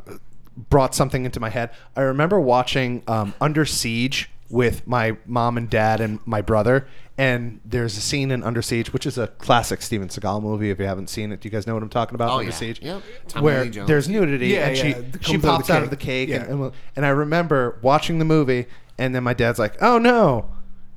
[SPEAKER 3] brought something into my head. I remember watching um, Under Siege with my mom and dad and my brother, and there's a scene in Under Siege, which is a classic Steven Seagal movie. If you haven't seen it, do you guys know what I'm talking about?
[SPEAKER 1] Oh,
[SPEAKER 3] Under
[SPEAKER 1] yeah.
[SPEAKER 3] Siege,
[SPEAKER 1] Yep. Tommy
[SPEAKER 3] where
[SPEAKER 1] Lee Jones.
[SPEAKER 3] there's nudity,
[SPEAKER 4] Yeah,
[SPEAKER 3] and she
[SPEAKER 4] yeah, it
[SPEAKER 3] she
[SPEAKER 4] comes out of
[SPEAKER 3] pops
[SPEAKER 4] the
[SPEAKER 3] out of the
[SPEAKER 4] cake.
[SPEAKER 3] cake,
[SPEAKER 4] Yeah.
[SPEAKER 3] and, and, and I remember watching the movie, and then my dad's like, "Oh no."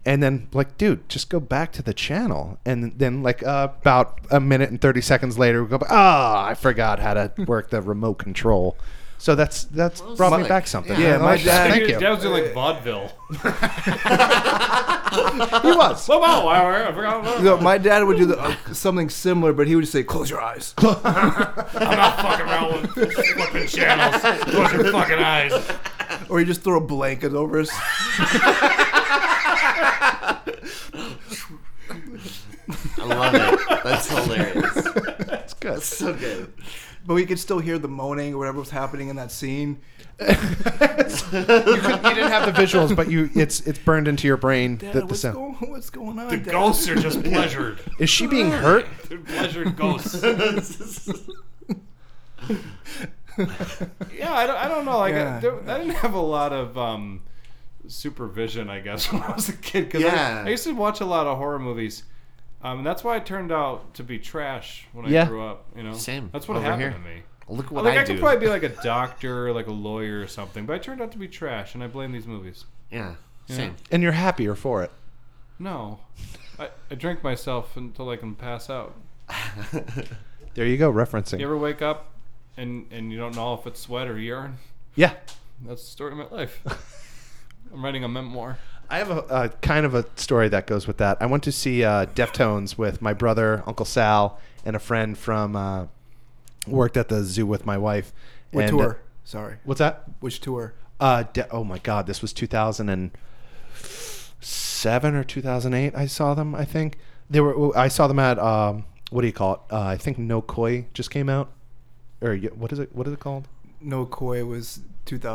[SPEAKER 3] And then, like, dude, just go back to the channel. And then, like, uh, about a minute and thirty seconds later, we go, "Ah, I forgot how to work the remote control." So that's that's
[SPEAKER 1] Well,
[SPEAKER 3] brought me
[SPEAKER 1] like-
[SPEAKER 3] back something.
[SPEAKER 1] yeah,
[SPEAKER 3] I
[SPEAKER 4] my
[SPEAKER 3] like that.
[SPEAKER 4] dad-
[SPEAKER 3] Thank you. Uh,
[SPEAKER 2] That was like vaudeville.
[SPEAKER 3] He was.
[SPEAKER 2] Well, wow, I I forgot about
[SPEAKER 4] No, my dad would do the, uh, something similar, but he would just say, "Close your eyes."
[SPEAKER 2] I'm not fucking around with flipping channels. Close your fucking eyes.
[SPEAKER 4] or you just throw a blanket over us.
[SPEAKER 1] I love it. That's hilarious.
[SPEAKER 3] That's good.
[SPEAKER 1] So good.
[SPEAKER 4] But we could still hear the moaning or whatever was happening in that scene.
[SPEAKER 3] you, couldn't- you didn't have the visuals, but you it's it's burned into your brain.
[SPEAKER 4] Dad,
[SPEAKER 3] the, the
[SPEAKER 4] what's,
[SPEAKER 3] sound.
[SPEAKER 4] going, what's going on?
[SPEAKER 2] The
[SPEAKER 4] Dad?
[SPEAKER 2] ghosts are just pleasured.
[SPEAKER 3] Is she being hurt?
[SPEAKER 2] They're pleasured ghosts. yeah, I don't, I don't know. Like,
[SPEAKER 4] Yeah.
[SPEAKER 2] I, there- I didn't have a lot of um, supervision, I guess, when I was a kid. Cause
[SPEAKER 1] Yeah.
[SPEAKER 2] I, I used to watch a lot of horror movies. Um, and that's why I turned out to be trash when I
[SPEAKER 3] Yeah.
[SPEAKER 2] grew up. You know,
[SPEAKER 1] Same.
[SPEAKER 2] That's what
[SPEAKER 1] Over
[SPEAKER 2] happened
[SPEAKER 1] here.
[SPEAKER 2] to me.
[SPEAKER 1] Look what
[SPEAKER 2] like
[SPEAKER 1] I,
[SPEAKER 2] I,
[SPEAKER 1] do.
[SPEAKER 2] could probably be like a doctor, like a lawyer or something, but I turned out to be trash, and I blame these movies.
[SPEAKER 1] yeah. Same.
[SPEAKER 3] And you're happier for it.
[SPEAKER 2] No, I, I drink myself until I can pass out.
[SPEAKER 3] There you go, referencing.
[SPEAKER 2] You ever wake up and and you don't know if it's sweat or urine?
[SPEAKER 3] yeah.
[SPEAKER 2] That's the story of my life. I'm writing a memoir.
[SPEAKER 3] I have a, a kind of a story that goes with that. I went to see uh, Deftones with my brother, Uncle Sal, and a friend from uh, worked at the zoo with my wife.
[SPEAKER 4] What
[SPEAKER 3] And, uh,
[SPEAKER 4] tour? Sorry,
[SPEAKER 3] what's that?
[SPEAKER 4] which tour?
[SPEAKER 3] Uh, de- oh my God, this was 2007 or 2008. I saw them. I think they were. I saw them at um, what do you call it? Uh, I think No Koi just came out, or y- what is it? What is it called?
[SPEAKER 4] No Koi was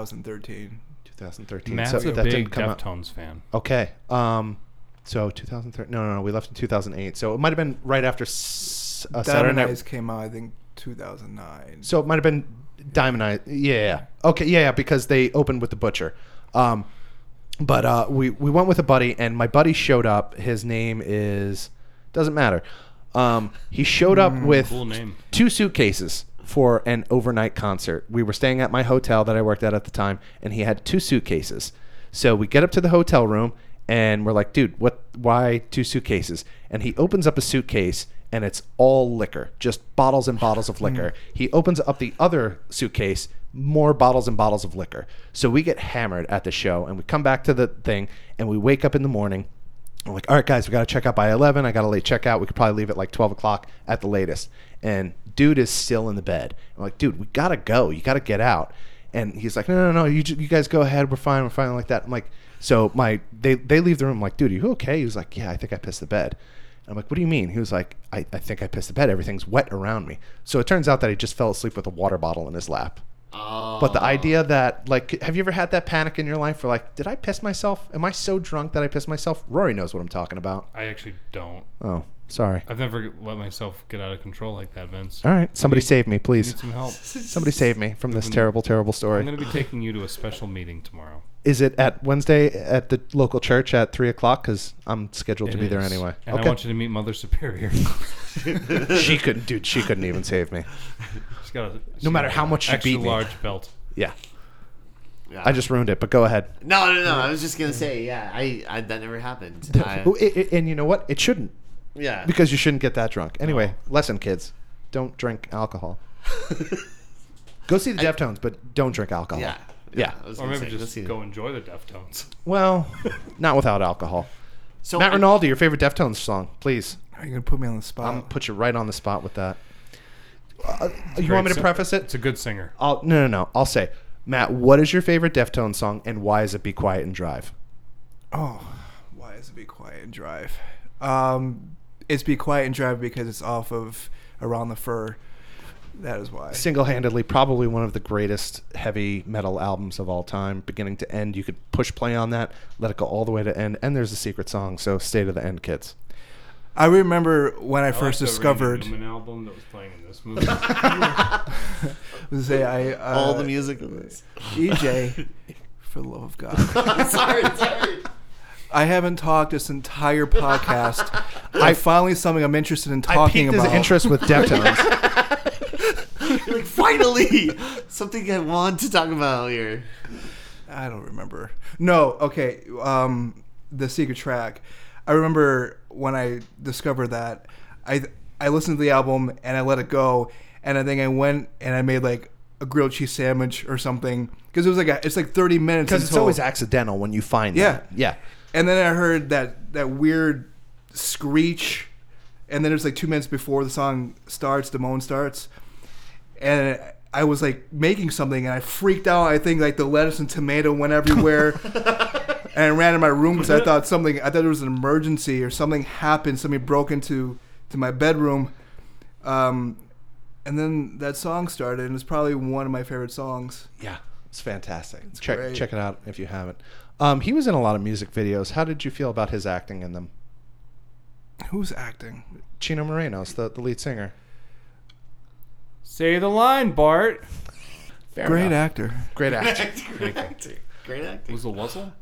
[SPEAKER 4] 2013.
[SPEAKER 3] 2013.
[SPEAKER 2] Matt's
[SPEAKER 3] so
[SPEAKER 2] a
[SPEAKER 3] that
[SPEAKER 2] big
[SPEAKER 3] didn't come out.
[SPEAKER 2] Deftones fan.
[SPEAKER 3] Okay. Um, so 2003. No, no, no. We left in 2008. So it might have been right after s- uh, Saturday
[SPEAKER 4] Saturday
[SPEAKER 3] Night.
[SPEAKER 4] Nights came out, I think, 2009.
[SPEAKER 3] So it might have been Diamond Eyes. Yeah, yeah. Okay. Yeah, yeah. Because they opened with the Butcher. Um, but uh, we we went with a buddy, and my buddy showed up. His name is doesn't matter. Um, he showed up with
[SPEAKER 2] Hmm, Cool name.
[SPEAKER 3] two suitcases for an overnight concert. We were staying at my hotel that I worked at at the time, and he had two suitcases. So we get up to the hotel room, and we're like, "Dude, what? Why two suitcases?" And he opens up a suitcase, and it's all liquor, just bottles and bottles of liquor. He opens up the other suitcase, more bottles and bottles of liquor. So we get hammered at the show, and we come back to the thing, and we wake up in the morning. I'm like, all right, guys, we got to check out by 11. I got a late checkout. We could probably leave at like 12 o'clock at the latest. And dude is still in the bed. I'm like, dude, we got to go. You got to get out. And he's like, no, no, no, you, ju- you guys go ahead. We're fine. We're fine. Like that. I'm like, so my, they, they leave the room. I'm like, dude, are you okay? He was like, yeah, I think I pissed the bed. And I'm like, what do you mean? He was like, I, I think I pissed the bed. Everything's wet around me. So it turns out that he just fell asleep with a water bottle in his lap.
[SPEAKER 1] Oh.
[SPEAKER 3] But the idea that, like, have you ever had that panic in your life where, like, did I piss myself? Am I so drunk that I pissed myself? Rory knows what I'm talking about.
[SPEAKER 2] I actually don't.
[SPEAKER 3] Oh, sorry.
[SPEAKER 2] I've never let myself get out of control like that, Vince.
[SPEAKER 3] All right. Somebody save me,
[SPEAKER 2] I
[SPEAKER 3] please.
[SPEAKER 2] need some help.
[SPEAKER 3] Somebody save me from this terrible, terrible
[SPEAKER 2] I'm
[SPEAKER 3] story.
[SPEAKER 2] going to be taking you to a special meeting tomorrow.
[SPEAKER 3] Is it at Wednesday at the local church at 3 o'clock? Because I'm scheduled to
[SPEAKER 2] It
[SPEAKER 3] be there
[SPEAKER 2] is.
[SPEAKER 3] anyway.
[SPEAKER 2] And I want you to meet Mother Superior.
[SPEAKER 3] she couldn't, dude, she couldn't even save me.
[SPEAKER 2] She's got a,
[SPEAKER 3] No matter how much you
[SPEAKER 2] extra
[SPEAKER 3] beat me.
[SPEAKER 2] large belt.
[SPEAKER 3] Yeah.
[SPEAKER 1] Yeah.
[SPEAKER 3] I just ruined it, but go ahead.
[SPEAKER 1] No, no, no. I was just gonna say, yeah. I, I that never happened. I-
[SPEAKER 3] Oh, it- it- and you know what? It shouldn't
[SPEAKER 1] yeah.
[SPEAKER 3] because you shouldn't get that drunk. Anyway, lesson, kids. Don't drink alcohol. Go see the Deftones, but don't drink alcohol.
[SPEAKER 1] yeah.
[SPEAKER 3] Yeah.
[SPEAKER 1] I was
[SPEAKER 2] Or
[SPEAKER 1] gonna
[SPEAKER 2] maybe
[SPEAKER 1] say, let's
[SPEAKER 2] just
[SPEAKER 1] see.
[SPEAKER 2] go enjoy the Deftones.
[SPEAKER 3] Well, not without alcohol.
[SPEAKER 1] So
[SPEAKER 3] Matt
[SPEAKER 1] I-
[SPEAKER 3] Rinaldi, your favorite Deftones song, please.
[SPEAKER 4] Are you gonna put me on the spot?
[SPEAKER 3] I'm put you right on the spot with that. Uh, you
[SPEAKER 2] Great
[SPEAKER 3] want me to
[SPEAKER 2] song.
[SPEAKER 3] preface it?
[SPEAKER 2] It's a good singer.
[SPEAKER 3] I'll, no, no, no. I'll say, Matt, what is your favorite Deftones song, and why is it "Be Quiet and Drive"?
[SPEAKER 4] Oh, why is it Be Quiet and Drive? Um, it's Be Quiet and Drive because it's off of Around the Fur. That is why.
[SPEAKER 3] Single-handedly, probably one of the greatest heavy metal albums of all time, beginning to end. You could push play on that, let it go all the way to end, and there's a secret song. So stay to the end, kids.
[SPEAKER 4] I remember when I
[SPEAKER 2] I
[SPEAKER 4] first
[SPEAKER 2] like the Randy
[SPEAKER 4] discovered.
[SPEAKER 2] Newman album that was playing in this movie.
[SPEAKER 4] Say I uh,
[SPEAKER 1] all the music of this.
[SPEAKER 3] E
[SPEAKER 4] EJ, for the love of God,
[SPEAKER 1] sorry, sorry.
[SPEAKER 4] I haven't talked this entire podcast. I finally something I'm interested in
[SPEAKER 3] I
[SPEAKER 4] talking
[SPEAKER 3] piqued his
[SPEAKER 4] about.
[SPEAKER 3] interest with Deftones.
[SPEAKER 1] You're like, finally, something I want to talk about here.
[SPEAKER 4] I don't remember. No, okay. Um, the secret track. I remember when I discovered that. I I listened to the album and I let it go, and I think I went and I made like a grilled cheese sandwich or something because it was like a, it's like thirty minutes.
[SPEAKER 3] Because it's
[SPEAKER 4] until-
[SPEAKER 3] always accidental when you find
[SPEAKER 4] Yeah.
[SPEAKER 3] that. Yeah.
[SPEAKER 4] And then I heard that that weird screech, and then it was like two minutes before the song starts, the moan starts, and I was like making something, and I freaked out. I think like the lettuce and tomato went everywhere, and I ran in my room because I thought something. I thought it was an emergency or something happened. Somebody broke into to my bedroom. Um, and then that song started, and it's probably one of my favorite songs.
[SPEAKER 3] Yeah. It's fantastic. check
[SPEAKER 4] great.
[SPEAKER 3] check it out if you haven't. Um, he was in a lot of music videos. How did you feel about his acting in them?
[SPEAKER 4] Who's acting?
[SPEAKER 3] Chino Moreno's the, the lead singer.
[SPEAKER 2] Say the line, Bart.
[SPEAKER 3] Fair
[SPEAKER 4] Great
[SPEAKER 3] enough.
[SPEAKER 4] actor.
[SPEAKER 3] Great actor.
[SPEAKER 1] Great acting. Great acting.
[SPEAKER 2] Was the Wuzzle?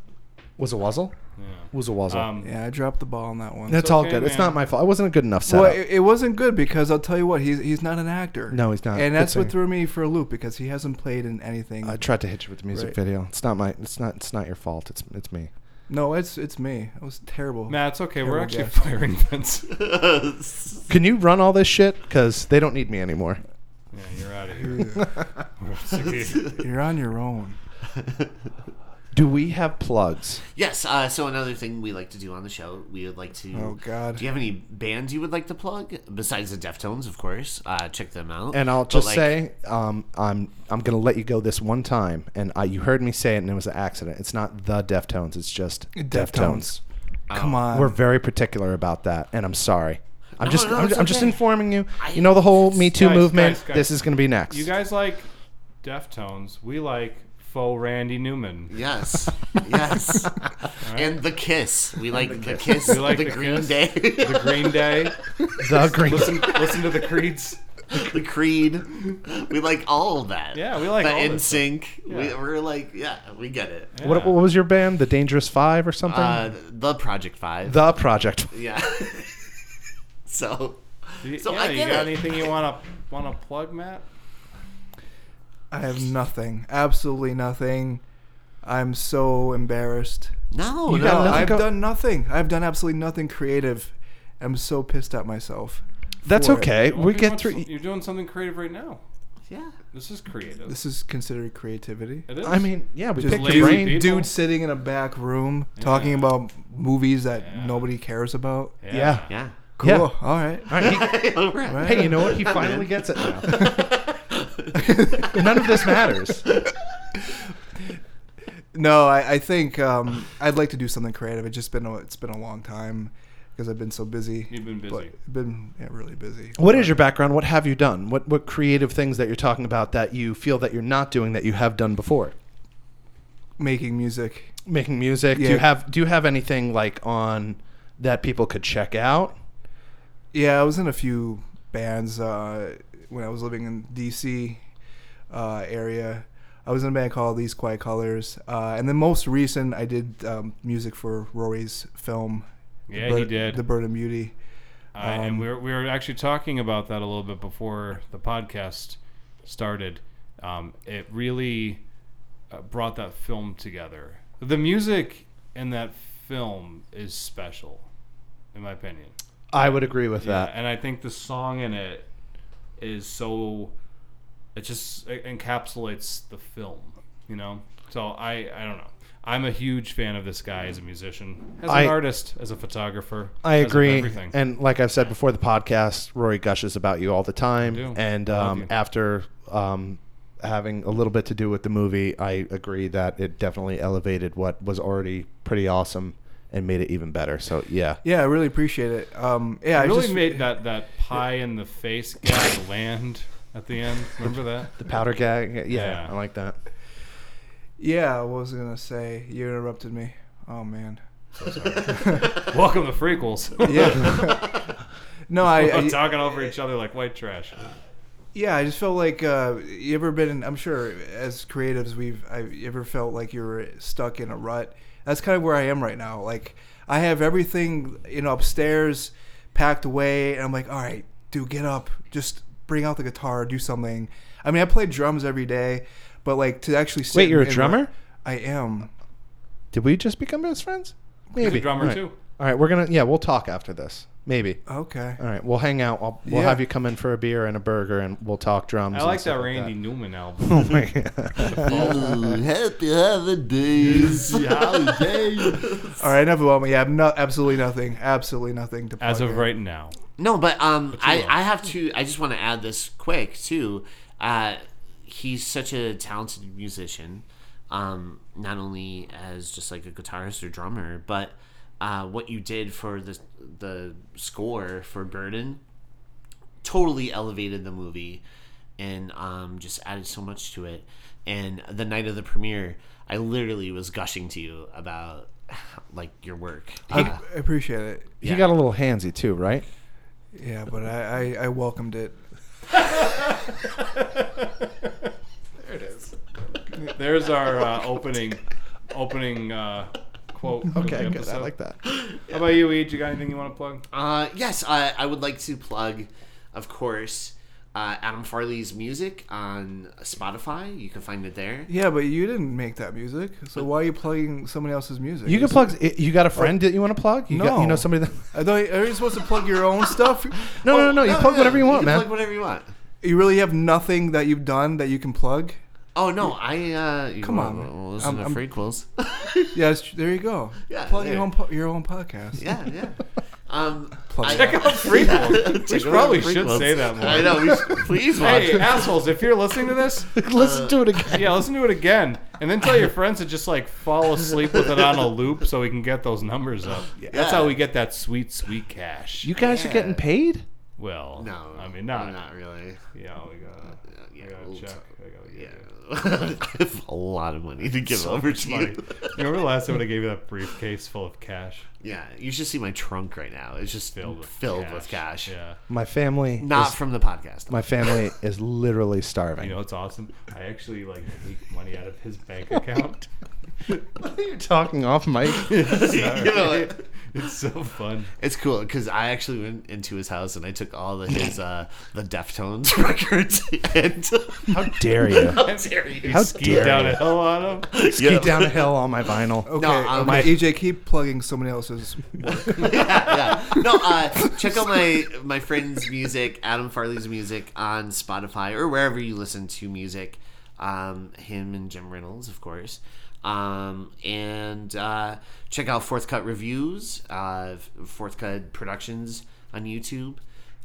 [SPEAKER 3] was a wuzzle?
[SPEAKER 2] Yeah.
[SPEAKER 3] Was a wuzzle.
[SPEAKER 2] Um,
[SPEAKER 4] Yeah, I dropped the ball on that one.
[SPEAKER 3] That's
[SPEAKER 2] It's
[SPEAKER 3] all
[SPEAKER 2] okay,
[SPEAKER 3] good. It's
[SPEAKER 2] man.
[SPEAKER 3] not my fault. I wasn't a good enough setup.
[SPEAKER 4] Well, it, it wasn't good because I'll tell you what, he's he's not an actor.
[SPEAKER 3] No, he's not. Good
[SPEAKER 4] And that's
[SPEAKER 3] singer.
[SPEAKER 4] what threw me for a loop because he hasn't played in anything.
[SPEAKER 3] I tried to hit you with the music
[SPEAKER 4] Right.
[SPEAKER 3] video. It's not my. It's not. It's not your fault. It's it's me.
[SPEAKER 4] no, it's it's me. It was terrible.
[SPEAKER 2] Matt, it's okay. We're actually
[SPEAKER 4] Terrible guess.
[SPEAKER 2] firing Vince. yeah,
[SPEAKER 3] Can you run all this shit? Because they don't need me anymore.
[SPEAKER 2] you're out of here. We're sick of you.
[SPEAKER 4] You're on your own.
[SPEAKER 3] Do we have plugs?
[SPEAKER 1] Yes. Uh, so another thing we like to do on the show, we would like to.
[SPEAKER 4] Oh, God.
[SPEAKER 1] Do you have any bands you would like to plug besides the Deftones, of course? Uh, check them out.
[SPEAKER 3] And I'll
[SPEAKER 1] But,
[SPEAKER 3] just
[SPEAKER 1] like,
[SPEAKER 3] say, um, I'm I'm gonna let you go this one time, and I, you heard me say it, and it was an accident. It's not the Deftones. It's just Deftones.
[SPEAKER 4] Deftones. Come
[SPEAKER 2] Uh,
[SPEAKER 4] on.
[SPEAKER 3] We're very particular about that, and I'm sorry. I'm
[SPEAKER 1] No,
[SPEAKER 3] just
[SPEAKER 1] no,
[SPEAKER 3] I'm,
[SPEAKER 1] it's
[SPEAKER 3] I'm just
[SPEAKER 1] okay.
[SPEAKER 3] informing you.
[SPEAKER 1] I-
[SPEAKER 3] you know the whole Me Too
[SPEAKER 2] Guys,
[SPEAKER 3] movement.
[SPEAKER 2] guys, guys.
[SPEAKER 3] This is gonna be next.
[SPEAKER 2] You guys like Deftones. We like faux Randy Newman.
[SPEAKER 1] Yes. Yes. And the kiss. We like the kiss.
[SPEAKER 2] We like
[SPEAKER 1] the,
[SPEAKER 2] The
[SPEAKER 1] Green
[SPEAKER 2] Kiss.
[SPEAKER 1] Day.
[SPEAKER 2] The Green Day.
[SPEAKER 3] the green.
[SPEAKER 2] listen, listen to the Creeds.
[SPEAKER 1] the Creed. We like all of that.
[SPEAKER 2] Yeah, we like
[SPEAKER 1] the
[SPEAKER 2] all
[SPEAKER 1] In
[SPEAKER 2] that stuff.
[SPEAKER 1] Sync. We,
[SPEAKER 2] Yeah.
[SPEAKER 1] we're like, yeah, we get it.
[SPEAKER 3] What, what was your band? The Dangerous Five or something?
[SPEAKER 1] Uh, the Project Five.
[SPEAKER 3] the Project.
[SPEAKER 1] yeah. so.
[SPEAKER 2] Y-
[SPEAKER 1] So
[SPEAKER 2] yeah,
[SPEAKER 1] I
[SPEAKER 2] you
[SPEAKER 1] get it.
[SPEAKER 2] got anything you wanna wanna plug, Matt?
[SPEAKER 4] I have nothing. Absolutely nothing. I'm so embarrassed.
[SPEAKER 1] No,
[SPEAKER 4] No,
[SPEAKER 1] no.
[SPEAKER 3] nothing
[SPEAKER 4] I've
[SPEAKER 3] go-
[SPEAKER 4] done nothing. I've done absolutely nothing creative. I'm so pissed at myself.
[SPEAKER 3] That's
[SPEAKER 4] for it.
[SPEAKER 3] okay.
[SPEAKER 2] Well,
[SPEAKER 3] we
[SPEAKER 2] if you
[SPEAKER 3] get
[SPEAKER 2] want
[SPEAKER 3] through.
[SPEAKER 2] some- you're doing something creative right now.
[SPEAKER 1] yeah.
[SPEAKER 2] This is creative.
[SPEAKER 4] This is considered creativity.
[SPEAKER 2] it is.
[SPEAKER 3] I mean, yeah, we
[SPEAKER 4] Just
[SPEAKER 3] picked
[SPEAKER 2] lazy
[SPEAKER 3] your brain.
[SPEAKER 2] people.
[SPEAKER 4] Dude sitting in a back room talking
[SPEAKER 2] Yeah.
[SPEAKER 4] about movies that
[SPEAKER 2] Yeah.
[SPEAKER 4] nobody cares about.
[SPEAKER 3] Yeah.
[SPEAKER 1] Yeah.
[SPEAKER 4] Cool.
[SPEAKER 3] Yeah.
[SPEAKER 4] All right.
[SPEAKER 3] All right, he-
[SPEAKER 1] All right.
[SPEAKER 3] hey, you know what? He finally gets it now. None of this matters.
[SPEAKER 4] No, I, I think um, I'd like to do something creative. It's just been a, it's been a long time because I've been so busy.
[SPEAKER 2] You've been busy.
[SPEAKER 4] But been yeah, really busy.
[SPEAKER 3] What is your background? What have you done? What what creative things that you're talking about that you feel that you're not doing that you have done before?
[SPEAKER 4] Making music.
[SPEAKER 3] Making music. Do
[SPEAKER 4] Yeah.
[SPEAKER 3] you have Do you have anything like on that people could check out?
[SPEAKER 4] Yeah, I was in a few bands uh, when I was living in DC uh, area. I was in a band called These Quiet Colors, uh, and the most recent I did um, music for Rory's film.
[SPEAKER 2] Yeah,
[SPEAKER 4] The
[SPEAKER 2] he
[SPEAKER 4] Bir-
[SPEAKER 2] did.
[SPEAKER 4] The Bird of Beauty.
[SPEAKER 2] I, Uh, and
[SPEAKER 4] Um,
[SPEAKER 2] we were, we were actually talking about that a little bit before the podcast started. Um, it really uh, brought that film together. The music in that film is special, in my opinion.
[SPEAKER 3] I would agree with
[SPEAKER 2] Yeah,
[SPEAKER 3] that.
[SPEAKER 2] and I think the song in it is so. It just e, encapsulates the film. You know, so I I don't know. I'm a huge fan of this guy as a musician, as an
[SPEAKER 3] I-
[SPEAKER 2] artist, as a photographer.
[SPEAKER 3] I
[SPEAKER 2] as of
[SPEAKER 3] agree,
[SPEAKER 2] everything.
[SPEAKER 3] and like I've said before, the podcast Rory gushes about you all the time,
[SPEAKER 2] do.
[SPEAKER 3] and
[SPEAKER 2] I love
[SPEAKER 3] um,
[SPEAKER 2] you.
[SPEAKER 3] after um, having a little bit to do with the movie, I agree that it definitely elevated what was already pretty awesome and made it even better. So yeah,
[SPEAKER 4] Yeah, I really appreciate it. Um, yeah,
[SPEAKER 2] I
[SPEAKER 4] I
[SPEAKER 2] really
[SPEAKER 4] just,
[SPEAKER 2] made that that pie in the face guy land at the end. Remember that?
[SPEAKER 3] the powder gag, yeah,
[SPEAKER 2] Yeah.
[SPEAKER 3] I like that.
[SPEAKER 4] Yeah, what was I gonna say? You interrupted me. Oh man.
[SPEAKER 2] Welcome to prequels.
[SPEAKER 4] Yeah. no, I, I
[SPEAKER 2] talking over each other like white trash.
[SPEAKER 4] yeah, I just felt like uh, you ever been. In, I'm sure as creatives, we've I've you ever felt like you were stuck in a rut. That's kind of where I am right now. Like I have everything you know upstairs packed away, and I'm like, all right, dude, get up, just bring out the guitar, do something. I mean, I play drums every day, but like to actually sit
[SPEAKER 3] Wait, you're a
[SPEAKER 4] and-
[SPEAKER 3] drummer?
[SPEAKER 4] I am.
[SPEAKER 3] Did we just become best friends? Maybe
[SPEAKER 2] drummer
[SPEAKER 3] All right.
[SPEAKER 2] too.
[SPEAKER 3] All right, we're gonna yeah, we'll talk after this. Maybe.
[SPEAKER 4] Okay.
[SPEAKER 3] All right, we'll hang out. I'll, we'll
[SPEAKER 4] Yeah.
[SPEAKER 3] have you come in for a beer and a burger, and we'll talk drums.
[SPEAKER 2] I
[SPEAKER 3] and
[SPEAKER 2] like
[SPEAKER 3] stuff
[SPEAKER 2] that Randy Newman album.
[SPEAKER 3] Oh my god.
[SPEAKER 1] Ooh, happy holidays.
[SPEAKER 4] All right, enough about me. Yeah, I have no, absolutely nothing. Absolutely nothing to plug
[SPEAKER 2] As of
[SPEAKER 4] in.
[SPEAKER 2] right now,
[SPEAKER 1] No, but um, I,
[SPEAKER 2] will.
[SPEAKER 1] I have to. I just want to add this quick too. Uh, he's such a talented musician, um, not only as just like a guitarist or drummer, but uh, what you did for the the score for Burden totally elevated the movie and um, just added so much to it. And the night of the premiere, I literally was gushing to you about like your work. Uh,
[SPEAKER 4] I I appreciate it.
[SPEAKER 3] He got a little handsy too, right?
[SPEAKER 4] Yeah, but I, I, I welcomed it.
[SPEAKER 2] there's our uh, opening opening uh, quote. for the
[SPEAKER 3] Okay, good. I
[SPEAKER 2] episode.
[SPEAKER 3] like that.
[SPEAKER 2] How about you, Eid? You got anything you want to plug?
[SPEAKER 1] Uh, yes, I, I would like to plug, of course, uh, Adam Farley's music on Spotify. You can find it there.
[SPEAKER 4] Yeah, but you didn't make that music, so why are you plugging somebody else's music?
[SPEAKER 3] You can plug. You
[SPEAKER 2] Oh.
[SPEAKER 3] got a friend that you want to plug? You got, you
[SPEAKER 4] No.
[SPEAKER 3] know somebody that.
[SPEAKER 4] I thought, are you supposed to plug your own stuff?
[SPEAKER 3] No, no, no, no. You plug whatever you want,
[SPEAKER 1] can
[SPEAKER 3] man.
[SPEAKER 1] Plug whatever Oh, you want.
[SPEAKER 4] You really have nothing that you've done that you can plug?
[SPEAKER 1] Oh no, I uh, you
[SPEAKER 4] Come on,
[SPEAKER 1] wanna-
[SPEAKER 4] man.
[SPEAKER 1] well, listen
[SPEAKER 4] I'm-
[SPEAKER 1] to prequels.
[SPEAKER 4] Yes, there you go.
[SPEAKER 1] Yeah,
[SPEAKER 4] plug
[SPEAKER 1] there.
[SPEAKER 4] your own po- your own podcast.
[SPEAKER 1] yeah, yeah. Um,
[SPEAKER 4] Plug
[SPEAKER 1] I-
[SPEAKER 4] it.
[SPEAKER 2] Check out prequels.
[SPEAKER 1] Check
[SPEAKER 2] we
[SPEAKER 1] out
[SPEAKER 2] probably should
[SPEAKER 1] prequels.
[SPEAKER 2] say that more.
[SPEAKER 1] I know. We should, please watch.
[SPEAKER 2] Hey, assholes! If you're listening to this,
[SPEAKER 3] Listen to it again.
[SPEAKER 2] yeah, listen to it again, and then tell your friends to just like fall asleep with it on a loop, so we can get those numbers up. That's how we get that sweet, sweet cash.
[SPEAKER 3] You guys are getting paid.
[SPEAKER 2] well,
[SPEAKER 1] No,
[SPEAKER 2] I mean not.
[SPEAKER 1] not really.
[SPEAKER 2] Yeah, we got.
[SPEAKER 1] yeah,
[SPEAKER 2] I got
[SPEAKER 1] we'll
[SPEAKER 2] a check.
[SPEAKER 1] talk-
[SPEAKER 2] I got
[SPEAKER 1] Yeah, it's a lot of money to give over to
[SPEAKER 2] Money.
[SPEAKER 1] you.
[SPEAKER 2] Remember the last time when I gave you that briefcase full of cash?
[SPEAKER 1] Yeah, you should see my trunk right now. It's just filled with, filled with cash.
[SPEAKER 2] Yeah.
[SPEAKER 3] My family.
[SPEAKER 1] Not
[SPEAKER 3] Is,
[SPEAKER 1] from the podcast.
[SPEAKER 3] my family is literally starving.
[SPEAKER 2] You know it's awesome? I actually like leaked money out of his bank account.
[SPEAKER 3] You're talking off mic.
[SPEAKER 1] You know what?
[SPEAKER 2] it's so fun.
[SPEAKER 1] It's cool because I actually went into his house and I took all of his uh, the Deftones records and
[SPEAKER 3] How dare you?
[SPEAKER 1] how dare you?
[SPEAKER 3] How
[SPEAKER 2] Ski
[SPEAKER 3] dare
[SPEAKER 2] down
[SPEAKER 3] you?
[SPEAKER 2] a hill on him.
[SPEAKER 3] Ski
[SPEAKER 1] Yeah.
[SPEAKER 3] down a hill on my vinyl.
[SPEAKER 4] Okay,
[SPEAKER 1] No,
[SPEAKER 4] okay,
[SPEAKER 1] okay.
[SPEAKER 4] EJ, keep plugging somebody else's.
[SPEAKER 1] yeah, yeah. No, uh, check out my my friend's music, Adam Farley's music on Spotify or wherever you listen to music. Um, him and Jim Reynolds, of course. Um, and uh, check out Fourth Cut reviews, uh, Fourth Cut Productions on YouTube.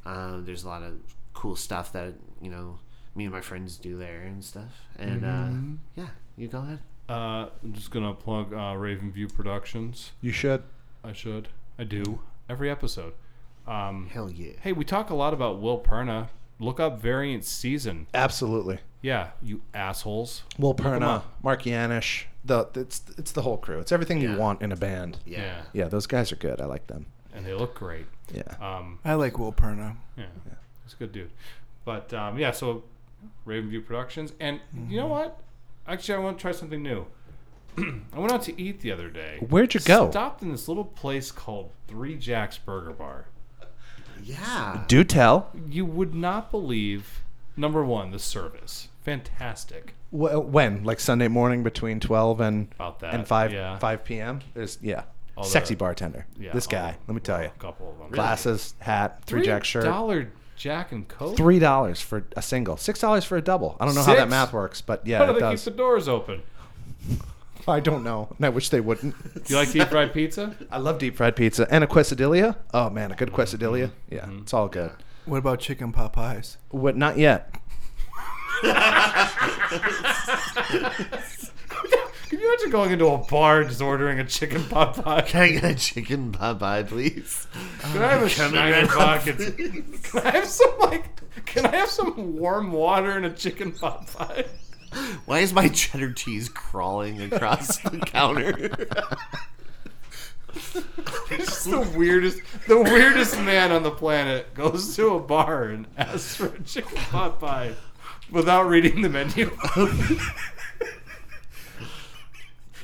[SPEAKER 1] Um, there's a lot of cool stuff that you know me and my friends do there and stuff. And uh, yeah, you go ahead.
[SPEAKER 2] Uh, I'm just gonna plug uh, Raven View Productions.
[SPEAKER 3] You should.
[SPEAKER 2] I should. I do. Every episode. Um,
[SPEAKER 1] Hell yeah.
[SPEAKER 2] hey, we talk a lot about Will Perna. Look up Variant Season.
[SPEAKER 3] Absolutely.
[SPEAKER 2] Yeah, you assholes.
[SPEAKER 3] Will
[SPEAKER 2] him
[SPEAKER 3] Perna,
[SPEAKER 2] up.
[SPEAKER 3] Mark Yanish. The it's it's the whole crew. It's everything
[SPEAKER 1] Yeah.
[SPEAKER 3] you want in a band.
[SPEAKER 1] Yeah.
[SPEAKER 2] yeah.
[SPEAKER 3] Yeah, those guys are good. I like them.
[SPEAKER 2] And they look great.
[SPEAKER 3] Yeah.
[SPEAKER 2] Um,
[SPEAKER 4] I like Will Perna.
[SPEAKER 2] Yeah, he's a good dude. But um, yeah, so Ravenview Productions, and you
[SPEAKER 3] Mm-hmm.
[SPEAKER 2] know what? Actually, I want to try something new. I went out to eat the other day.
[SPEAKER 3] Where'd you go?
[SPEAKER 2] Stopped in this little place called Three Jacks Burger Bar.
[SPEAKER 1] Yeah.
[SPEAKER 3] Do tell.
[SPEAKER 2] You would not believe. Number one, the service, fantastic.
[SPEAKER 3] Well, uh, when like Sunday morning between twelve and
[SPEAKER 2] About that,
[SPEAKER 3] and five
[SPEAKER 2] yeah.
[SPEAKER 3] five p.m. There's yeah,
[SPEAKER 2] All
[SPEAKER 3] sexy
[SPEAKER 2] the-
[SPEAKER 3] bartender.
[SPEAKER 2] Yeah,
[SPEAKER 3] this
[SPEAKER 2] all
[SPEAKER 3] guy,
[SPEAKER 2] the- oh,
[SPEAKER 3] let me tell you,
[SPEAKER 2] a couple of them.
[SPEAKER 3] glasses, hat, three jack shirt.
[SPEAKER 2] Dollar Jack and Coke.
[SPEAKER 3] Three dollars for a single, six dollars for a double. I don't know how
[SPEAKER 2] Six?
[SPEAKER 3] that math works, but
[SPEAKER 2] How
[SPEAKER 3] yeah,
[SPEAKER 2] do
[SPEAKER 3] it
[SPEAKER 2] they
[SPEAKER 3] does.
[SPEAKER 2] keep the doors open?
[SPEAKER 3] I don't know, and I wish they wouldn't.
[SPEAKER 2] Do you like deep fried pizza?
[SPEAKER 3] I love deep fried pizza and a quesadilla. Oh man, a good quesadilla.
[SPEAKER 2] Mm-hmm.
[SPEAKER 3] Yeah, it's all good.
[SPEAKER 4] What about chicken pot pies?
[SPEAKER 3] What? Not yet.
[SPEAKER 2] Can you imagine going into a bar and just ordering a chicken pot pie?
[SPEAKER 1] Can I get a chicken Popeye, please?
[SPEAKER 2] Can I have a Schneider
[SPEAKER 1] right up,
[SPEAKER 2] pockets? Can I have some like? Can I have some warm water and a chicken pot pie?
[SPEAKER 1] Why is my cheddar cheese crawling across the counter?
[SPEAKER 2] It's just the weirdest. The weirdest man on the planet goes to a bar and asks for a chicken pot pie without reading the menu.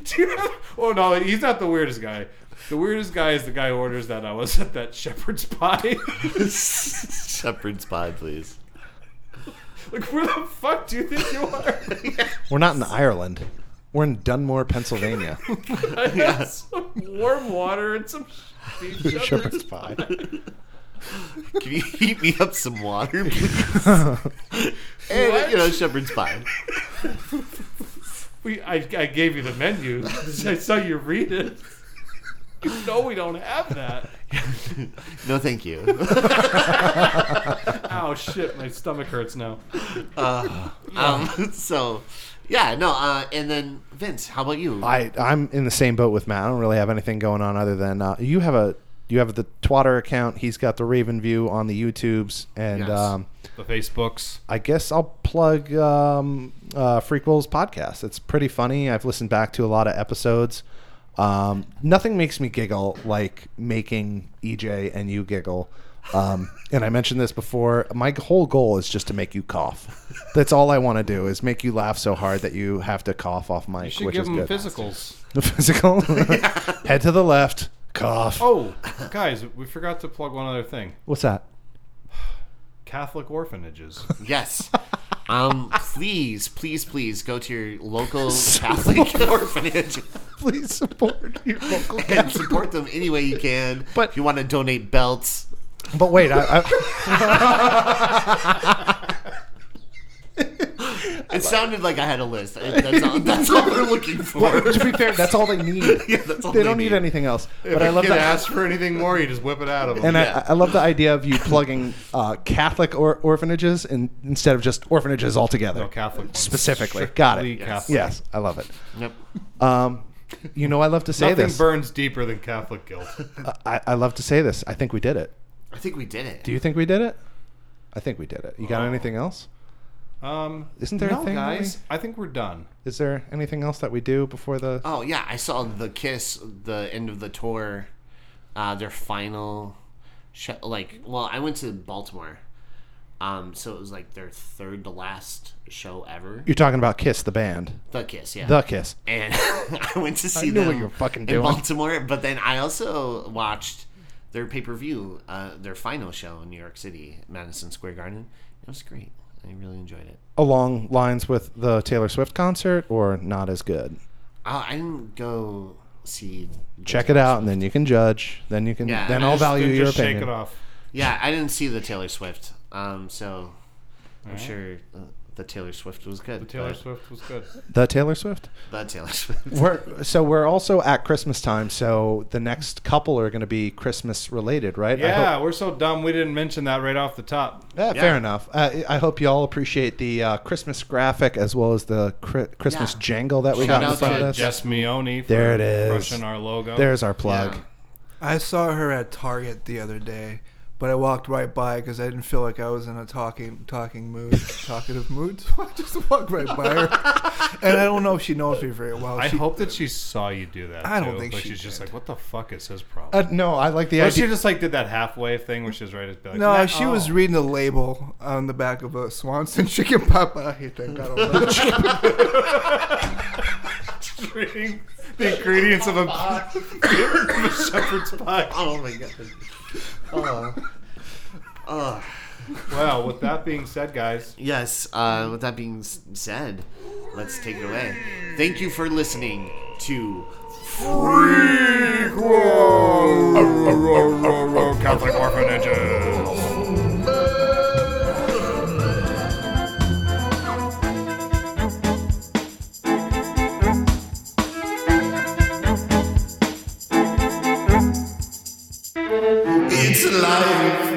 [SPEAKER 2] Do you have, oh no, he's not the weirdest guy. The weirdest guy is the guy who orders that I was at that shepherd's pie.
[SPEAKER 1] Shepherd's pie, please.
[SPEAKER 2] like where the fuck do you think you are?
[SPEAKER 3] We're not in Ireland. We're in Dunmore, Pennsylvania.
[SPEAKER 2] I have some warm water and some beef
[SPEAKER 3] Shepherd's pie.
[SPEAKER 1] Can you heat me up some water, please? and,
[SPEAKER 2] What?
[SPEAKER 1] you know, shepherd's pie.
[SPEAKER 2] We, I, I gave you the menu. I saw you read it. You know we don't have that.
[SPEAKER 1] No, thank you.
[SPEAKER 2] Ow, shit, my stomach hurts now.
[SPEAKER 1] Um, so, yeah, no, uh, and then Vince, how about you?
[SPEAKER 3] I I'm in the same boat with Matt. I don't really have anything going on other than uh, you have a you have the Twitter account. He's got the Raven View on the YouTubes, and
[SPEAKER 1] Yes.
[SPEAKER 3] um,
[SPEAKER 2] The Facebooks.
[SPEAKER 3] I guess I'll plug um, uh, Frequels podcast. It's pretty funny. I've listened back to a lot of episodes. Um, nothing makes me giggle like making EJ and you giggle. Um, and I mentioned this before. My whole goal is just to make you cough. That's all I want to do is make you laugh so hard that you have to cough off mic,
[SPEAKER 2] You should
[SPEAKER 3] which
[SPEAKER 2] give
[SPEAKER 3] is
[SPEAKER 2] them
[SPEAKER 3] good.
[SPEAKER 2] physicals.
[SPEAKER 3] The physical. Head to the left. Cough.
[SPEAKER 2] Oh, guys, we forgot to plug one other thing
[SPEAKER 3] What's that?
[SPEAKER 2] Catholic orphanages.
[SPEAKER 1] Yes. Um, please, please, please go to your local Catholic orphanage
[SPEAKER 3] Please support your local
[SPEAKER 1] and support them any way you can.
[SPEAKER 3] But-
[SPEAKER 1] if you want to donate belts,
[SPEAKER 3] But wait, I, I,
[SPEAKER 1] it sounded like I had a list. I- That's all, that's all we're looking for.
[SPEAKER 3] to be fair, that's all they need.
[SPEAKER 1] Yeah, that's all
[SPEAKER 3] they don't need
[SPEAKER 1] need
[SPEAKER 3] anything else. But I love
[SPEAKER 2] Can't
[SPEAKER 3] that.
[SPEAKER 2] ask for anything more, you just whip it out of them.
[SPEAKER 3] And
[SPEAKER 1] Yeah.
[SPEAKER 3] I, I love the idea of you plugging uh, Catholic or- orphanages in, instead of just orphanages altogether.
[SPEAKER 2] No, Catholic ones.
[SPEAKER 3] Specifically. Got
[SPEAKER 2] Strictly
[SPEAKER 3] it.
[SPEAKER 2] Catholic.
[SPEAKER 3] Yes, I love it.
[SPEAKER 1] Yep.
[SPEAKER 3] Um, you know, I love to say
[SPEAKER 2] Nothing
[SPEAKER 3] this.
[SPEAKER 2] burns deeper than Catholic guilt.
[SPEAKER 3] I, I love to say this. I think we did it.
[SPEAKER 1] I think we did it.
[SPEAKER 3] Do you think we did it? I think we did it. You got anything else?
[SPEAKER 2] Uh, Um,
[SPEAKER 3] Isn't there a
[SPEAKER 2] no,
[SPEAKER 3] thing that
[SPEAKER 2] guys? I think we're done.
[SPEAKER 3] Is there anything else that we do before the?
[SPEAKER 1] Oh yeah, I saw the Kiss the end of the tour, uh, their final, sh- like well, I went to Baltimore, um, so it was like their third to last show ever.
[SPEAKER 3] You're talking about Kiss, the band,
[SPEAKER 1] The Kiss, yeah.
[SPEAKER 3] the Kiss.
[SPEAKER 1] and I went to see
[SPEAKER 3] knew what
[SPEAKER 1] them
[SPEAKER 3] you were fucking
[SPEAKER 1] in
[SPEAKER 3] doing.
[SPEAKER 1] Baltimore, but then I also watched their pay per view, uh, their final show in New York City, Madison Square Garden. It was great. I really enjoyed it.
[SPEAKER 3] Along lines with the Taylor Swift concert, or not as good.
[SPEAKER 1] Uh, I didn't go see.
[SPEAKER 3] Check it out, and then you can judge. Then you can.
[SPEAKER 1] Yeah,
[SPEAKER 3] then
[SPEAKER 1] I
[SPEAKER 3] I'll
[SPEAKER 1] just-
[SPEAKER 3] value
[SPEAKER 2] Then
[SPEAKER 3] your
[SPEAKER 2] just
[SPEAKER 3] opinion.
[SPEAKER 2] shake it off.
[SPEAKER 1] Yeah, I didn't see the Taylor Swift. Um, so I'm sure uh, the Taylor Swift was good.
[SPEAKER 2] The Taylor
[SPEAKER 1] but
[SPEAKER 2] Swift was good.
[SPEAKER 3] The Taylor Swift.
[SPEAKER 1] The Taylor Swift.
[SPEAKER 3] We're so we're also at Christmas time, so the next couple are going to be Christmas related, right? I
[SPEAKER 2] Yeah,
[SPEAKER 3] hope-
[SPEAKER 2] we're so dumb we didn't mention that right off the top.
[SPEAKER 3] Eh,
[SPEAKER 1] Yeah.
[SPEAKER 3] Fair enough. Uh, I hope you all appreciate the uh, Christmas graphic as well as the cri- Christmas
[SPEAKER 1] Yeah.
[SPEAKER 3] jangle that we
[SPEAKER 1] Shout
[SPEAKER 3] got in
[SPEAKER 1] out
[SPEAKER 3] front of
[SPEAKER 1] to
[SPEAKER 3] us.
[SPEAKER 2] Jess Mione for
[SPEAKER 3] There it is.
[SPEAKER 2] crushing our logo.
[SPEAKER 3] There's our plug.
[SPEAKER 1] Yeah.
[SPEAKER 4] I saw her at Target the other day, but I walked right by because I didn't feel like I was in a talking talking mood, talkative mood. So I just walked right by her, and I don't know if she knows me very well.
[SPEAKER 2] I
[SPEAKER 4] She-
[SPEAKER 2] hope that she saw you do that.
[SPEAKER 4] I don't
[SPEAKER 2] too,
[SPEAKER 4] think
[SPEAKER 2] but
[SPEAKER 4] she
[SPEAKER 2] she's just
[SPEAKER 4] did.
[SPEAKER 2] like, what the fuck is his problem?
[SPEAKER 3] Uh, no, I like the
[SPEAKER 2] or
[SPEAKER 3] idea.
[SPEAKER 2] she just like did that halfway thing where she was right. Like,
[SPEAKER 4] No,
[SPEAKER 2] "Nah,
[SPEAKER 4] she
[SPEAKER 2] oh."
[SPEAKER 4] was reading the label on the back of a Swanson chicken Popeye. That got a little-
[SPEAKER 2] reading the ingredients of a, of a shepherd's pie.
[SPEAKER 1] Oh my god. Oh. Oh.
[SPEAKER 2] Well, with that being said, guys,
[SPEAKER 1] Yes, uh, with that being s- said, let's take it away. Thank you for listening to
[SPEAKER 2] Catholic orphanages.
[SPEAKER 6] It's life.